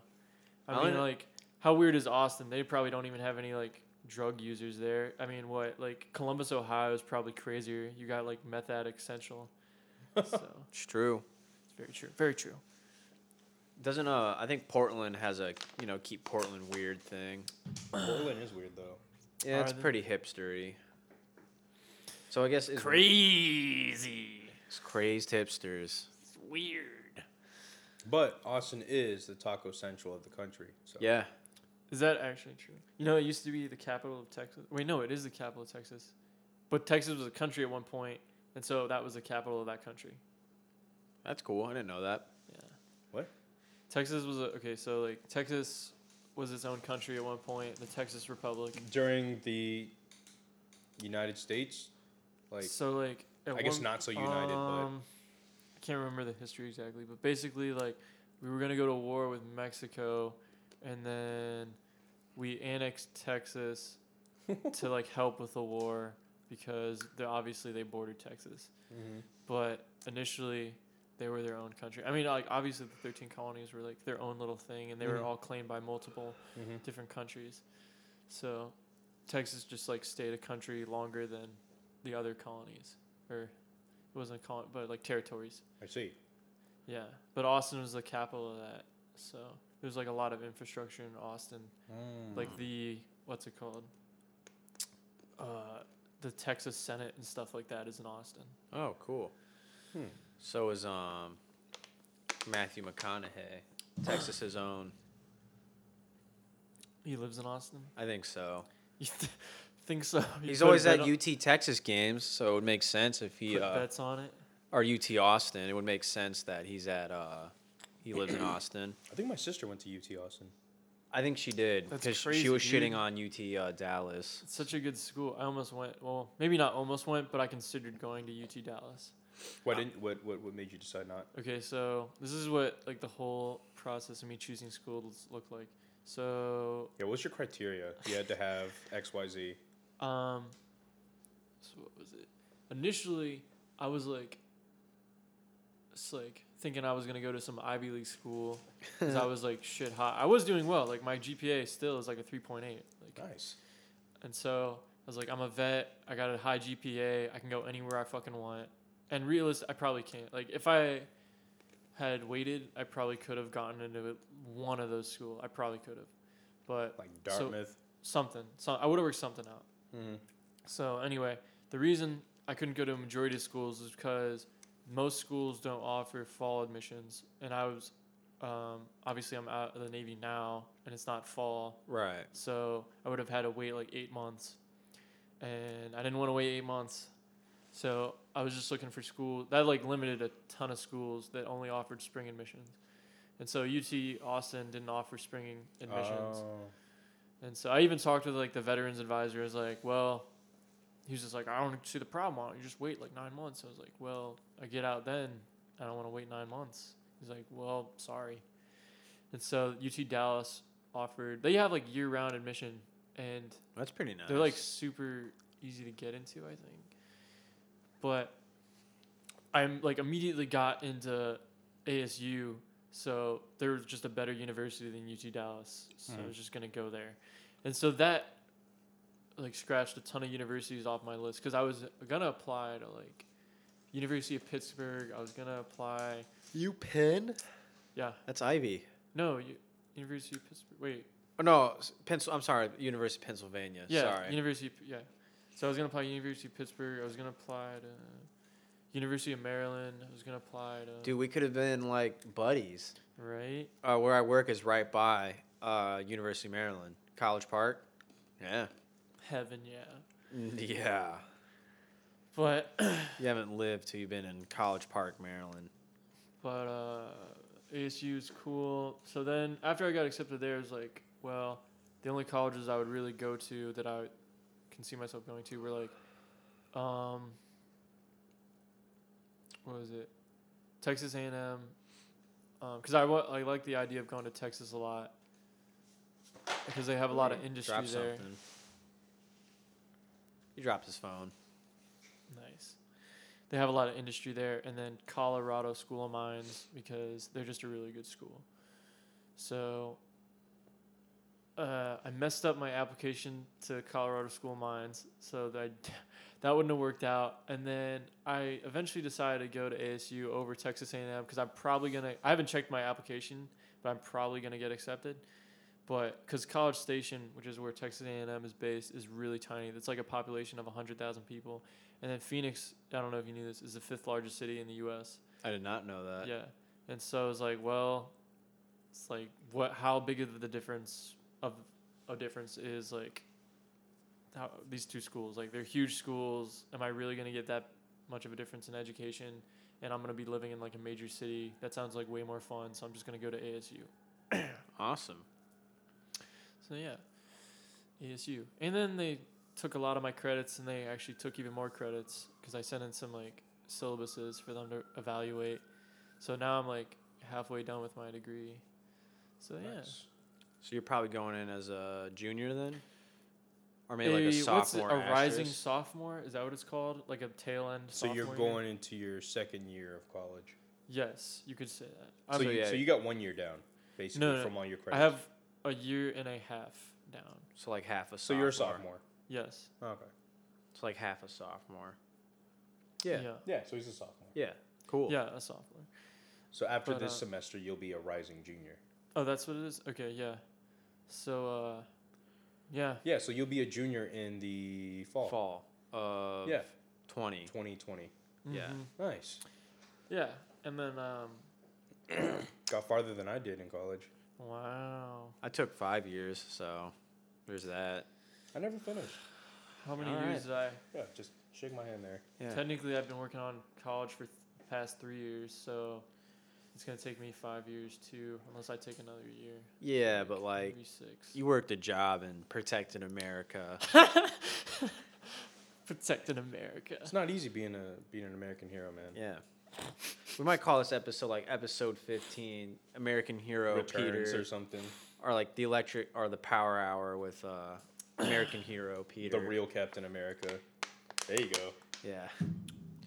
I,
I
mean,
don't-
like, how weird is Austin? They probably don't even have any like drug users there. I mean, what like Columbus, Ohio is probably crazier. You got like meth addict central, so it's
It's true.
very true. Very true.
Doesn't uh? I think Portland has a you know keep Portland weird thing.
Portland is weird though.
Yeah, it's
Are they?
pretty hipstery. So I guess it's,
Crazy.
it's crazed hipsters.
It's weird.
But Austin is the taco central of the country. So
Yeah.
Is that actually true? You know, it used to be the capital of Texas. Wait, no, it is the capital of Texas. But Texas was a country at one point, and so that was the capital of that country.
That's cool. I didn't know that.
Yeah.
What?
Texas was a, okay. So like Texas was its own country at one point, the Texas Republic.
during the United States, like
so like at
I guess
one-
not so united,
um, I can't remember the history exactly, but basically like we were gonna go to war with Mexico, and then we annexed Texas to like help with the war because they obviously they bordered Texas,
but mm-hmm.
but initially they were their own country. I mean, like obviously the thirteen colonies were like their own little thing, and they were
Mhm.
all claimed by multiple
Mm-hmm.
different countries. So Texas just like stayed a country longer than the other colonies, or it wasn't a colony, but like territories.
I see.
Yeah, but Austin was the capital of that, so there's like a lot of infrastructure in Austin,
Mm.
like the what's it called, uh, the Texas Senate and stuff like that is in Austin.
Oh, cool.
Hmm.
So is um Matthew McConaughey, Texas's own.
He lives in Austin.
I think so.
You think so? You
He's
put a
always
bet
at
on-
UT Texas games, so it would make sense if he
put
uh,
bets on it.
or UT Austin. It would make sense that he's at uh he lives in Austin.
I think my sister went to UT Austin.
I think she did
That's
because she
crazy,
was
dude.
shitting on UT uh, Dallas.
It's such a good school. I almost went. Well, maybe not almost went, but I considered going to UT Dallas.
Why didn't what what what made you decide not?
Okay, so this is what like the whole process of me choosing schools looked like. So
Yeah, what's your criteria? You had to have X Y Z.
Um, so what was it? Initially, I was like, it's like thinking I was gonna go to some Ivy League school 'cause I was like shit hot. I was doing well. Like my GPA still is like a three point eight. Like,
Nice.
and so I was like, I'm a vet. I got a high GPA. I can go anywhere I fucking want. And realist, I probably can't. Like if I had waited, I probably could have gotten into one of those school. I probably could have, but
Like
So-
Dartmouth.
something. So I would have worked something out.
Mhm.
So anyway, the reason I couldn't go to a majority of schools is because most schools don't offer fall admissions, and I was um, obviously I'm out of the Navy now, and it's not fall,
Right.
so I would have had to wait like eight months, and I didn't want to wait eight months, so I was just looking for school that like limited a ton of schools that only offered spring admissions, and so UT Austin didn't offer spring admissions.
Oh.
And so I even talked with like the veterans advisor. I was like, well, he was just like, I don't see the problem. Why don't you just wait like nine months? I was like, well, I get out then. I don't want to wait nine months. He's like, well, sorry. And so UT Dallas offered. They have like year round admission, and
That's pretty nice.
they're like super easy to get into, I think. But I'm like immediately got into ASU, so there was just a better university than UT Dallas, so I was just gonna go there, and so that like scratched a ton of universities off my list because I was gonna apply to like University of Pittsburgh. I was gonna apply,
You Penn?
yeah,
That's Ivy.
no, U- University of Pittsburgh. Wait,
Oh, no, s- Pencil. I'm sorry, University of Pennsylvania.
Yeah,
sorry.
University. of P- Yeah, so I was gonna apply University of Pittsburgh. I was gonna apply to University of Maryland. I was gonna apply to
Dude, we could have been like buddies.
right.
Uh, where I work is right by uh, University of Maryland, College Park. Mm-hmm. Yeah.
Heaven, yeah.
Yeah.
But
You haven't lived till you've been in College Park, Maryland.
but uh, ASU is cool. So then after I got accepted there, it was like, well, the only colleges I would really go to that I can see myself going to were like, um, what was it, Texas A&M, because um, I wa- I like the idea of going to Texas a lot because they have a lot of industry
Drop
there.
something. He dropped his phone.
Nice. They have a lot of industry there, and then Colorado School of Mines because they're just a really good school. So uh, I messed up my application to Colorado School of Mines, so that I, that wouldn't have worked out. And then I eventually decided to go to ASU over Texas A&M because I'm probably gonna. I haven't checked my application, but I'm probably gonna get accepted. But because College Station, which is where Texas A&M is based, is really tiny. It's like a population of hundred thousand people. And then Phoenix, I don't know if you knew this, is the fifth largest city in the U.S.
I did not know that.
yeah, and so I was like, well, it's like what? How big of the difference of a difference is like how, these two schools? Like they're huge schools. Am I really gonna get that much of a difference in education? And I'm gonna be living in like a major city. That sounds like way more fun. So I'm just gonna go to ASU.
Awesome.
So yeah, ASU. And then they took a lot of my credits, and they actually took even more credits because I sent in some like syllabuses for them to evaluate. So now I'm like halfway done with my degree. So yeah,
Nice.
So you're probably going in as a junior then? Or maybe like a
A- what's it-
sophomore.
a rising
asterisk?
sophomore? Is that what it's called? Like a tail end.
So you're
sophomore year?
going into your second year of college.
Yes, you could say that.
So,
So
you,
yeah.
so you got one year down, basically,
No, no,
from all your credits.
I have a year and a half down.
So like half a sophomore.
So you're a sophomore. Oh,
Yes.
Okay.
It's like half a sophomore.
Yeah.
Yeah. So he's a sophomore.
Yeah. Cool.
Yeah, a sophomore.
So after
But,
this
uh,
semester, you'll be a rising junior.
Oh, that's what it is. Okay. Yeah. So. uh Yeah.
Yeah. So you'll be a junior in the fall.
Fall of
Yeah.
20.
2020.
Yeah.
Mhm.
Nice.
Yeah, and then um,
Got farther than I did in college.
wow,
I took five years, so there's that.
I never finished.
how many
All
years
right.
did I?
Yeah. Just shake my hand there.
Yeah.
Technically, I've been working on college for th- past three years, so It's gonna take me five years too, unless I take another year.
Yeah, but like
maybe six.
you worked a job and protected America.
Protecting America.
It's not easy being a being an American hero, man.
Yeah. We might call this episode like episode 15, American Hero
Returns
Peter,
or something.
or like the electric or the power hour with uh, American Hero Peter.
The real Captain America. There you go.
Yeah.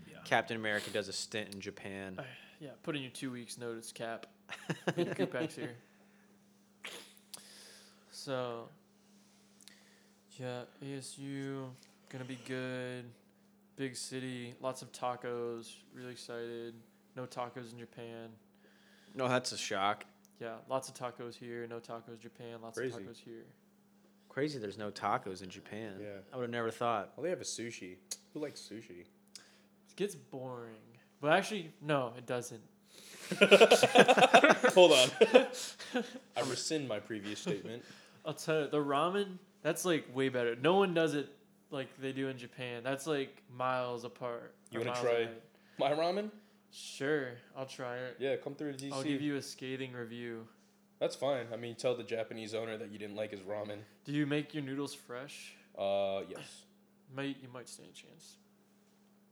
Yeah.
Captain America does a stint in Japan.
Yeah, put in your two weeks notice, Cap. Peter Kupak's here. So, yeah, ASU gonna be good. Big city, lots of tacos. Really excited. No tacos in Japan.
No, that's a shock.
Yeah, lots of tacos here. No tacos Japan. Lots
Crazy.
of tacos here.
Crazy there's no tacos in Japan.
Yeah.
I would have never thought.
Well, they have a sushi. Who likes sushi?
It gets boring, but actually, no, it doesn't.
Hold on. I rescind my previous statement.
I'll tell you, the ramen, that's like way better. No one does it like they do in Japan. That's like miles apart.
You
or
wanna
miles
try-
away.
My ramen?
Sure, I'll try it.
Yeah, come through to DC.
I'll give you a scathing review.
That's fine. I mean, tell the Japanese owner that you didn't like his ramen.
Do you make your noodles fresh?
Uh, yes.
Might you might stand a chance.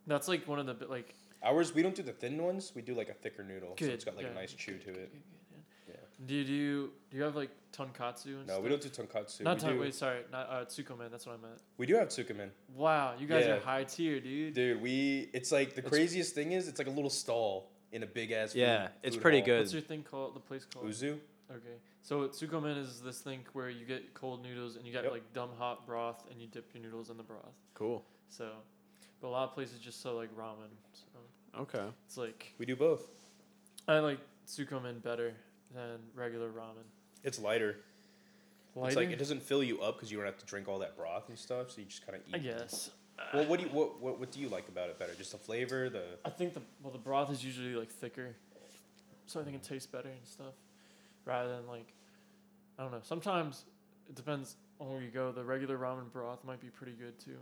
That's like one of the bi- like
Ours, we don't do the thin ones. We do like a thicker noodle, Oh, so
good.
it's got like a
good,
nice chew
good,
to
good,
it.
good, good,
Yeah.
good. Do you do you have like tonkatsu and
No,
stuff?
we don't do tonkatsu.
Not
we,
ton-
do,
wait, sorry, not uh, tsukomen. That's what I meant.
we do have tsukumen.
Wow, you guys
Yeah.
are high tier, dude.
Dude, we it's like the
It's-
craziest thing is it's like a little stall in a big ass.
Yeah, it's pretty
What's
good.
your thing called? The place called?
Uzu.
Okay. So tsukomen is this thing where you get cold noodles and you got
Yep.
like dumb hot broth and you dip your noodles in the broth.
Cool.
So, but a lot of places just sell like ramen. So
Okay.
it's like
We do both.
I like tsukomen better than regular ramen.
It's lighter. It's
Lighter,
like it doesn't fill you up because you don't have to drink all that broth and stuff. So you just kind of eat.
I guess.
Well, what do you what, what what do you like about it better? Just the flavor, the
I think the well the broth is usually like thicker, so I think it tastes better and stuff, rather than like, I don't know. Sometimes it depends on where you go. The regular ramen broth might be pretty good too.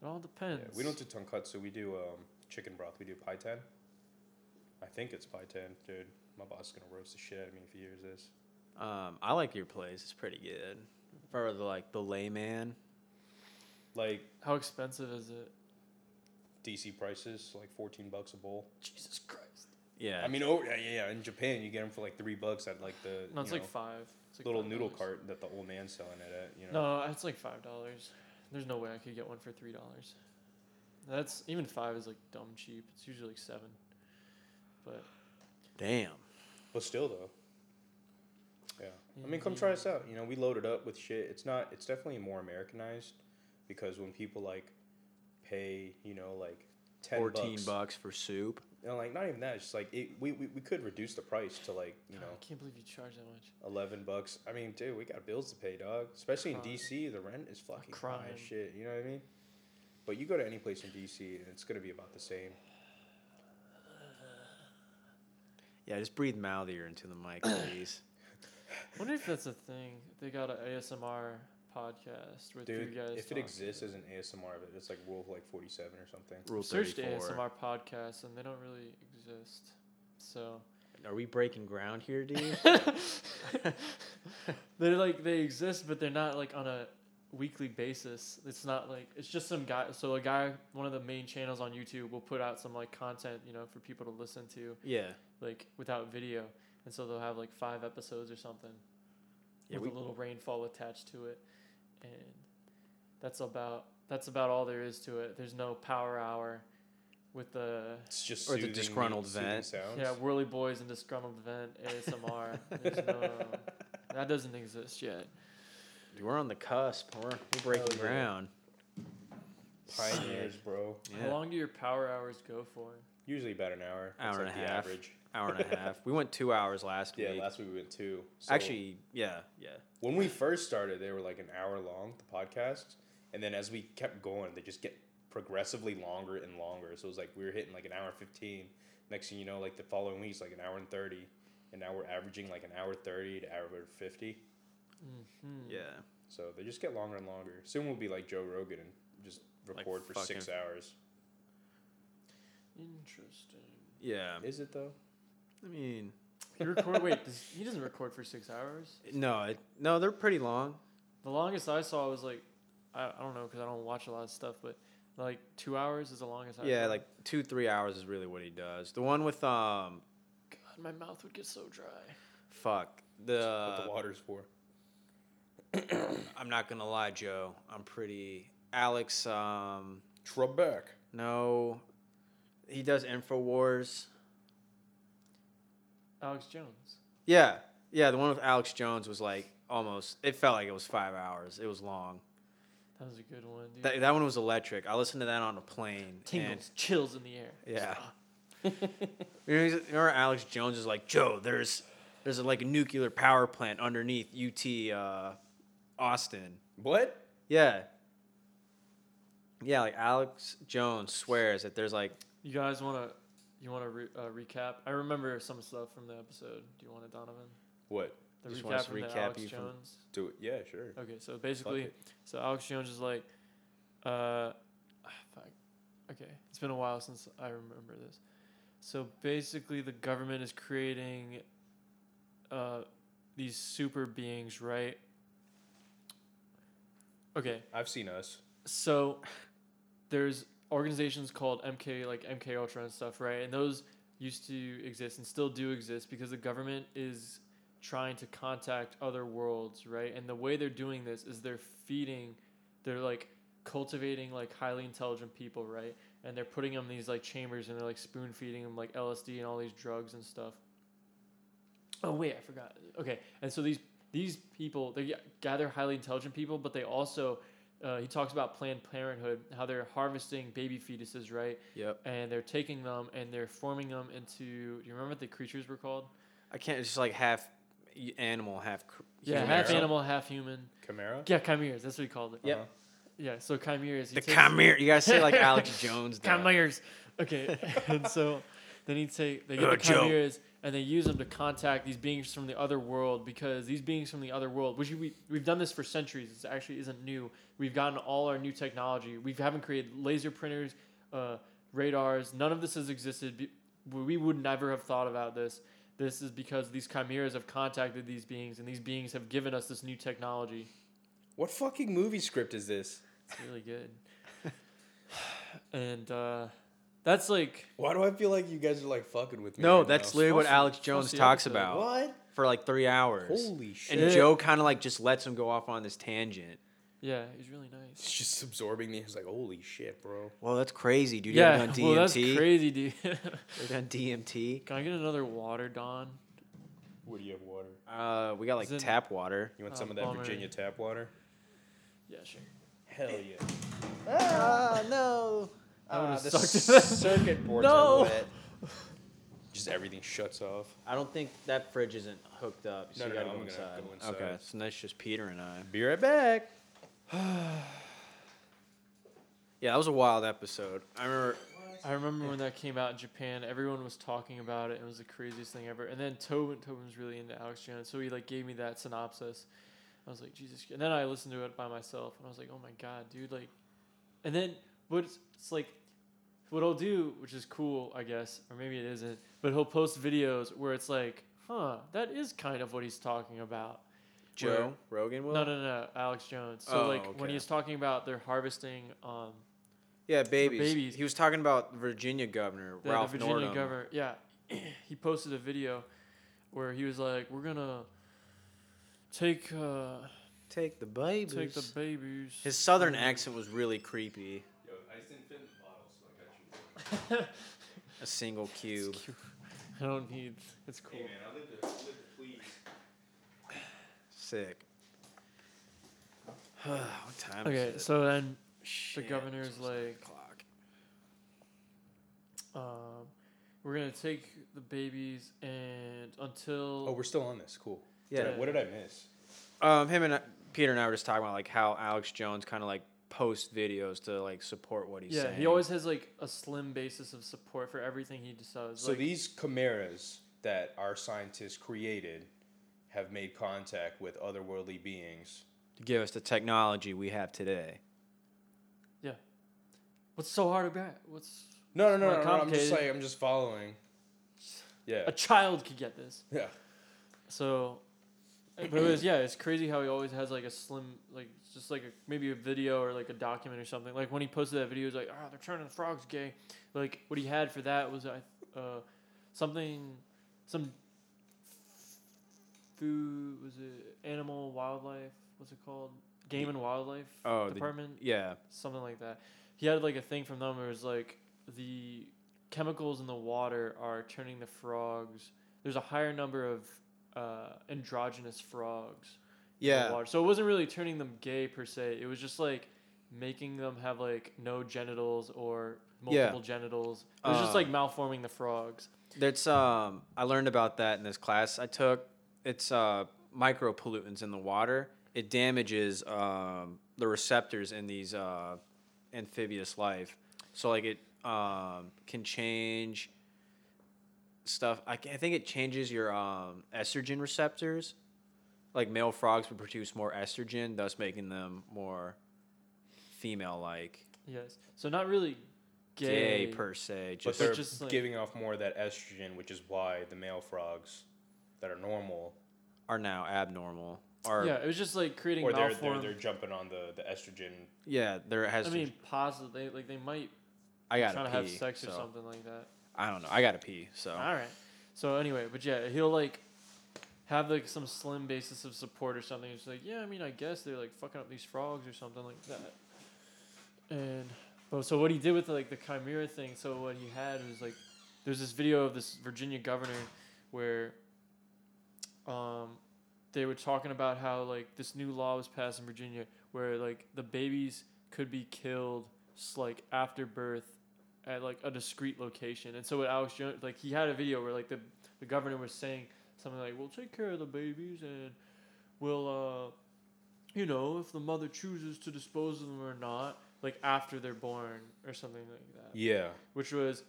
It all
yeah,
depends.
we don't do tonkatsu. We do um, chicken broth. We do paitan. I think it's paitan, dude. My boss is gonna roast the shit out of me if he hears this.
Um, I like your place. It's pretty good. For the, like the layman.
Like
How expensive is it?
DC prices, like fourteen bucks a bowl.
Jesus Christ. Yeah.
I mean, oh yeah, yeah, yeah. In Japan, you get them for like three bucks at like the
No, it's
you
like
know,
five. It's like
little
five
noodle
dollars.
cart that the old man's selling it at. You know,
No, it's like five dollars. There's no way I could get one for three dollars. That's even five is like dumb cheap. It's usually like seven. But
damn.
but still though. Yeah, I mean,
Mm-hmm.
come try us out. You know, we loaded up with shit. It's not. It's definitely more Americanized because when people like pay, you know, like ten
14
bucks,
bucks for soup.
you know, like not even that. It's just like it, we, we we could reduce the price to like you
God,
know
I can't believe you charge that much.
eleven bucks. I mean, dude, we got bills to pay, dog. Especially in
Crime.
DC, the rent is fucking high
crime.
as shit. You know what I mean? But you go to any place in DC, and it's gonna be about the same.
Yeah, just breathe mouthier into the mic, please.
I wonder if that's a thing. They got an ASMR podcast with
Dude,
you guys.
if it
talking.
exists as an ASMR, but it's like Wolf like forty seven or something.
Rule
searched
34.
ASMR podcasts and they don't really exist. So
Are we breaking ground here, dude?
they're like they exist, but they're not like on a weekly basis. It's not like it's just some guy. So a guy, one of the main channels on YouTube, will put out some like content, you know, for people to listen to,
yeah.
like without video, and so they'll have like five episodes or something
Yeah, we-
with a little rainfall attached to it, and that's about that's about all there is to it. There's no power hour with the
It's just
Or the
soothing-
disgruntled
soothing
vet.
sounds.
yeah, Whirly Boys and Disgruntled Vent ASMR. There's no, that doesn't exist yet.
Dude, we're on the cusp. We're, we're breaking
yeah.
ground.
pioneers, bro.
Yeah.
How long do your power hours go for?
Usually about an hour.
Hour
it's
and
like
a
the
half.
average.
Hour and a half. We went two hours last
Yeah,
week.
last week we went two. So
Actually, yeah, yeah.
when we first started, they were like an hour long the podcasts, and then as we kept going, they just get progressively longer and longer. So it was like we were hitting like an hour fifteen. Next thing you know, like the following week's like an hour and thirty, and now we're averaging like an hour thirty to hour fifty.
Hmm.
Yeah.
So they just get longer and longer. Soon we'll be like Joe Rogan and just
Like
record for six hours.
Interesting.
Yeah.
Is it though?
I mean,
He record. wait, does, he doesn't record for six hours.
no, it, no, they're pretty long.
The longest I saw was like, I, I don't know because I don't watch a lot of stuff, but like two hours is the longest. I
Yeah,
saw.
like two, three hours is really what he does. The one with um,
God, my mouth would get so dry.
fuck
what
the.
the water's for.
I'm not gonna lie, Joe. I'm pretty Alex. Um,
Trebek.
no, he does Infowars.
Alex Jones.
Yeah, yeah. The one with Alex Jones was like almost. It felt like it was five hours. It was long.
That was a good one, dude.
That, that one was electric. I listened to that on a plane. and-
Tingles, chills in the air.
Yeah. you know, he's- remember Alex Jones is like, Joe, there's there's like a nuclear power plant underneath UT uh, Austin.
What?
Yeah. Yeah, like Alex Jones swears that there's like
You guys want to? You want to re- uh, recap? I remember some stuff from the episode. Do you want it, Donovan?
What?
The
Just want
recap
us to
from
recap
the Alex
you from-
Jones.
Do it. Yeah, sure.
Okay, so basically,
it.
so Alex Jones is like, uh, ah, fuck. Okay, it's been a while since I remember this. So basically, the government is creating uh, these super beings, right? Okay,
I've seen us.
so there's organizations called MK like MK Ultra and stuff, right? And those used to exist and still do exist because the government is trying to contact other worlds, right? And the way they're doing this is they're feeding they're like cultivating like highly intelligent people, right? And they're putting them in these like chambers and they're like spoon feeding them like LSD and all these drugs and stuff. Oh wait, I forgot. Okay. And so these these people they gather highly intelligent people, but they also uh, he talks about Planned Parenthood, how they're harvesting baby fetuses, right?
Yep.
And they're taking them and they're forming them into. Do you remember what the creatures were called?
I can't it's just like half y- animal, half cr-
Yeah,
human or
half
something.
animal, half human.
Chimera.
Yeah, chimeras. That's what he called it.
Yep.
Yeah. So chimeras. he
The
takes-
chimera. You guys say like Alex Jones. now.
Chimeras. Okay. and so then he take they get
Uh,
the
Joe.
chimeras and they use them to contact these beings from the other world because these beings from the other world, which we we've done this for centuries. This actually isn't new. We've gotten all our new technology. We haven't created laser printers, uh, radars. None of this has existed. Be- We would never have thought about this. This is because these chimeras have contacted these beings, and these beings have given us this new technology.
What fucking movie script is this?
It's really good. and uh, that's like
Why do I feel like you guys are like fucking with me?
No,
right
that's
now?
literally what
Awesome.
Alex Jones
Awesome
talks
episode.
about
What?
for like three hours.
Holy shit!
and Joe kind of like just lets him go off on this tangent.
Yeah, he's really nice.
it's just absorbing me. It's like holy shit, bro.
Well, that's crazy, dude. You
yeah,
haven't done DMT.
well, that's crazy, dude.
They've done DMT.
Can I get another water, Don?
What do you have water?
Uh, we got like
Is it-
tap Uh, water.
You want
Oh,
some of that
bummer.
Virginia tap water?
Yeah, sure.
Hell yeah.
Ah, no.
I
Uh,
would've
Ah, the
sucked it up.
circuit boards
No.
are wet.
Just everything shuts off.
I don't think that fridge isn't hooked up. So
No,
you gotta
no, no,
go,
I'm gonna
inside.
go inside.
Okay, so that's just Peter and I.
Be right back.
Yeah, that was a wild episode. I remember.
I remember when that came out in Japan, everyone was talking about it. It was the craziest thing ever. And then Tobin, Tobin's really into Alex Jones, so he like gave me that synopsis. I was like, Jesus. And then I listened to it by myself, and I was like, Oh my god, dude! Like, and then what? It's, it's like, what I'll do, which is cool, I guess, or maybe it isn't. But he'll post videos where it's like, Huh, that is kind of what he's talking about.
Joe Rogan will.
No, no, no, Alex Jones. So
Oh,
like when
okay.
he's talking about they're harvesting, um,
Yeah, babies.
babies.
He was talking about Virginia governor
the, the
Ralph
Virginia
Northam.
governor. Yeah, he posted a video where he was like, "We're gonna take uh,
Take the babies.
take the babies."
His southern accent was really creepy.
Yo, I didn't fit in the bottle, so I got you.
A single cube.
I don't need. It's cool.
I live there. live please.
Sick. what time is
Okay,
it?
so then
Shit,
governor's
it's nine
like-
o'clock.
um, we're gonna take the babies and until
Oh, we're still on this. Cool.
Yeah.
What did I miss?
Um, him and I, Peter and I were just talking about like how Alex Jones kind of like posts videos to like support what he's
yeah,
saying.
he always has like a slim basis of support for everything he does.
So
like,
these chimeras that our scientists created have made contact with otherworldly beings.
to give us the technology we have today.
yeah. What's so hard about? What's
No, no, no,
Well,
no, no. I'm just
complicated.
like I'm just following. Yeah.
A child could get this.
Yeah.
So, but it was yeah, it's crazy how he always has like a slim, like just like a, maybe a video or like a document or something. Like when he posted that video, he was like, "Oh, they're turning the frogs gay." Like what he had for that was uh, uh something, some food was it animal wildlife? What's it called? Game and Wildlife
Oh, the-
Department
Yeah.
something like that. He had like a thing from them where it was like the chemicals in the water are turning the frogs. There's a higher number of uh, androgynous frogs. in the
Yeah.
water. So it wasn't really turning them gay per se. It was just like making them have like no genitals or
Yeah.
multiple genitals. It was just
Uh,
like malforming the frogs.
That's um I learned about that in this class I took. It's uh micropollutants in the water. It damages um the receptors in these uh amphibious life. So like it um can change stuff. I, ca- I think it changes your um estrogen receptors. Like male frogs would produce more estrogen, thus making them more female like.
Yes. So not really
Gay.
gay.
per se.
But
Just
they're
just, like-
giving off more of that estrogen, which is why the male frogs that are normal
are now abnormal. Are
yeah, it was just like creating
or they're,
malform-
they're they're jumping on the the estrogen.
yeah, there has
I
to
mean, possibly like they might
I gotta
trying
pee,
to have sex
so.
or something like that.
I don't know. I gotta pee. So
All right. So anyway, but yeah, he'll like have like some slim basis of support or something. It's like, yeah, I mean, I guess they're like fucking up these frogs or something like that. And but so what he did with like the chimera thing, so what he had was like there's this video of this Virginia governor where um they were talking about how like this new law was passed in Virginia where like the babies could be killed s- like after birth at like a discreet location. And so what Alex Jones like he had a video where like the the governor was saying something like, "We'll take care of the babies and we'll uh you know, if the mother chooses to dispose of them or not, like after they're born or something like that."
Yeah.
which was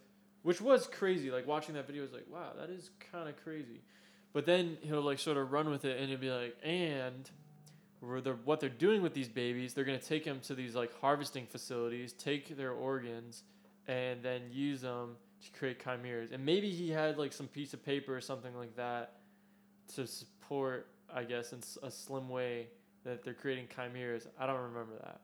which was crazy. Like watching that video was like, wow, that is kind of crazy. But then he'll like sort of run with it and he'll be like, and where they're, what they're doing with these babies, they're gonna take them to these like harvesting facilities, take their organs, and then use them to create chimeras. And maybe he had like some piece of paper or something like that to support, I guess, in s- a slim way that they're creating chimeras. I don't remember that.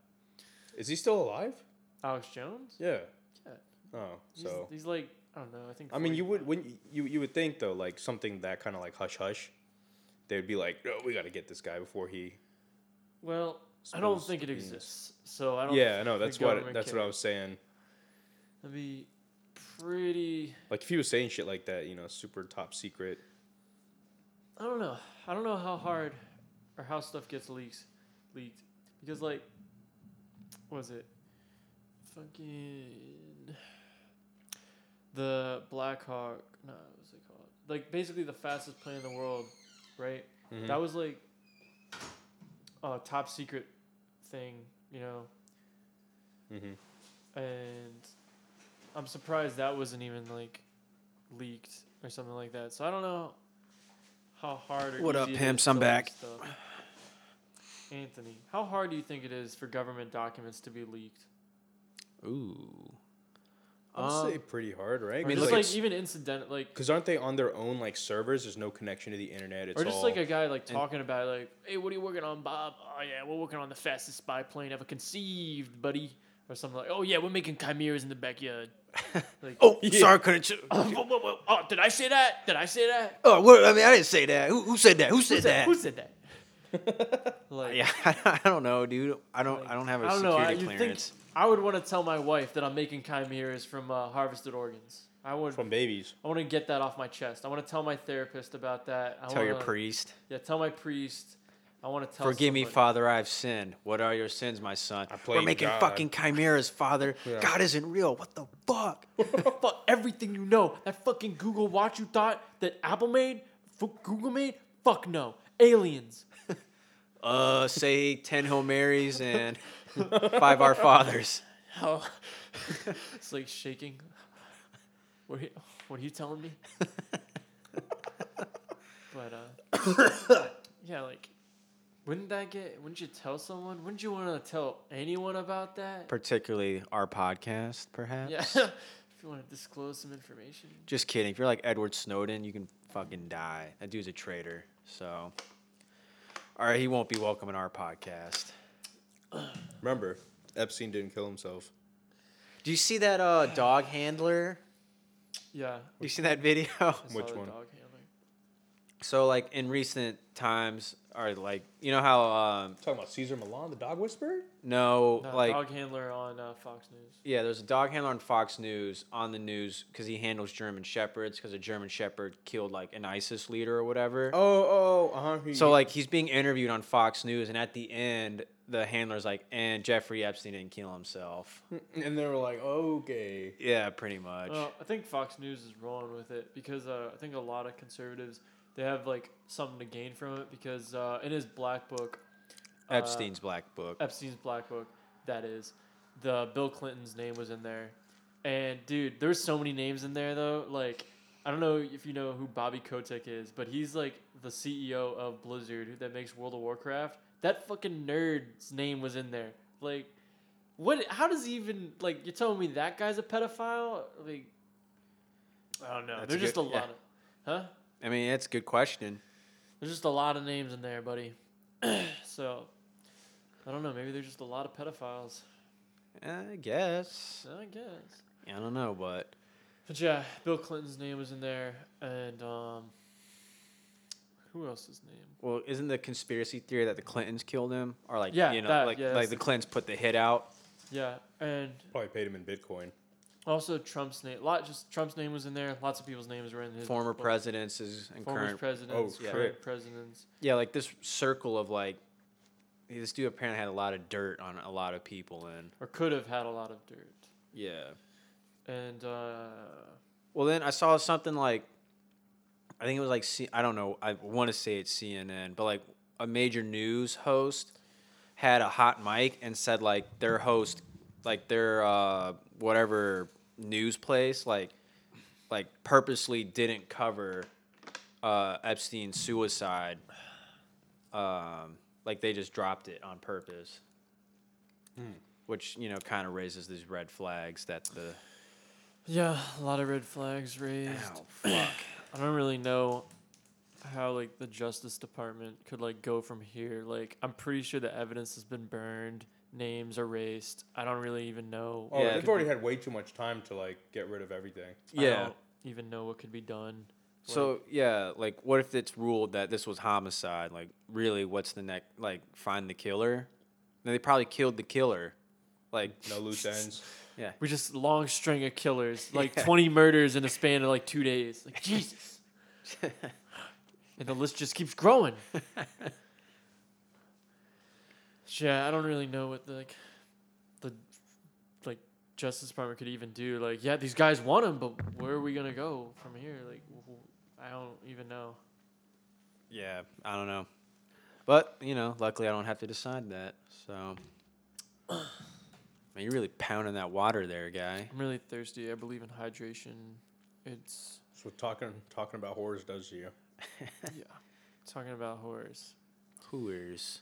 Is he still alive?
Alex Jones?
Yeah.
Yeah.
Oh,
He's,
so
he's like I don't know. I think
I mean, you
40.
would when you you would think though, like something that kind of like hush hush, they'd be like, oh, we got to get this guy before he.
Well, I don't
Spills
think it
beans.
exists. So I don't.
Yeah, I
think
know.
the
That's what
government
that's what I was saying.
can- That'd be pretty.
Like if he was saying shit like that, you know, super top secret.
I don't know. I don't know how hard or how stuff gets leaks, leaked because like, what was it? Fucking the Black Hawk. No, what's it called? Like basically the fastest plane in the world, right?
Mm-hmm,
That was like a top secret thing, you know.
Mhm.
and I'm surprised that wasn't even like leaked or something like that. So I don't know how hard. Or
What up,
easy it is
pimps?
to
I'm
leak
back.
stuff. Anthony, how hard do you think it is for government documents to be leaked?
ooh.
I'd
Um,
say pretty hard, right?
Uh, Or
mean,
just
look,
like
it's-
even incident, like,
because aren't they on their own like servers? There's no connection to the internet. It's
or just
all,
like a guy like talking about like, hey, what are you working on, Bob? Oh yeah, we're working on the fastest spy plane ever conceived, buddy, or something like, oh yeah, we're making chimeras in the backyard. Like,
Oh,
Yeah.
sorry, couldn't. ch-
whoa, whoa, whoa. oh, did I say that? Did I say that?
Oh, what, I mean, I didn't say that. Who, who said that? Who said
Who
that?
said, who said that? like,
Yeah, I don't know, dude. I don't. I don't have a
I don't know. I,
security
you'd think
clearance.
I would want to tell my wife that I'm making chimeras from uh, harvested organs. I would.
from babies.
I want to get that off my chest. I want to tell my therapist about that. I
Tell your
wanna-
priest,
Yeah, tell my priest. I want to uh, tell.
forgive me,
somebody.
Father. I've sinned. What are your sins, my son? We're
played
making
God.
fucking chimeras, Father.
Yeah.
God isn't real. What the fuck?
Fuck everything you know. That fucking Google Watch you thought that Apple made, fuck Google made. Fuck no. Aliens.
Uh, say ten Hail Marys and five Our Fathers.
Oh, it's like shaking. What are you, what are you telling me? but uh, yeah, like, wouldn't that get? Wouldn't you tell someone? Wouldn't you want to tell anyone about that?
Particularly our podcast, perhaps.
Yeah, If you want to disclose some information,
Just kidding. If you're like Edward Snowden, you can fucking die. That dude's a traitor. So, all right, he won't be welcome in our podcast.
Remember, Epstein didn't kill himself.
Do you see that uh, dog handler?
yeah.
Do you see that video?
I saw
Which
the
one?
dog handler.
So, like in recent times, or like you know how um,
Talking about Caesar Milan, the dog whisperer.
no,
No,
like
dog handler on uh, Fox News.
Yeah, there's a dog handler on Fox News on the news because he handles German shepherds because a German shepherd killed like an ISIS leader or whatever.
Oh, oh, uh huh.
So like he's being interviewed on Fox News, and at the end, the handler's like, "And Jeffrey Epstein didn't kill himself."
and they were like, okay.
yeah, pretty much.
Mm. Well, I think Fox News is rolling with it because uh, I think a lot of conservatives they have like something to gain from it because uh, in his black book, uh,
Epstein's black book.
Epstein's black book, that is, the Bill Clinton's name was in there, and dude, there's so many names in there though. Like, I don't know if you know who Bobby Kotick is, but he's like the CEO of Blizzard who- that makes World of Warcraft. That fucking nerd's name was in there. Like, what? How does he even like? You're telling me that guy's a pedophile? Like, I don't know.
That's a
there's just a
good-
lot
yeah.
of, huh?
I mean, that's a good question.
There's just a lot of names in there, buddy. so, I don't know. Maybe there's just a lot of pedophiles.
I guess.
I guess.
I don't know, but
But yeah, Bill Clinton's name was in there, and um, who else's name?
well, isn't the conspiracy theory that the Clintons killed him, or like
Yeah,
you know,
that-
like
yeah,
like
that's
the Clintons put the hit out?
Yeah, and
Probably paid him in Bitcoin.
also Trump's name. Lot just Trump's name was in there. Lots of people's names were in his
Former
book.
presidents is and
former
current Oh,
presidents,
yeah.
current presidents.
Yeah, like this circle of like this dude apparently had a lot of dirt on a lot of people and
or could have had a lot of dirt.
yeah.
And uh,
Well, then I saw something like I think it was like C- I don't know, I want to say it's CNN, but like a major news host had a hot mic and said like their host like their uh whatever news place like like purposely didn't cover uh Epstein's suicide. Um like they just dropped it on purpose. Which, you know, kind of raises these red flags that the
yeah, a lot of red flags raised.
fuck.
I don't really know how like the Justice Department could like go from here. Like I'm pretty sure the evidence has been burned, names erased. I don't really even know.
Oh,
Yeah.
they've already had way too much time to like get rid of everything.
I
Yeah.
don't even know what could be done. Like,
So yeah, like what if it's ruled that this was homicide? Like really, what's the next? Like find the killer. Then they probably killed the killer. Like
No loose ends.
we just long string of killers, like
Yeah.
20 murders in a span of like two days. Like Jesus. and the list just keeps growing. yeah, I don't really know what the, like the like Justice Department could even do. Like, yeah, these guys want him, but where are we gonna go from here? Like, wh- I don't even know.
yeah, I don't know. But you know, luckily I don't have to decide that. So man, you're really pounding that water there, guy.
I'm really thirsty. I believe in hydration. It's
That's what talking talking about horrors does to you.
yeah, talking about horrors.
Who's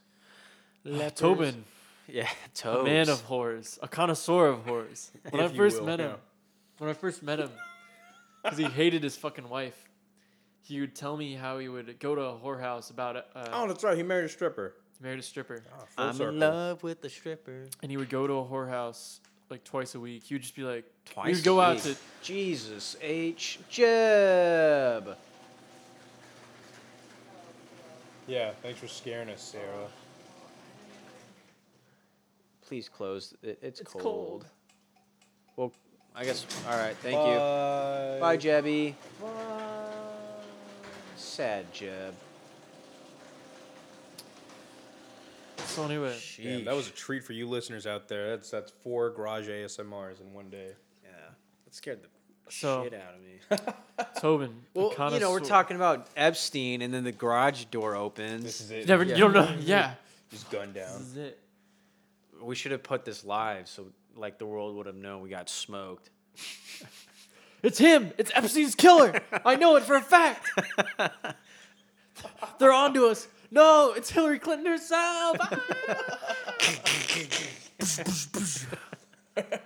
Tobin.
Yeah,
A
toes.
man of horrors, a connoisseur of horrors. When I
If you
first
will,
met him,
yeah.
when I first met him, because he hated his fucking wife, he would tell me how he would go to a whorehouse about uh,
Oh, that's right. He married a stripper.
he married a stripper,
Oh, full
I'm
circle.
in love with the stripper.
and he would go to a whorehouse like twice a week. He would just be like,
Twice.
we would go
a
out
week.
to
Jesus H Jeb.
Yeah, thanks for scaring us, Sarah.
Please close. It, it's,
It's
cold.
cold.
Well, I guess. All right. Thank you.
Bye.
Bye, Jebby. Sad Jeb.
so anyway.
Damn, that was a treat for you listeners out there. That's that's four garage ASMRs in one day.
Yeah. That scared the
So-
shit out of me.
Tobin, a
well, you know, we're
connoisseur-
talking about Epstein, and then the garage door
This
opens.
is it.
You never,
Yeah.
you don't know, yeah.
Just gunned
This
down.
is it.
We should have put this live, so like the world would have known we got smoked.
It's him. It's Epstein's killer. I know it for a fact. They're onto us. No, it's Hillary Clinton herself. Ah!
If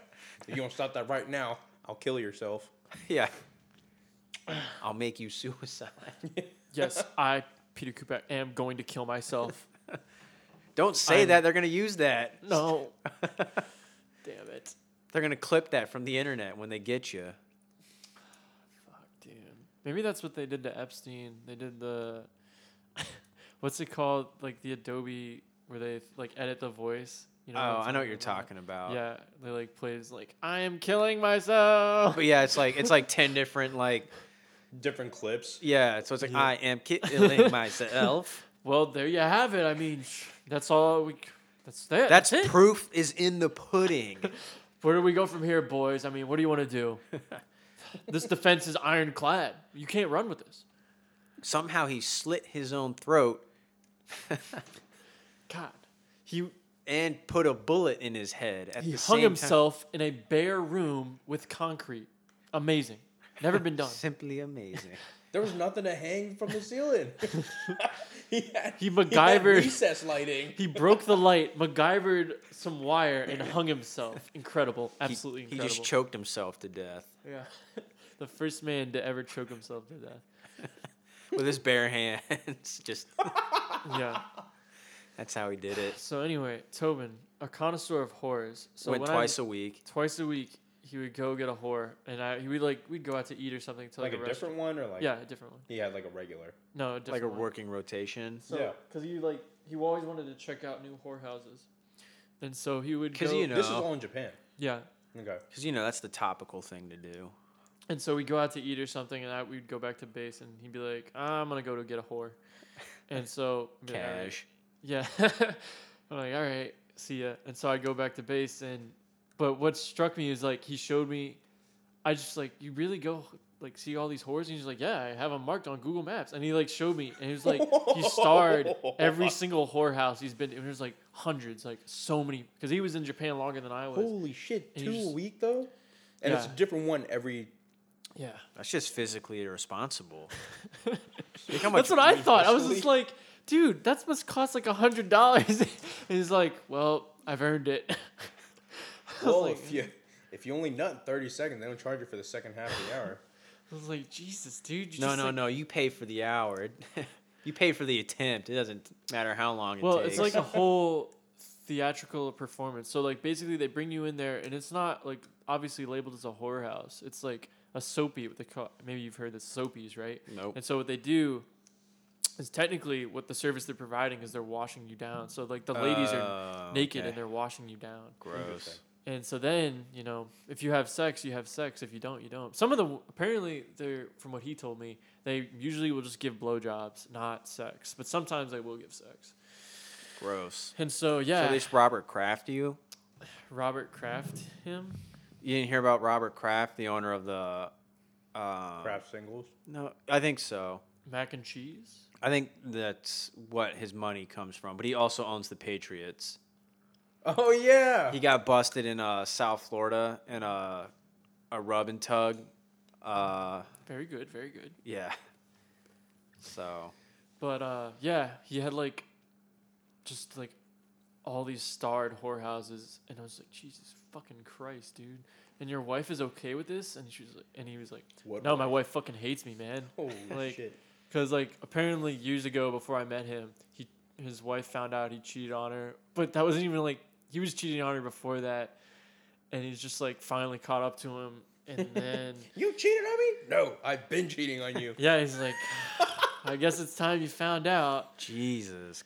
you don't stop that right now, I'll kill yourself.
Yeah. I'll make you suicide.
Yes, I, Peter Cooper, am going to kill myself.
Don't say
I'm-
that. They're going to use that.
No. Damn it.
They're going to clip that from the internet when they get you.
Fuck, dude. Maybe that's what they did to Epstein. They did the, what's it called? Like the Adobe where they like edit the voice. You
oh,
I'm
I know what you're talking about.
Yeah, they like plays like I am killing myself.
But yeah, it's like it's like 10 different like
Different clips.
yeah, so it's like
Yeah.
I am killing myself.
Well, there you have it. I mean, sh- that's all we. c- That's that.
That's,
it.
proof is in the pudding.
Where do we go from here, boys? I mean, what do you want to do? this defense is ironclad. You can't run with this.
Somehow he slit his own throat
God, he
and put a bullet in his head at
he
the
hung
same
himself in a bare room with concrete. Amazing. Never been
time.
done.
Simply amazing.
There was nothing to hang from the ceiling. he had,
He
had
MacGyvered.
recess lighting.
He broke the light, MacGyvered some wire, and hung himself. Incredible.
He-
Absolutely
he
incredible.
just choked himself to death
Yeah. the first man to ever choke himself to death.
with his bare hands. Just
Yeah.
that's how he did it.
So anyway, Tobin, a connoisseur of horrors. So
Went
when I-
twice a week.
twice a week, he would go get a whore, and I he would like we'd go out to eat or something to
Like
like,
a different one or like
Yeah, a different one.
he had like a regular.
No, a
Like
different
a
one.
working rotation.
So,
Yeah.
Because he like he always wanted to check out new whorehouses, and so he would.
'Cause
go-
you know-
This is
No.
all in Japan.
Yeah,
Okay.
Because you know that's the topical thing to do.
and so we'd go out to eat or something, and I we'd go back to base, and he'd be like, "I'm gonna go to get a whore," and so I'd be like, "All right."
Cash.
Yeah. I'm like, all right, see ya. And so I go back to base and but what struck me is like he showed me I just like, you really go like see all these whores? And he's like, Yeah, I have them marked on Google Maps. And he like showed me and he was like he starred every single whorehouse he's been to. And there's like hundreds, like so many because he was in Japan longer than I was.
Holy shit!
And
Two
you
a
just-
week though, and it's a
Yeah.
different one every.
Yeah.
That's just physically irresponsible. Look how much
That's what I
weed-
thought. I was just
Actually-
like, dude, that must cost like a hundred dollars. and he's like, Well, I've earned it. I was
Well,
like,
if you if you only nut in thirty seconds, they don't charge you for the second half of the hour.
I was like, Jesus, dude. You
No,
just,
no,
like,
no. You pay for the hour. you pay for the attempt. It doesn't matter how long it
Well,
takes.
it's like a whole theatrical performance. So, like, basically, they bring you in there, and it's not like obviously labeled as a horror house. It's like a soapy. What they call maybe you've heard the soapies, right?
Nope.
And so what they do is technically what the service they're providing is they're washing you down. So like the ladies
Oh,
are naked
okay.
and they're washing you down.
gross.
Interesting.
And so then, you know, if you have sex, you have sex. If you don't, you don't. Some of them, apparently, they're from what he told me, they usually will just give blowjobs, not sex. But sometimes they will give sex.
Gross.
And so,
So
yeah,
at least Robert Kraft you?
Robert Kraft him.
You didn't hear about Robert Kraft, the owner of the
Um,
uh,
Crap singles.
No, I think so.
Mac and cheese.
I think that's what his money comes from. But he also owns the Patriots.
Oh yeah.
He got busted in uh, South Florida in a a rub and tug. Uh,
Very good, very good.
yeah. So
But uh, yeah, he had like just like all these starred whorehouses, and I was like, Jesus fucking Christ, dude. And your wife is okay with this? And she was like, and he was like,
What
No, my wife fucking hates me, man.
Holy
like,
shit.
Because like apparently years ago, before I met him, he his wife found out he cheated on her, but that wasn't even like he was cheating on her before that, and he's just like finally caught up to him, and then
You cheated on me? No, I've been cheating on you.
yeah, he's like, I guess it's time you found out,
Jesus,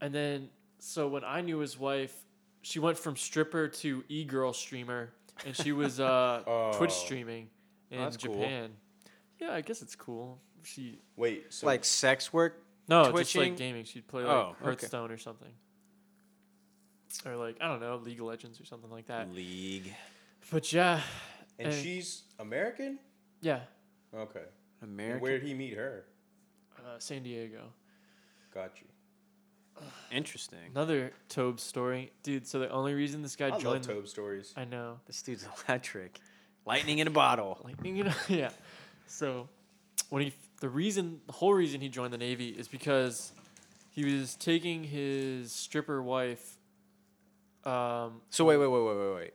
and then so when I knew his wife, she went from stripper to e girl streamer, and she was uh,
Oh.
Twitch streaming in
that's cool.
Japan. Yeah, I guess it's cool. She
Wait, so
like sex work.
No, just
Twitching?
like gaming. She'd play like
Oh, okay.
Hearthstone or something. Or like I don't know, League of Legends or something like
Uh,
that.
League
But yeah,
and
eh.
she's American?
yeah,
Okay. And
American.
Where did he meet her?
uh, San Diego.
Got you.
Interesting.
Another Tobe story, dude. So the only reason this guy
I love
joined,
Tobe stories.
I know,
This dude's electric. Lightning in a bottle.
lightning. You know, yeah. So when he, the reason, the whole reason he joined the Navy is because he was taking his stripper wife. Um,
So wait, wait, wait, wait, wait, wait.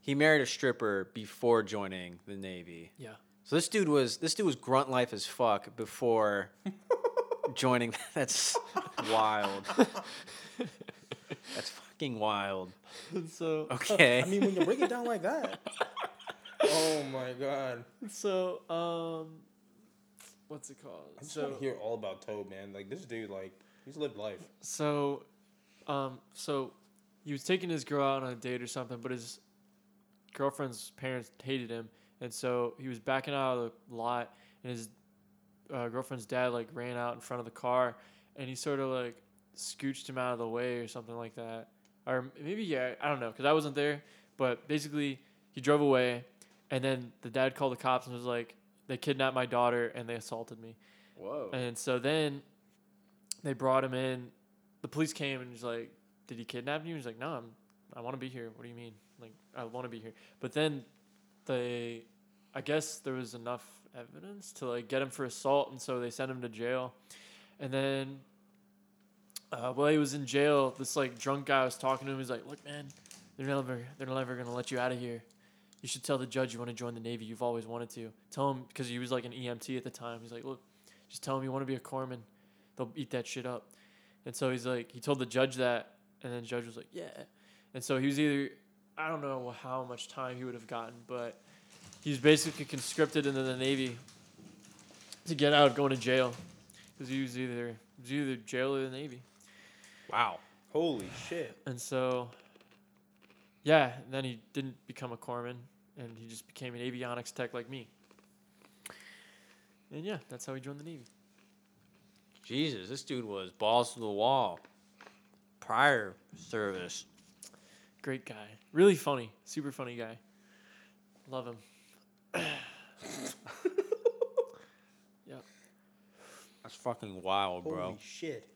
He married a stripper before joining the Navy.
Yeah.
So this dude was this dude was grunt life as fuck before joining. That's wild. That's fucking wild.
so
Okay.
I mean, when you break it down like that. Oh my god!
so um, what's it called?
I just
so
want to hear all about Toad, man. Like this dude, like he's lived life.
So, um, so he was taking his girl out on a date or something, but his girlfriend's parents hated him, and so he was backing out of the lot, and his uh, girlfriend's dad like ran out in front of the car, and he sort of like scooched him out of the way or something like that, or maybe yeah, I don't know, cause I wasn't there, but basically he drove away, and then the dad called the cops and was like, they kidnapped my daughter and they assaulted me.
Whoa.
Oh.
And so then they brought him in. The police came and was like, "Did he kidnap you?" He's like, "No, I'm. I want to be here. What do you mean? Like, I want to be here." But then they, I guess there was enough evidence to like get him for assault, and so they sent him to jail. And then, uh, while he was in jail, this like drunk guy was talking to him. He's like, "Look, man, they're never, they're never gonna let you out of here." You should tell the judge you want to join the Navy. You've always wanted to. Tell him because he was like an EMT at the time. He's like, look, just tell him you want to be a corpsman. They'll eat that shit up. And so he's like, he told the judge that, and then the judge was like, yeah. And so he was either, I don't know how much time he would have gotten, but he was basically conscripted into the Navy to get out of going to jail because he was either he was either jail or the Navy.
Wow.
Holy shit!
And so, yeah, and then he didn't become a corpsman, and he just became an avionics tech like me. And yeah, that's how he joined the Navy.
Jesus, this dude was balls to the wall. Prior service.
Great guy. Really funny. Super funny guy. Love him.
That's fucking wild,
Holy
bro.
shit!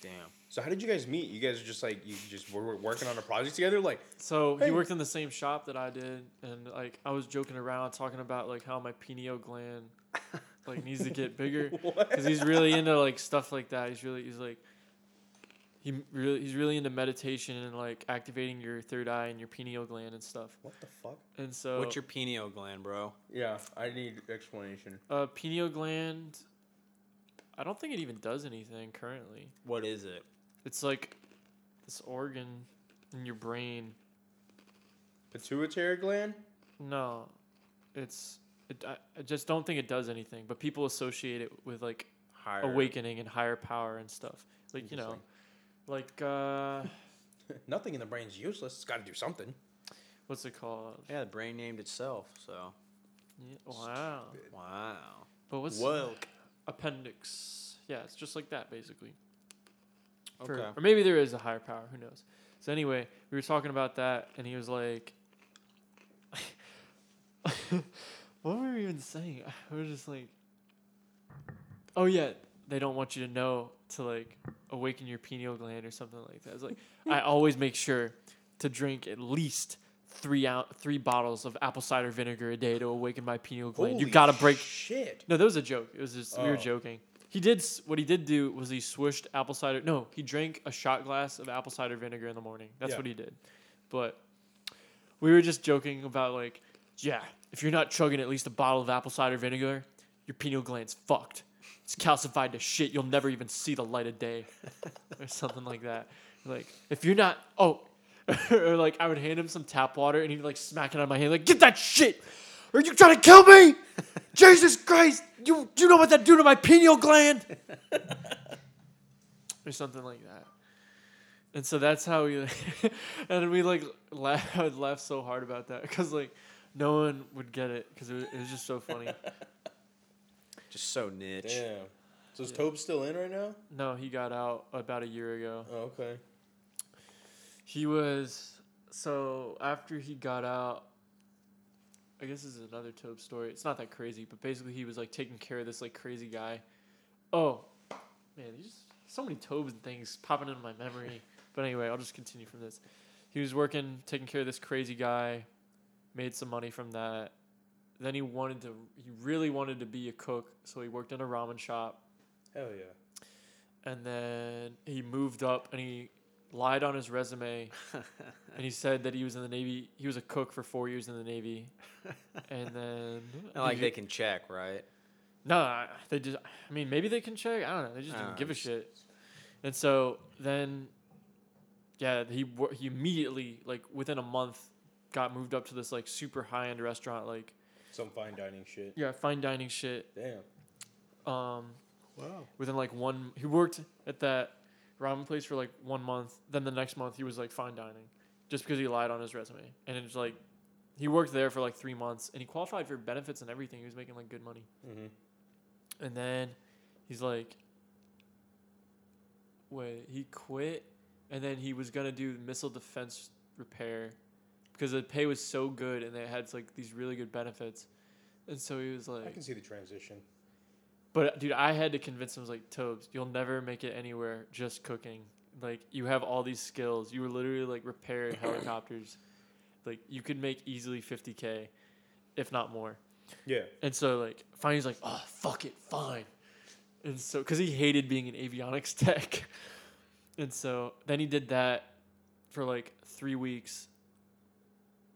Damn.
So how did you guys meet? You guys are just like you just were were working on a project together, like
So
Hey.
he worked in the same shop that I did and like I was joking around talking about like how my pineal gland like needs to get bigger
what?
cuz he's really into like stuff like that. He's really he's like he m- really he's really into meditation and like activating your third eye and your pineal gland and stuff.
What the fuck?
And so
What's your pineal gland, bro?
Yeah, I need explanation.
uh, pineal gland I don't think it even does anything currently.
What is it?
It's like this organ in your brain.
Pituitary gland?
No, it's. It, I, I just don't think it does anything. But people associate it with like
Higher.
awakening and higher power and stuff. Like you know, like uh,
Nothing in the brain's useless. It's got to do something.
what's it called?
Yeah, the brain named itself. So.
Yeah, wow.
Wow.
But what's
Whoa.
appendix? Yeah, it's just like that basically. for-
Okay.
or maybe there is a higher power. Who knows? So anyway, we were talking about that, and he was like, "What were we even saying?" I was just like, "Oh yeah, they don't want you to know to like awaken your pineal gland or something like that." I was like, "I always make sure to drink at least." Three out, three bottles of apple cider vinegar a day to awaken my pineal gland. you
Holy
gotta break
Shit.
no, that was a joke. It was just we
Oh.
were joking. He did s- what he did do was he swished apple cider. No, he drank a shot glass of apple cider vinegar in the morning. That's
Yeah.
what he did. But we were just joking about like, yeah, if you're not chugging at least a bottle of apple cider vinegar, your pineal gland's fucked. It's calcified to shit. You'll never even see the light of day, or something like that. Like if you're not, oh, or like I would hand him some tap water and he'd like smack it on my hand, like get that shit. Are you trying to kill me? Jesus Christ! You you know what that do to my pineal gland? or something like that. And so that's how we, and we like laugh. I would laugh so hard about that because like no one would get it because it, was- it was just so funny.
Just so niche.
Damn. So is Tobe still in right now?
no, he got out about a year ago.
Oh, okay.
He was so after he got out. I guess this is another Tobe story. It's not that crazy, but basically he was like taking care of this like crazy guy. Oh man, there's just so many Tobes and things popping into my memory. but anyway, I'll just continue from this. He was working, taking care of this crazy guy, made some money from that. Then he wanted to, he really wanted to be a cook, so he worked in a ramen shop
Hell yeah.
and then he moved up and he lied on his resume, and he said that he was in the Navy. He was a cook for four years in the Navy, and then
And like they can check, right?
no, I- they just. I mean, maybe they can check. I don't know. They just
Ah,
didn't give a
just-
shit. And so then, yeah, he wor- he immediately like within a month got moved up to this like super high end restaurant like
Some fine dining shit.
yeah fine dining shit.
Damn.
Um,
Wow.
within like one he worked at that ramen place for like one month then the next month he was like fine dining just because he lied on his resume and it's like he worked there for like three months and he qualified for benefits and everything he was making like good money
Mm-hmm.
and then he's like wait he quit and then he was gonna do missile defense repair because the pay was so good and they had like these really good benefits and so he was
I
like
can see the transition.
but dude, I had to convince him. I was like, Tobes, you'll never make it anywhere just cooking. Like you have all these skills. You were literally like repaired helicopters. Like you could make easily 50k, if not more.
Yeah.
And so like finally he's like, oh fuck it, fine. And so because he hated being an avionics tech, and so then he did that for like three weeks.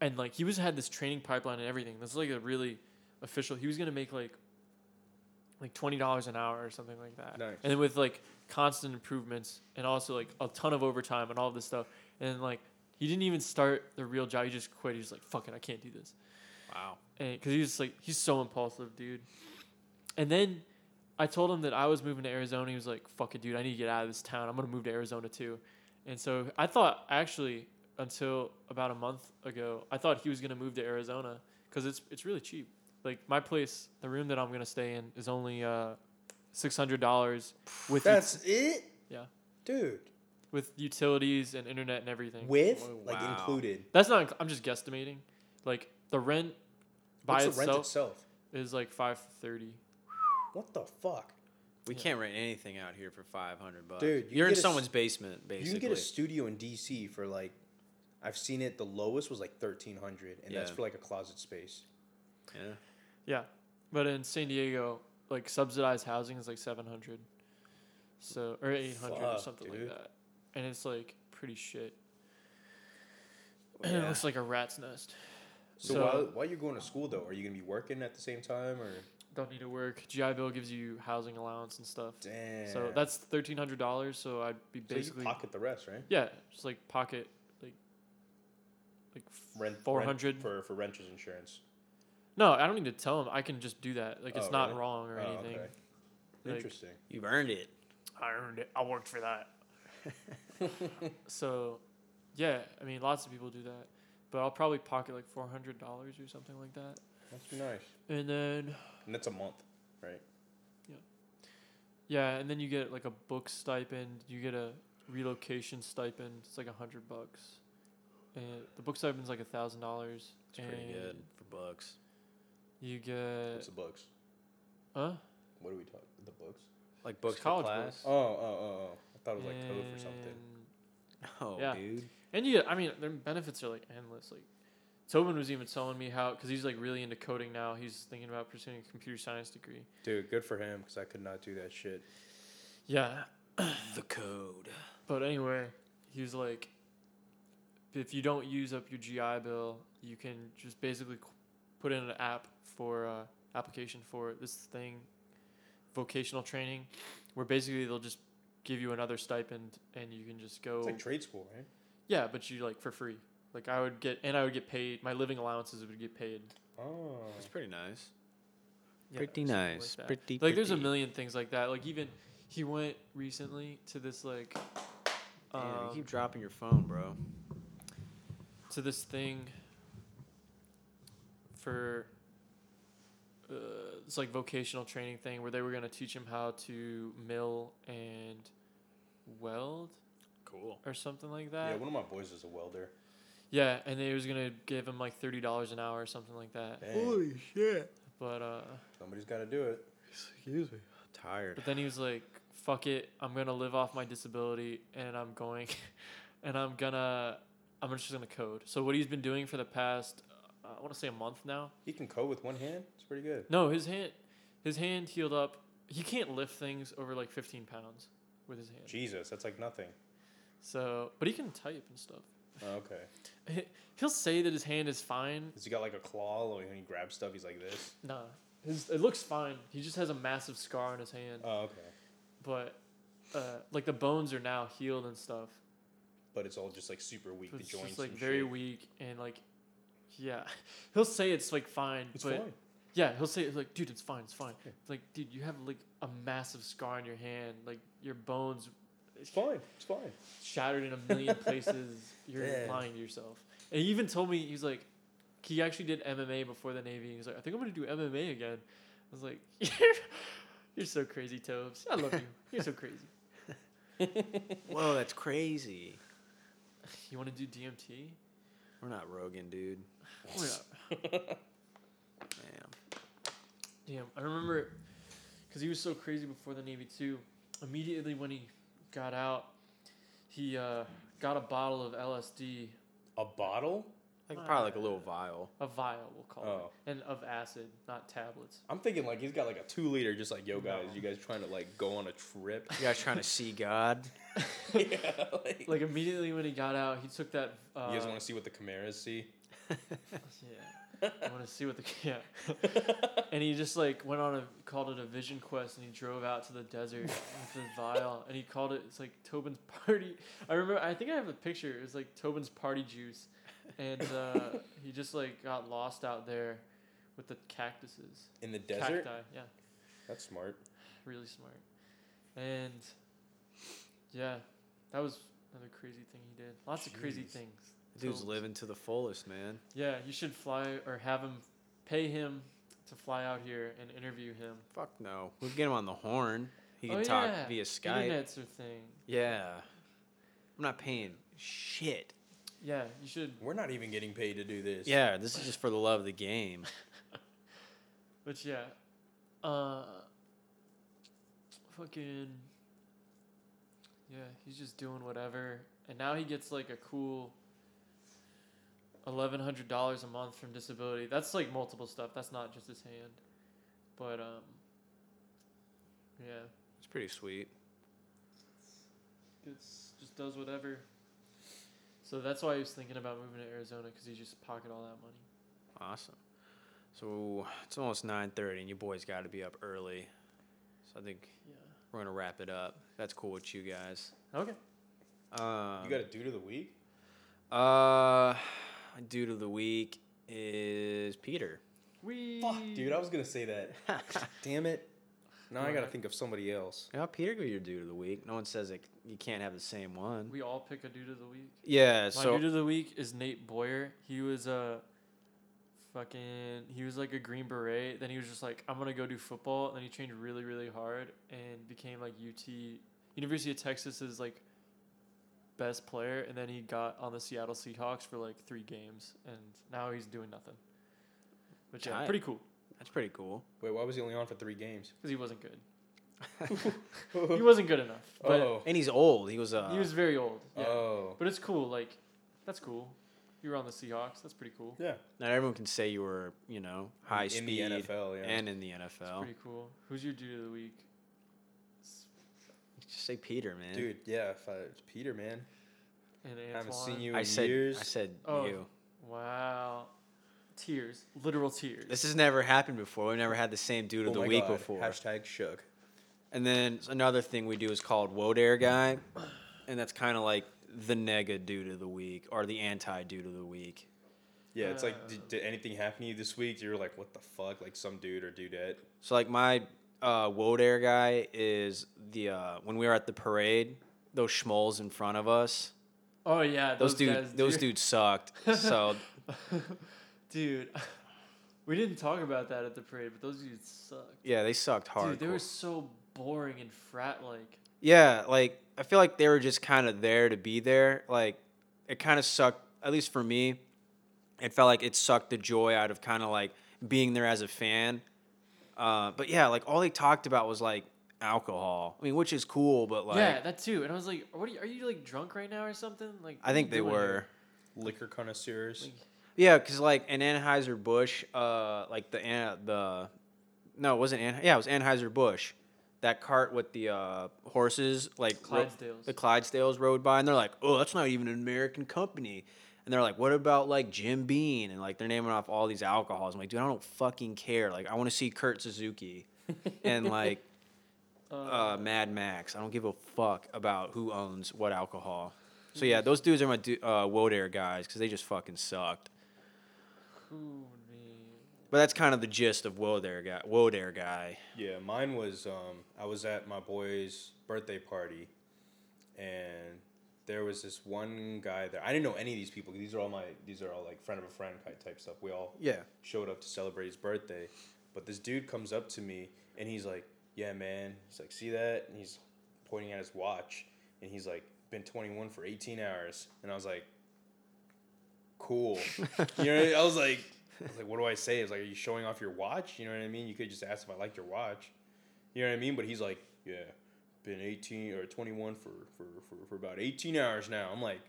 And like he was had this training pipeline and everything. That's like a really official. He was gonna make like like twenty dollars an hour or something like that.
Nice.
And then with like constant improvements and also like a ton of overtime and all this stuff. And like he didn't even start the real job. He just quit. He was like, "Fuck it, I can't do this."
Wow.
and because he's like he's so impulsive, dude. And then I told him that I was moving to Arizona. He was like, "Fuck it, dude, I need to get out of this town. I'm gonna move to Arizona too." And so I thought actually until about a month ago, I thought he was gonna move to Arizona because it's it's really cheap. Like my place, the room that I'm gonna stay in is only uh, six hundred dollars with ut-
That's it?
Yeah.
Dude.
with utilities and internet and everything.
With?
Oh,
Like
wow.
included.
That's not. inc- I'm just guesstimating. Like the rent
What's
by
the
itself
rent itself?
is like five thirty.
What the fuck?
We
Yeah.
can't rent anything out here for 500 bucks.
Dude, you can
you are in
get a s-
someone's basement, basically.
You can get a studio in DC for like, I've seen it. The lowest was like thirteen hundred, and that's
Yeah.
for like a closet space.
yeah.
Yeah, but in San Diego, like subsidized housing is like seven hundred, so or eight hundred or
Fuck,
something
dude.
like that, and it's like pretty shit. it
Yeah.
Oh,
looks like a rat's nest.
So,
So-
while, while you're going to school though, are you gonna be working at the same time or?
Don't need to work. GI Bill gives you housing allowance and stuff.
Damn.
So that's thirteen hundred dollars. So I'd be
so you
basically
pocket the rest, right?
yeah, just like pocket like like
Rent
four hundred.
rent for for renters insurance.
No, I don't need to tell him. I can just do that. Like it's
Oh,
not
really?
wrong or
Oh,
anything.
okay.
Like-
Interesting.
You've earned it.
I earned it. I worked for that. so, yeah, I mean, lots of people do that, but I'll probably pocket like four hundred dollars or something like that,
That's nice.
and then
And that's a month, right?
yeah, and then you get like a book stipend, you get a relocation stipend. It's like a hundred bucks, and the book stipend's like a thousand dollars.
It's pretty good for bucks.
You
It's
get
the books.
huh?
What are we talking? The books?
Like books for
college
class.
books.
Oh, oh, oh, oh. I thought it was like code for something.
And-
Oh,
Yeah.
dude.
And you, get- I mean, their benefits are like endless. Like, Tobin was even telling me how, because he's like really into coding now. He's thinking about pursuing a computer science degree.
Dude, good for him because I could not do that shit.
Yeah,
The code.
but anyway, he was like, if you don't use up your GI Bill, you can just basically qu- put in an app for uh, application for this thing, vocational training, where basically they'll just give you another stipend and you can just go.
It's like trade school, right?
yeah, but you like for free. Like I would get, and I would get paid. My living allowances would get paid.
Oh.
Uh,
It's pretty nice.
Yeah,
Pretty
something
nice.
Like, that.
pretty.
Like, there's a
pretty.
million things like that. Like even he went recently to this like
Damn,
um,
you keep dropping your phone, bro.
to this thing for uh, it's like vocational training thing where they were gonna teach him how to mill and weld
Cool.
or something like that.
Yeah, one of my boys is a welder.
Yeah, and they was gonna give him like thirty dollars an hour or something like that.
Dang,
Holy shit.
But uh,
somebody's got to do it.
Excuse me.
Tired.
but then he was like, "Fuck it, I'm gonna live off my disability and I'm going, and I'm gonna, I'm just gonna code." So what he's been doing for the past, uh, I want to say a month now,
He can code with one hand. It's pretty good.
No, his hand, his hand healed up. He can't lift things over like 15 pounds with his hand.
Jesus, that's like nothing.
So, but he can type and stuff.
Oh, okay.
He- He'll say that his hand is fine.
Has he got like a claw? Like when he grabs stuff, he's like this.
Nah, his it looks fine. He just has a massive scar on his hand,
Oh, okay.
but uh, like the bones are now healed and stuff.
But it's all just like super weak.
But
The
it's
joints
just like
and
very
shit.
weak and like, yeah, he'll say it's like fine,
It's
but
fine.
yeah, he'll say it's like, dude, it's fine, it's fine.
Yeah.
It's like, dude, you have like a massive scar on your hand, like your bones
It's fine. It's fine.
shattered in a million places. You're
Yeah.
lying to yourself. And he even told me he was like, he actually did MMA before the Navy. He's like, I think I'm gonna do MMA again. I was like, you're, you're so crazy, Tobes. I love you. You're so crazy.
Whoa, that's crazy.
You want to do DMT?
We're not Rogan, dude.
We're not-
Damn.
Damn, I remember it because he was so crazy before the Navy too. Immediately when he got out, he uh, got a bottle of LSD,
A bottle?
Like probably like a little vial.
a vial, we'll call
Oh.
it, and of acid, not tablets.
I'm thinking like he's got like a two liter. Just like yo guys,
No.
you guys trying to like go on a trip?
You guys trying to see God?
yeah. Like,
Like immediately when he got out, he took that. Uh,
you guys want to see what the Camaras see?
Yeah. I want to see what the yeah. and he just like went on a called it a vision quest, and he drove out to the desert with his vial, and he called it it's like Tobin's party. I remember I think I have a picture. It was like Tobin's party juice, and uh, he just like got lost out there with the cactuses,
In the desert?
cacti. Yeah,
That's smart.
really smart. And yeah, that was another crazy thing he did. Lots of crazy
Jeez.
things.
Dude's
Tobes.
living to the fullest, man.
Yeah, you should fly or have him pay him to fly out here and interview him.
Fuck no. We'll get him on the horn. He can
Oh,
talk
yeah.
via Skype.
Internet's their thing.
Yeah. I'm not paying shit.
Yeah, you should.
We're not even getting paid to do this.
Yeah, this is just for the love of the game.
But yeah, uh, fucking. Yeah, he's just doing whatever, and now he gets like a cool. Eleven hundred dollars a month from disability. That's like multiple stuff. That's not just his hand, but um. Yeah,
It's pretty sweet.
it's just does whatever. So that's why he was thinking about moving to Arizona because he just pocket all that money.
Awesome. So it's almost 9:30 and you boys got to be up early. So I think
Yeah.
we're going to wrap it up. That's cool with you guys.
Okay.
Um,
You got a dude of the week?
Uh, dude of the week is Peter.
We.
Fuck, dude, I was gonna say that. Damn it. Now I gotta think of somebody else.
Yeah, Peter could be your dude of the week. No one says it. You can't have the same one.
We all pick a dude of the week.
Yeah.
My
So
dude of the week is Nate Boyer. He was a fucking. He was like a Green Beret. Then he was just like, I'm gonna go do football. And then he trained really, really hard and became like UT University of Texas's like best player. And then he got on the Seattle Seahawks for like three games, and now he's doing nothing. Which yeah,
Tight.
pretty cool
that's pretty cool.
Wait, why was he only on for three games?
because he wasn't good. He wasn't good enough. But
oh.
And he's old. He was uh.
he was very old. Yeah.
Oh.
But it's cool. Like, that's cool. You were on the Seahawks. That's pretty cool.
Yeah.
not everyone can say you were you know high
in
speed
the NFL, yeah.
and in the
That's
NFL.
pretty cool. Who's your dude of the week?
Just say Peter, man.
Dude, yeah, if I, it's Peter, man.
And
I haven't
Antoine.
seen you in
I said
years.
I said
Oh.
you.
Wow. Tears. Literal tears.
This has never happened before. We've never had the same dude
Oh
of the
my
week
God.
before.
Hashtag shook.
And then another thing we do is called Wodair guy, and that's kind of like the nega dude of the week or the anti dude of the week.
Yeah, it's like,
Uh.
did, did anything happen to you this week? You're like, what the fuck? Like some dude or dudette.
So like my uh, Wodair guy is the uh, when we were at the parade, those schmoles in front of us.
oh, yeah.
Those,
Those,
dude,
guys,
those
dude.
dudes sucked. So
dude. We didn't talk about that at the parade, but those dudes sucked.
yeah, they sucked hard.
Dude, they were so boring and frat like.
Yeah, like I feel like they were just kind of there to be there. Like it kind of sucked, at least for me. It felt like it sucked the joy out of kind of like being there as a fan. Uh, but yeah, like all they talked about was like alcohol. I mean, which is cool, but like
yeah, that too. And I was like, "What are you? Are you like drunk right now or something?" Like, what
I
are
think
you
they
doing
were.
here?
Liquor connoisseurs.
Yeah, because like an Anheuser Busch, uh, like the An- the no, it wasn't An- yeah, it was Anheuser Busch. that cart with the uh, horses, like ro-
Clydesdales.
the Clydesdales rode by, and they're like, "Oh, that's not even an American company." And they're like, "What about like Jim Bean?" And like they're naming off all these alcohols. I'm like, dude, I don't fucking care. Like, I want to see Kurt Suzuki and like uh, Mad Max. I don't give a fuck about who owns what alcohol. So yeah, those dudes are my du- uh, Wodair guys because they just fucking sucked.
Cool, man.
But that's kind of the gist of Wodair guy. Wodair guy.
Yeah, mine was um, I was at my boy's birthday party, and there was this one guy there. I didn't know any of these people. These are all my these are all like friend of a friend type- type stuff. We all
Yeah.
showed up to celebrate his birthday, but this dude comes up to me and he's like, "Yeah, man." He's like, "See that?" And he's pointing at his watch, and he's like, "Been 21 for 18 hours," and I was like, "Cool." you know, what I, mean? I was like. I was like, what do I say? It's like, are you showing off your watch? You know what I mean? You could just ask if I liked your watch. You know what I mean? But he's like, yeah, been 18 or 21 for, for, for, for about 18 hours now. I'm like,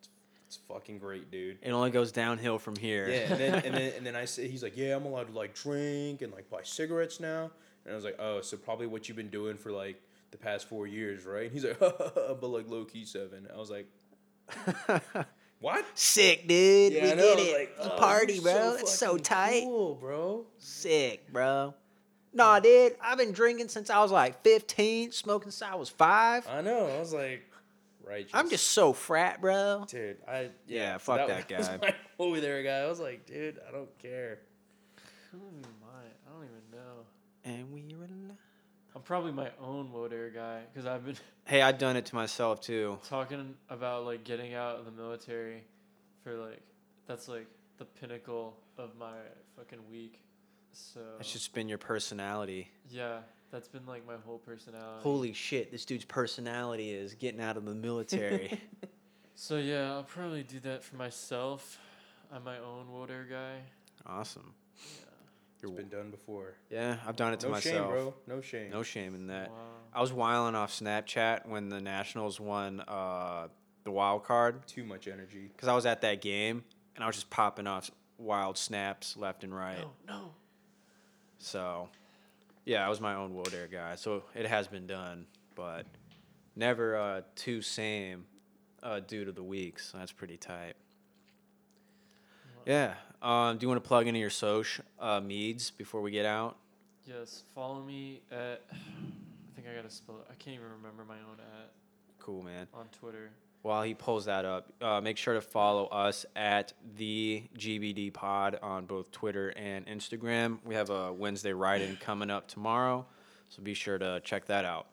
it's, it's fucking great, dude.
It only goes downhill from here.
Yeah, and then, and then and then I said he's like, yeah, I'm allowed to like drink and like buy cigarettes now. And I was like, oh, so probably what you've been doing for like the past four years, right? And he's like, but like low key seven. I was like, what?
Sick, dude.
Yeah,
we
I
get
know. I was
it.
like,
A
"Oh,
party,
you're
bro.
so
That's so
fucking
tight.
cool, bro.
Sick, bro. Nah, dude. I've been drinking since I was like 15, smoking since I was five.
I know. I was like, right.
I'm just so frat, bro.
dude. I yeah.
Yeah,
so
fuck that
was
guy.
my over there, guy. I was like, dude, I don't care.
Who am I? I don't even know.
And we were. li-
I'm probably my own Wodair guy because I've been
Hey, I've done it to myself too.
talking about like getting out of the military for like that's like the pinnacle of my fucking week. So
That's just been your personality.
yeah, that's been like my whole personality.
Holy shit, this dude's personality is getting out of the military.
So yeah, I'll probably do that for myself. I'm my own Wodair guy.
awesome.
It's been done before.
Yeah, I've done it to
No
myself.
shame, bro. No shame.
No shame in that.
Wow.
I was wiling off Snapchat when the Nationals won uh, the wild card
Too much energy.
because I was at that game and I was just popping off wild snaps left and right.
No, no.
So, yeah, I was my own Wodair guy. So it has been done, but never uh, too same uh, due to the week. So that's pretty tight. Yeah. Um, do you want to plug into your social uh, meads before we get out?
Yes, follow me at. I think I gotta spell it. I can't even remember my own at
Cool, man.
on Twitter.
While he pulls that up, uh, make sure to follow us at the GBD Pod on both Twitter and Instagram. We have a Wednesday ride in coming up tomorrow, so be sure to check that out.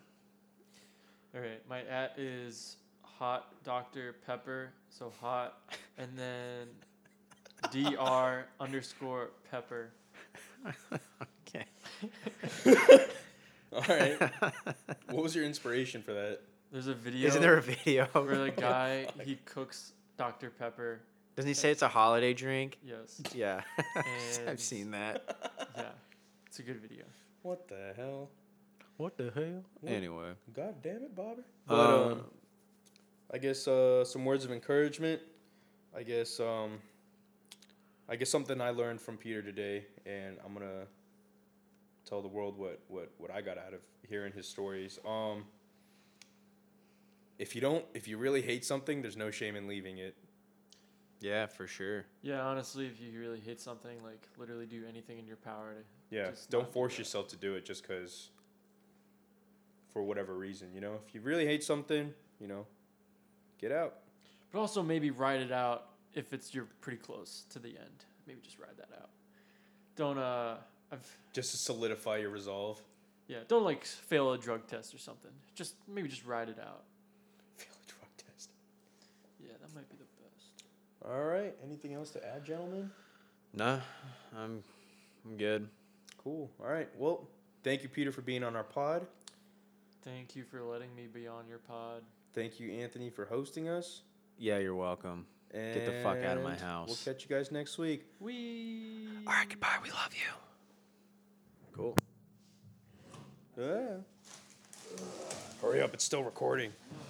All right, my at is hot Dr Pepper, so hot, and then dr underscore Pepper.
Okay.
All right. what was your inspiration for that?
There's a video
Isn't there a Oh video?
where the guy he cooks Dr Pepper.
Doesn't he say it's a holiday drink?
Yes,
Yeah.
And-
I've seen that.
yeah, it's a good video.
What the hell?
What the hell? Anyway.
God damn it, Bobby. But um,
Um,
I guess uh, some words of encouragement. I guess um, I guess something I learned from Peter today, and I'm gonna tell the world what what what I got out of hearing his stories. Um, if you don't, if you really hate something, there's no shame in leaving it.
Yeah, for sure.
Yeah, honestly, if you really hate something, like literally do anything in your power to.
Yeah,
Just not
don't
do
force
that.
yourself to do it just because for whatever reason, you know. If you really hate something, you know, get out.
But also maybe ride it out if it's you're pretty close to the end. Maybe just ride that out. Don't uh, I've
Just to solidify your resolve.
Yeah, don't like s- fail a drug test or something. Just maybe just ride it out.
Fail a drug test.
Yeah, that might be the best.
All right. Anything else to add, gentlemen?
No, I'm, I'm good.
Cool. All right. Well, thank you, Peter, for being on our pod.
Thank you for letting me be on your pod.
Thank you, Anthony, for hosting us.
Yeah, you're welcome.
And
the fuck outta my house.
We'll catch you guys next week.
We.
All right, goodbye. We love you. Cool.
Hurry up. It's still recording.